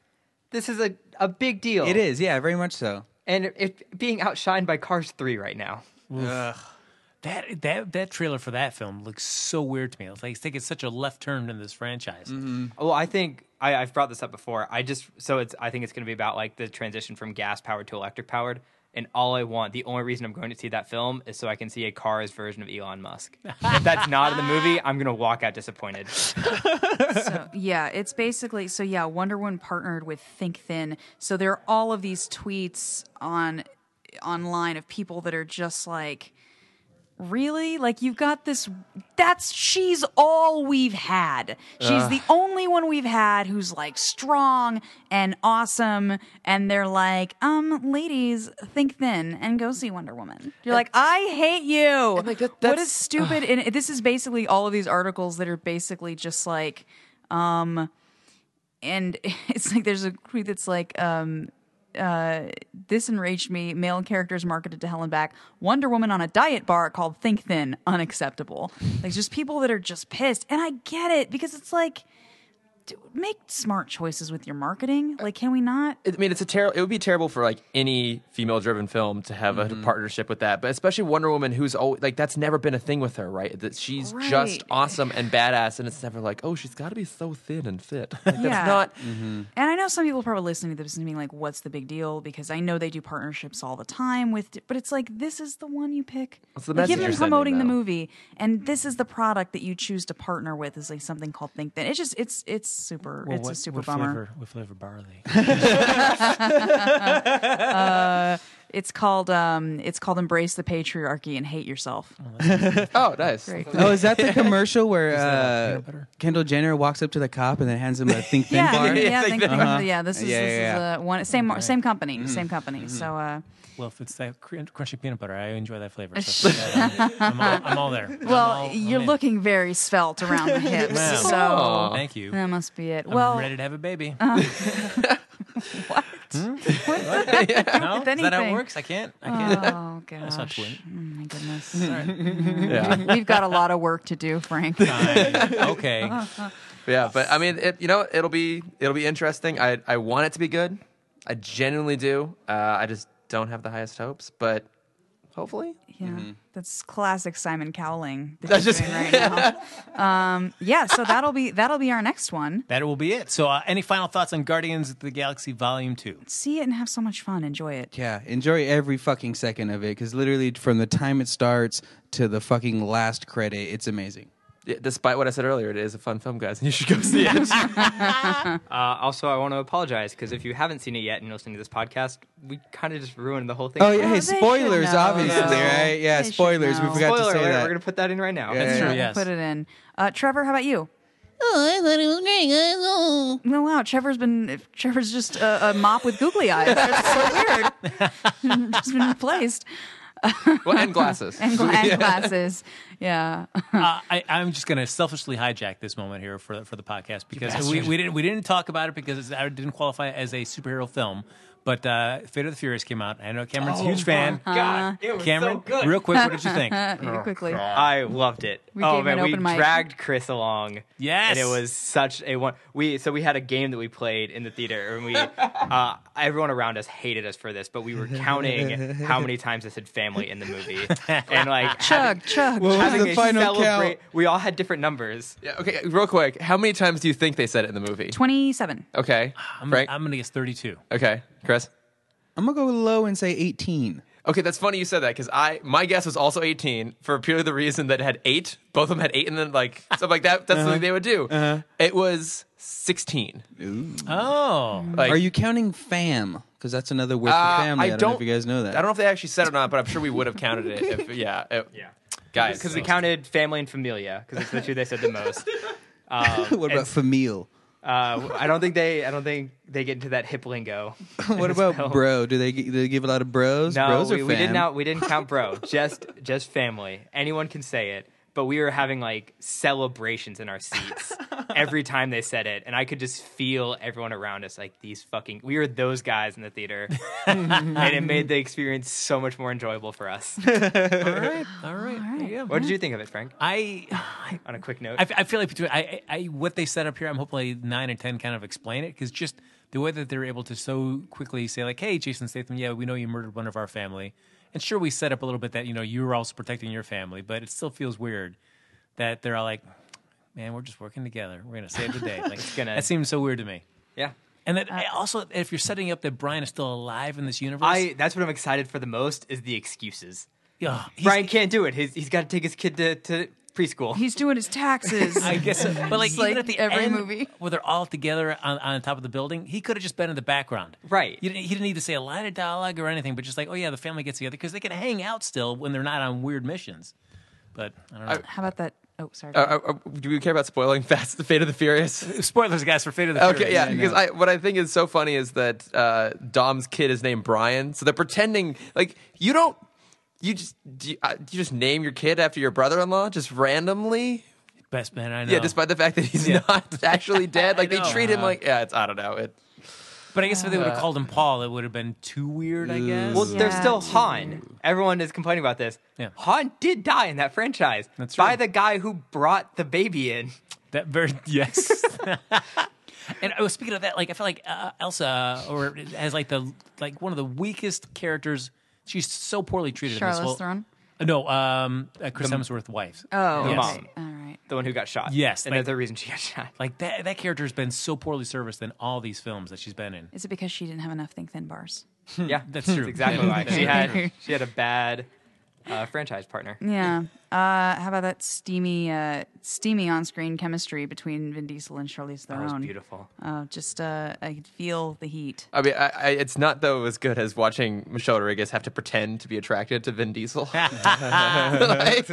D: This is a, a big deal.
F: It is, yeah, very much so.
D: And it, it being outshined by Cars 3 right now.
C: That that that trailer for that film looks so weird to me. It's like it's taking such a left turn in this franchise.
A: Mm-hmm.
D: Well, I think I, I've brought this up before. I just so it's I think it's going to be about like the transition from gas powered to electric powered. And all I want, the only reason I'm going to see that film is so I can see a Cars version of Elon Musk. if that's not in the movie, I'm going to walk out disappointed.
B: so yeah, it's basically so yeah, Wonder Woman partnered with Think Thin. So there are all of these tweets on online of people that are just like really? Like you've got this that's she's all we've had. She's the only one we've had who's like strong and awesome and they're like, "Um, ladies, think thin and go see Wonder Woman." You're like, "I hate you."
A: like, that-
B: what
A: that's-
B: is stupid and this is basically all of these articles that are basically just like um and it's like there's a tweet that's like um uh, this enraged me. Male characters marketed to Helen Back. Wonder Woman on a diet bar called Think Thin. Unacceptable. Like just people that are just pissed. And I get it because it's like, d- make smart choices with your marketing. Like, can we not?
A: I mean, it's a terrible. It would be terrible for like any female-driven film to have a partnership with that, but especially Wonder Woman, who's always like that's never been a thing with her, right? That she's
B: Right.
A: just awesome and badass, and it's never like, oh, she's got to be so thin and fit. Like, that's
B: Yeah.
A: not.
B: And I know some people probably listening to this and being like, what's the big deal? Because I know they do partnerships all the time with, but it's like, this is the one you pick.
A: What's the
B: Like,
A: message
B: Given
A: you're
B: promoting
A: sending,
B: the
A: though?
B: movie, and this is the product that you choose to partner with is like something called Think Thin. It's just, it's, it's super, it's a super bummer.
C: With flavor barley.
B: Uh, It's called, um, it's called Embrace the Patriarchy and Hate Yourself.
A: Oh, nice.
B: Great.
F: Oh, is that the commercial where
C: that
F: uh,
C: peanut butter?
F: Kendall Jenner walks up to the cop and then hands him a think thin
B: yeah,
F: bar?
B: yeah, yeah,
A: Think
B: think-
A: Thin.
C: Uh-huh.
B: think- yeah, This is
F: Yeah,
B: this
F: yeah, yeah.
B: is the one same mar- same company,
C: Mm-hmm.
B: same company. So uh,
C: Well, if it's that cr- crunchy peanut butter, I enjoy that flavor. So I'm, all, I'm all there. I'm
B: well,
C: all- I'm
B: you're
C: in.
B: looking very svelte around the hips.
C: Yeah.
B: So
C: Thank you.
B: that must be it.
C: I'm
B: well,
C: ready to have a baby.
B: Uh-huh.
C: Hmm?
B: what? What does that have to do
C: no,
B: with
C: is that how it
B: anything?
C: works? I can't. I can't.
B: Oh gosh!
C: not twin.
B: Oh my goodness!
A: Yeah.
B: We've got a lot of work to do, Frank.
C: Fine.
B: Uh-huh.
C: Okay.
A: Yeah, but I mean, it, you know, it'll be it'll be interesting. I I want it to be good. I genuinely do. Uh, I just don't have the highest hopes, but hopefully.
B: Yeah, that's classic Simon Cowling that that's just right now. um, yeah, so that'll be that'll be our next one.
C: That will be it. So, uh, any final thoughts on Guardians of the Galaxy Volume Two?
B: See it and have so much fun. Enjoy it.
F: Yeah, enjoy every fucking second of it because literally from the time it starts to the fucking last credit, it's amazing.
A: Yeah, Despite what I said earlier, it is a fun film, guys, and you should go see it.
D: Uh, also, I want to apologize because if you haven't seen it yet and listening to this podcast, we kind of just ruined the whole thing.
F: Oh yeah,
B: they
F: hey,
B: should
F: spoilers,
B: know,
F: obviously,
B: though.
F: right? Yeah,
B: They should
F: spoilers. We
B: know.
F: forgot
D: Spoiler
F: to say
D: alert,
F: that.
D: We're going to put that in right now.
F: Yeah.
C: That's true.
B: Yeah,
C: Yes.
B: Put it in. Uh, Trevor, how about you?
G: Oh, I thought it was great, guys. Oh.
B: No, wow, Trevor's been Trevor's just a, a mop with googly eyes. That's so weird. just been replaced.
A: well, and glasses.
B: And, gla- and glasses. Yeah.
C: uh, I, I'm just going to selfishly hijack this moment here for for the podcast because we, we didn't we didn't talk about it because it's- it didn't qualify as a superhero film. But uh, Fate of the Furious came out. I know
B: Oh,
C: Cameron's a huge fan.
B: Uh,
D: God, it was
C: Cameron,
D: so good.
C: real quick, what did you think?
B: You quickly.
D: I loved it.
B: We
D: oh
B: gave
D: man,
B: an
D: we
B: open mic.
D: dragged Chris along.
C: Yes.
D: and it was such a one. We so we had a game that we played in the theater, and we uh, everyone around us hated us for this, but we were counting how many times I said family in the movie, and like
B: Chug, chug.
F: What was
D: having
F: the
D: a
F: final
D: celebrate.
F: count?
D: We all had different numbers.
A: Yeah, okay, real quick. How many times do you think they said it in the movie?
B: 27.
A: Okay.
C: I'm,
A: Frank?
C: I'm going to guess 32.
A: okay. Chris?
F: I'm gonna go low and say 18.
A: Okay, that's funny you said that because I my guess was also 18 for purely the reason that it had eight. Both of them had eight, and then like stuff like that. That's something they would do. It was 16.
C: Oh,
A: Like,
F: Are you counting fam? Because that's another word
A: uh,
F: for family. I don't, know if you guys know that.
A: I don't know if they actually said it or not, but I'm sure we would have counted it. If, yeah, it- guys,
D: because we counted family and familia because it's the two they said the most.
F: what about famil?
D: Uh, I don't think they. I don't think they get into that hip lingo.
F: What about bro? Do they, gi- do they give a lot of bros?
D: No,
F: bros
D: we,
F: are
D: we did
F: fam?
D: not. We didn't count bro. just just family. Anyone can say it. But we were having like celebrations in our seats every time they said it, and I could just feel everyone around us like these fucking. We were those guys in the theater, and it made the experience so much more enjoyable for us.
C: all right, Mm-hmm. all right. Yeah.
D: What did you think of it, Frank?
C: I
D: On a quick note,
C: I, f- I feel like between I, I I- what they set up here, I'm hopefully nine or ten kind of explain it because just the way that they're able to so quickly say like, "Hey, Jason Statham, yeah, we know you murdered one of our family," and sure, we set up a little bit that you know you were also protecting your family, but it still feels weird that they're all like, "Man, we're just working together. We're gonna save the day." Like
D: gonna-
C: that seems so weird to me.
D: yeah.
C: And that I also, if you're setting up that Brian is still alive in this universe,
D: I that's what I'm excited for the most is the excuses.
C: yeah, he's-
D: Brian can't do it. He's he's got to take his kid to, to preschool.
B: He's doing his taxes.
C: I guess, so. but like
B: It's
C: even
B: like
C: at the
B: every
C: end,
B: movie.
C: where they're all together on, on top of the building, he could have just been in the background,
D: Right.
C: You didn't, he didn't need to say a line of dialogue or anything, but just like, oh yeah, the family gets together because they can hang out still when they're not on weird missions. But I don't know.
B: How about that? Oh, sorry.
A: Uh, uh, do we care about spoiling Fast the Fate of the Furious?
C: Uh, Spoilers, guys, for Fate of the
A: Okay,
C: Furious.
A: yeah, because I, what I think is so funny is that uh, Dom's kid is named Brian, so they're pretending like you don't. You just do you, uh, do you just name your kid after your brother-in-law just randomly?
C: Best man I know.
A: Yeah, despite the fact that he's not actually dead, like they
C: know.
A: treat
F: Uh-huh.
A: him like yeah, it's I don't know. It,
C: But I guess if they would have called him Paul, it would have been too weird, I guess.
D: Well, there's
B: Yeah,
D: still Han. Everyone is complaining about this.
C: Yeah.
D: Han did die in that franchise
C: That's
D: by
C: true.
D: the guy who brought the baby in.
C: That very yes. and I was speaking of that, like I felt like uh, Elsa, or as like the like one of the weakest characters. She's so poorly treated. in this
B: Charlize
C: whole-
B: Theron?
C: Uh, No, um, uh, Chris Hemsworth's wife.
B: oh,
D: the
B: okay.
D: mom.
B: all right.
D: The one who got shot.
C: Yes,
D: And
C: like-
D: that's the reason she got shot.
C: Like that, that character has been so poorly serviced in all these films that she's been in.
B: Is it because she didn't have enough think thin bars?
D: yeah,
C: Hmm, That's true.
D: exactly
C: Yeah.
D: why. She had she had a bad uh, franchise partner.
B: Yeah. Uh, how about that steamy, uh, steamy on-screen chemistry between Vin Diesel and Charlize
D: That
B: Theron?
D: was beautiful.
B: Uh, just uh, I could feel the heat.
A: I mean, I, I, it's not though as good as watching Michelle Rodriguez have to pretend to be attracted to Vin Diesel. Like,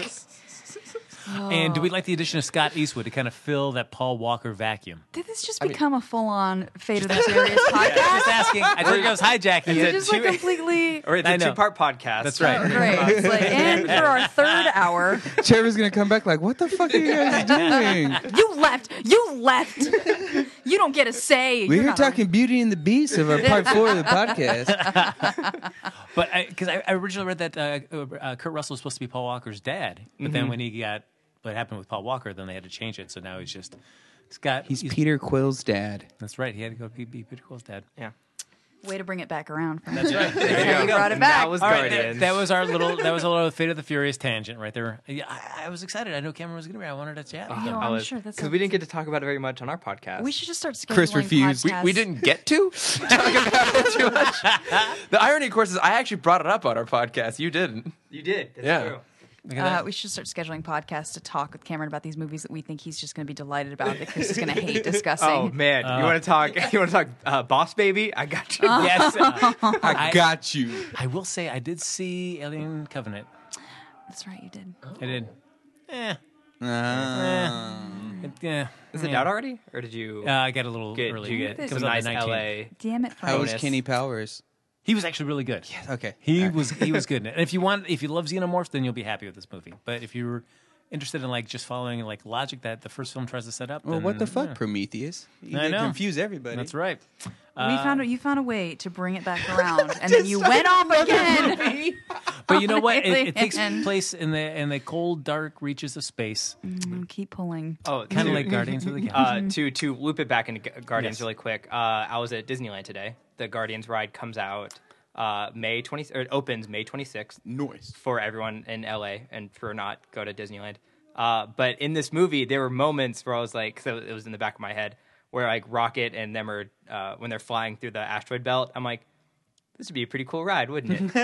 B: Oh.
C: And do we like the addition of Scott Eastwood to kind of fill that Paul Walker vacuum?
B: Did this just become a full-on Fate of the Furious podcast?
C: Just asking. I think I was hijacking.
B: We're
C: it.
B: just like completely
D: Or it's
C: I
D: a
C: know.
D: two part podcast.
C: That's right.
B: great. It's like, and for our third hour,
F: Trevor's gonna come back like, what the fuck are you guys doing?
B: you left. You left. You don't get a say. You're
F: We're here
B: not on-
F: talking Beauty and the Beast of our part four of the podcast.
C: But because I, I originally read that uh, uh, Kurt Russell was supposed to be Paul Walker's dad, but then when he got what happened with Paul Walker, then they had to change it. So now he's just Scott.
F: He's Peter Quill's dad.
C: That's right. He had to go be, be Peter Quill's dad.
D: Yeah.
B: Way to bring it back around.
D: There
B: you go. brought it back.
D: That was
C: All right,
D: Guardians.
C: that, that was our little that was a little Fate of the Furious tangent right there. Yeah, I, I was excited. I knew Cameron was gonna be. I wanted to chat. with him.
D: Uh-huh.
B: No, I'm sure that's
D: because
B: a-
D: we didn't get to talk about it very much on our podcast.
B: We should just start scheduling
F: Chris refused.
A: we,
B: podcasts.
A: we didn't get to talk about it too much. The irony, of course, is I actually brought it up on our podcast. You didn't.
D: you did. That's
A: Yeah.
D: true.
C: Look at
B: Uh,
C: that.
B: we should start scheduling podcasts to talk with Cameron about these movies that we think he's just going to be delighted about that Chris is going to hate discussing.
D: Oh man, you want to talk? You want to talk, uh, Boss Baby? I got you.
C: yes, uh,
F: I got you.
C: I will say I did see Alien Covenant.
B: That's right, you did.
C: I did. Eh,
F: Uh,
D: Um.
C: eh, yeah.
D: Is it
C: yeah.
D: out already, or did you
C: Uh, I got a little
D: get
C: early.
D: you get
C: Comes
D: some
C: out the
D: nice
C: 19th.
D: LA?
B: Damn it, Frank.
F: How was
D: Bonus.
F: Kenny Powers?
C: He was actually really good.
F: Okay.
C: He was he was good. in it. And if you want, if you love xenomorphs, then you'll be happy with this movie. But if you're interested in like just following like logic that the first film tries to set up,
F: Well,
C: then,
F: what the fuck,
C: yeah.
F: Prometheus? You
C: I
F: gonna
C: know.
F: confuse everybody.
C: That's right.
B: we found a, you found a way to bring it back around, and then you went off again.
C: But
B: Oh,
C: you know what? It, it takes
B: Alien.
C: place in the in the cold, dark reaches of space,
B: Mm, Keep pulling.
D: Oh,
C: kind
D: to-
C: of like Guardians of the Galaxy.
D: Uh, to to loop it back into Gu- Guardians
C: Yes.
D: really quick. Uh, I was at Disneyland today. The Guardians ride comes out uh, May twenty or it opens May twenty sixth.
F: Noise.
D: for everyone in LA and for not go to Disneyland. Uh, but in this movie, there were moments where I was like, so it was in the back of my head where like Rocket and them are uh, when they're flying through the asteroid belt. I'm like, this would be a pretty cool ride, wouldn't it?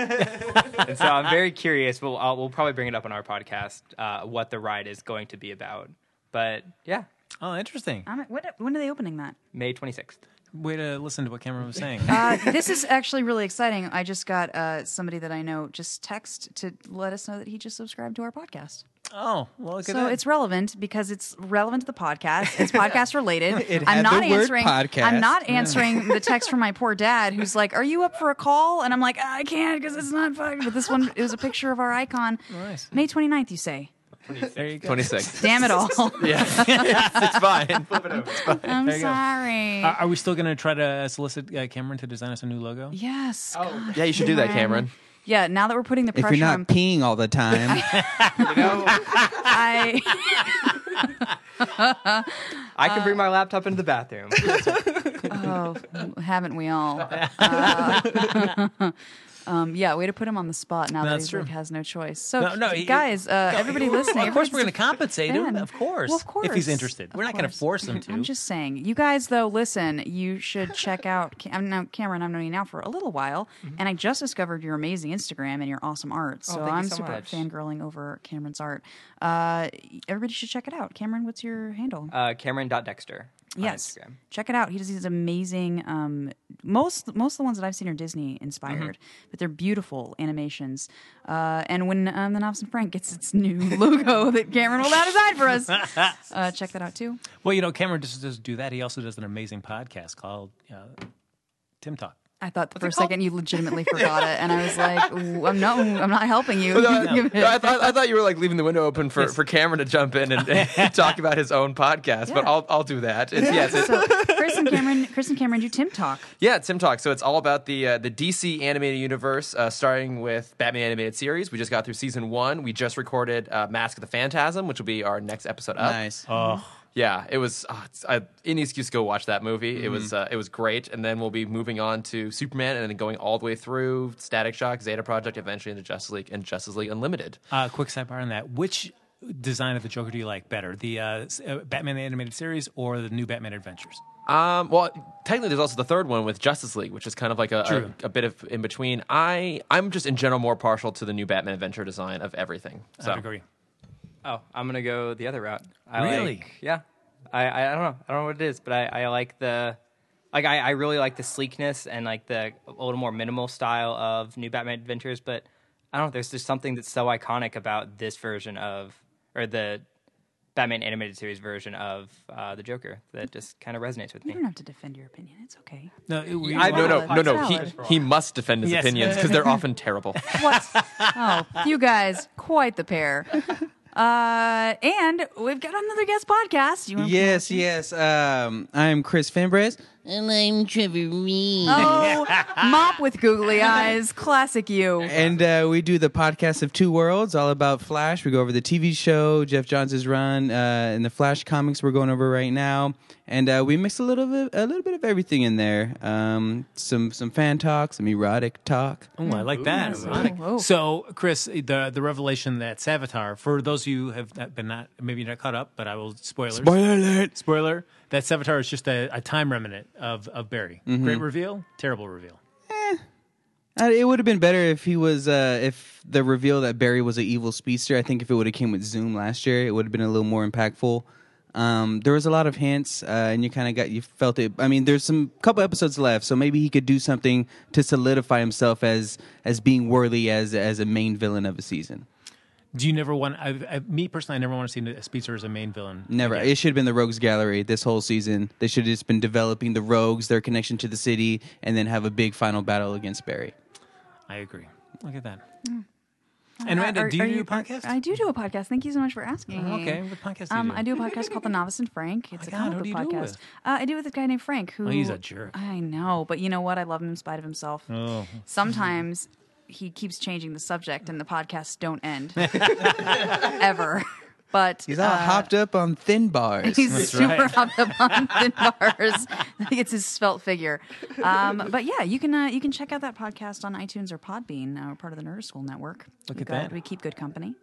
D: and so I'm very curious. We'll i we'll probably bring it up on our podcast uh, what the ride is going to be about. But yeah,
C: oh, interesting.
B: I'm, when, when are they opening that?
D: May 26th.
C: Way to listen to what Cameron was saying.
B: Uh, this is actually really exciting. I just got uh, somebody that I know just text to let us know that he just subscribed to our podcast.
C: oh, well, look at
B: So
C: that.
B: it's relevant because it's relevant to the podcast. It's podcast related. I'm
F: had
B: not
F: the word
B: answering.
F: podcast.
B: I'm not answering the text from my poor dad, who's like, "Are you up for a call?" And I'm like, "Ah, "I can't because it's not fucking." But this one, it was a picture of our icon.
C: Nice.
B: May 29th, you say.
C: there you go.
A: Twenty-six.
B: Damn it all!
A: it's fine.
B: I'm
C: There you go. Uh,
B: sorry.
C: Are, are we still going to try to solicit uh, Cameron to design us a new logo?
B: yes.
C: oh.
B: God.
A: Yeah, you should do that, Cameron.
B: Yeah. Now that we're putting the
F: If
B: pressure
F: you're
B: on,
F: not peeing all the time,
B: I
D: I can bring my laptop into the bathroom.
B: Oh, haven't we all? Uh, um, yeah, way to put him on the spot now
C: That's
B: that he
C: true.
B: like, has no choice. So,
C: No, no, he-
B: guys, uh, everybody listening,
C: Of course, we're going to
B: everybody's a
C: compensate him.
B: fan.
C: Of course.
B: Well, of course.
C: If he's interested,
B: Of
C: we're not going to
B: course.
C: force him to.
B: I'm just saying, you guys though, listen. You should check out. Cam- I'm now Cameron. I've known you now for a little while,
C: Mm-hmm.
B: and I just discovered your amazing Instagram and your awesome art.
C: Oh,
B: So
D: thank you
B: I'm
D: so
B: super
D: much.
B: fangirling over Cameron's art. Uh, everybody should check it out. Cameron, what's your handle?
D: Uh, Cameron.dexter.
B: yes,
D: Instagram.
B: check it out. He does these amazing. Um, most most of the ones that I've seen are Disney inspired,
A: Mm-hmm.
B: but they're beautiful animations. Uh, and when um, the Novice and Frank gets its new logo that Cameron will now design for us, uh, check that out too.
C: Well, you know, Cameron just doesn't do that. He also does an amazing podcast called uh, Tim Talk.
B: I thought for a second you legitimately forgot it, and I was like, "Ooh, "I'm not, I'm not helping you." Give it-
A: No, I, thought, I thought you were like leaving the window open for, for Cameron to jump in and, and talk about his own podcast, but
B: Yeah.
A: I'll, I'll do that. It's, yes, it's,
B: so Chris and Cameron, Chris and Cameron do Tim Talk.
A: yeah, Tim Talk. So it's all about the uh, the DC animated universe, uh, starting with Batman animated series. We just got through season one. We just recorded uh, Mask of the Phantasm, which will be our next episode up.
F: Nice.
C: Oh,
A: Yeah, it was uh, it's, I, any excuse to go watch that movie. It was
C: Mm-hmm.
A: uh, it was great, and then we'll be moving on to Superman, and then going all the way through Static Shock, Zeta Project, eventually into Justice League and Justice League Unlimited.
C: uh, quick sidebar on that. Which design of the Joker do you like better, the uh, s- uh, Batman the Animated Series or the new Batman Adventures?
A: Um, well, technically, there's also the third one with Justice League, which is kind of like a,
C: True.
A: a, a bit of in between. I I'm just in general more partial to the new Batman Adventure design of everything. So
C: I agree.
D: Oh, I'm gonna go the other route. I
C: Really?
D: Like, yeah. I, I I don't know. I don't know what it is, but I, I like the like I, I really like the sleekness and like the a little more minimal style of New Batman Adventures, but I don't know, there's just something that's so iconic about this version of or the Batman animated series version of uh, the Joker that just kind of resonates with
B: You
D: me.
B: don't have to defend your opinion. It's okay.
C: No, it, we,
A: I no no
B: Valid.
A: no no he
B: Valid.
A: he must defend his
C: Yes.
A: opinions because they're often terrible.
B: What? oh, you guys, quite the pair. Uh, and we've got another guest podcast. You wanna-
F: Yes, yes. Um, I'm Chris Finbres.
G: And I'm Trevor Reed.
B: Oh, mop with googly eyes, classic you.
F: And uh, we do the podcast of Two Worlds, all about Flash. We go over the TV show, Jeff Johns' run, uh, and the Flash comics we're going over right now. And uh, we mix a little bit, a little bit of everything in there. Um, some some fan talk, some erotic talk.
C: Oh, I like that. Erotic.
B: Whoa.
C: So, Chris, the the revelation that's Avatar. For those of you who have not been not maybe not caught up, but I will spoilers.
F: Spoiler alert!
C: Spoiler. That Avatar is just a, a time remnant of of Barry. Great reveal, terrible reveal.
F: Uh, it would have been better if he was, uh, if the reveal that Barry was an evil speedster. I think if it would have came with Zoom last year, it would have been a little more impactful. Um, there was a lot of hints, uh, and you kind of got you felt it. I mean, there's some couple episodes left, so maybe he could do something to solidify himself as as being worthy as as a main villain of a season.
C: Do you never want? I, I, me personally, I never want to see a speedster as a main villain.
F: Never.
C: again.
F: It should have been the Rogues Gallery this whole season. They should have just been developing the Rogues, their connection to the city, and then have a big final battle against Barry.
C: I agree. Look at that. And Amanda,
B: Are-
C: do you
B: are
C: do a podcast? Oh,
B: I do do a podcast. Thank you so much for asking.
C: okay, what podcast do you
B: Um,
C: do?
B: I do a podcast called The Novice and Frank. It's a
C: God,
B: comic
C: who
B: book
C: do you do it
B: podcast.
C: with? Oh,
B: Uh, I do it with a guy named Frank who
C: he's a jerk.
B: I know, but you know what? I love him in spite of himself.
C: Oh.
B: Sometimes he keeps changing the subject and the podcasts don't end. Ever. But
F: He's all
B: uh,
F: hopped up on thin bars.
B: He's super
C: right.
B: hopped up on thin bars. I think it's his svelte figure. Um, but yeah, you can uh, you can check out that podcast on iTunes or Podbean. Uh, we're part of the Nerd School Network. Look
C: at that.
B: We keep good company.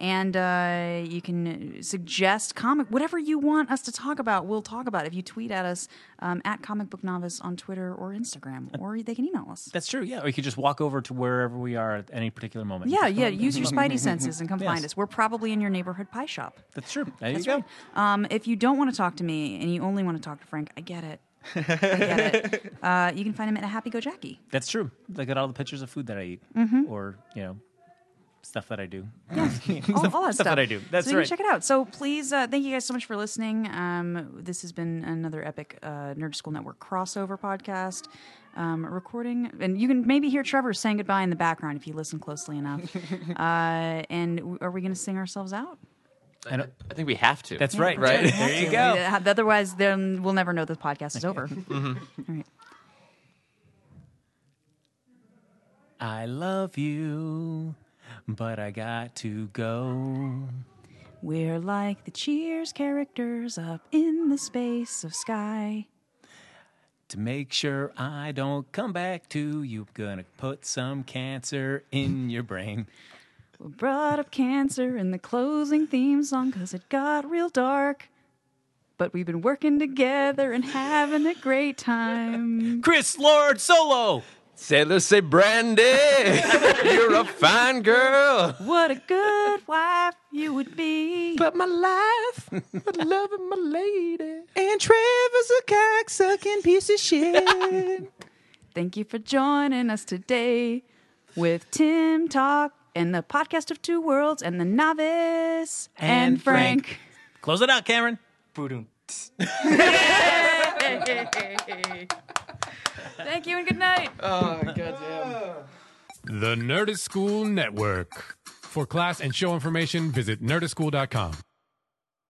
B: And uh, you can suggest comic whatever you want us to talk about. We'll talk about it. if you tweet at us um, at Comic Book Novice on Twitter or Instagram, or they can email us.
C: That's true. Yeah, or you could just walk over to wherever we are at any particular moment.
B: Yeah, yeah. Use your spidey senses and come
C: Yes.
B: find us. We're probably in your neighborhood pie shop.
C: That's true. There
B: That's
C: you go.
B: right. Um, if you don't want to talk to me and you only want to talk to Frank, I get it. I get it. Uh, you can find him at a Happy Go Jackie.
C: That's true. Look at all the pictures of food that I eat,
B: Mm-hmm.
C: or you know, stuff that I do.
B: All, all that stuff.
C: that I do. That's
B: so you
C: right.
B: can check it out. So please, uh, thank you guys so much for listening. Um, this has been another epic uh, Nerd School Network crossover podcast um, recording, and you can maybe hear Trevor saying goodbye in the background if you listen closely enough. uh, and w- are we going to sing ourselves out?
C: And, uh,
A: I think we have to.
C: that's right.
A: Right.
B: We have
C: There you
B: to.
C: go. Mm-hmm.
B: We- Otherwise, then we'll never know the podcast is over. All right.
C: I love you, but I got to go.
B: We're like the Cheers characters up in the space of sky.
C: To make sure I don't come back to you, gonna put some cancer in your brain.
B: We brought up cancer in the closing theme song because it got real dark. But we've been working together and having a great time.
C: Chris Lord Solo.
A: Sailors say, Brandy, you're a fine girl.
B: What a good wife you would be.
A: But my life, my love, and my lady.
F: And Trevor's a cocksucking piece of shit.
B: Thank you for joining us today with Tim Talk and the podcast of two worlds and the novice and,
C: And Frank. Close it out, Cameron.
D: Boodum.
B: Frank. Thank you and good night.
H: The Nerdist School Network. For class and show information, visit nerdistschool.com.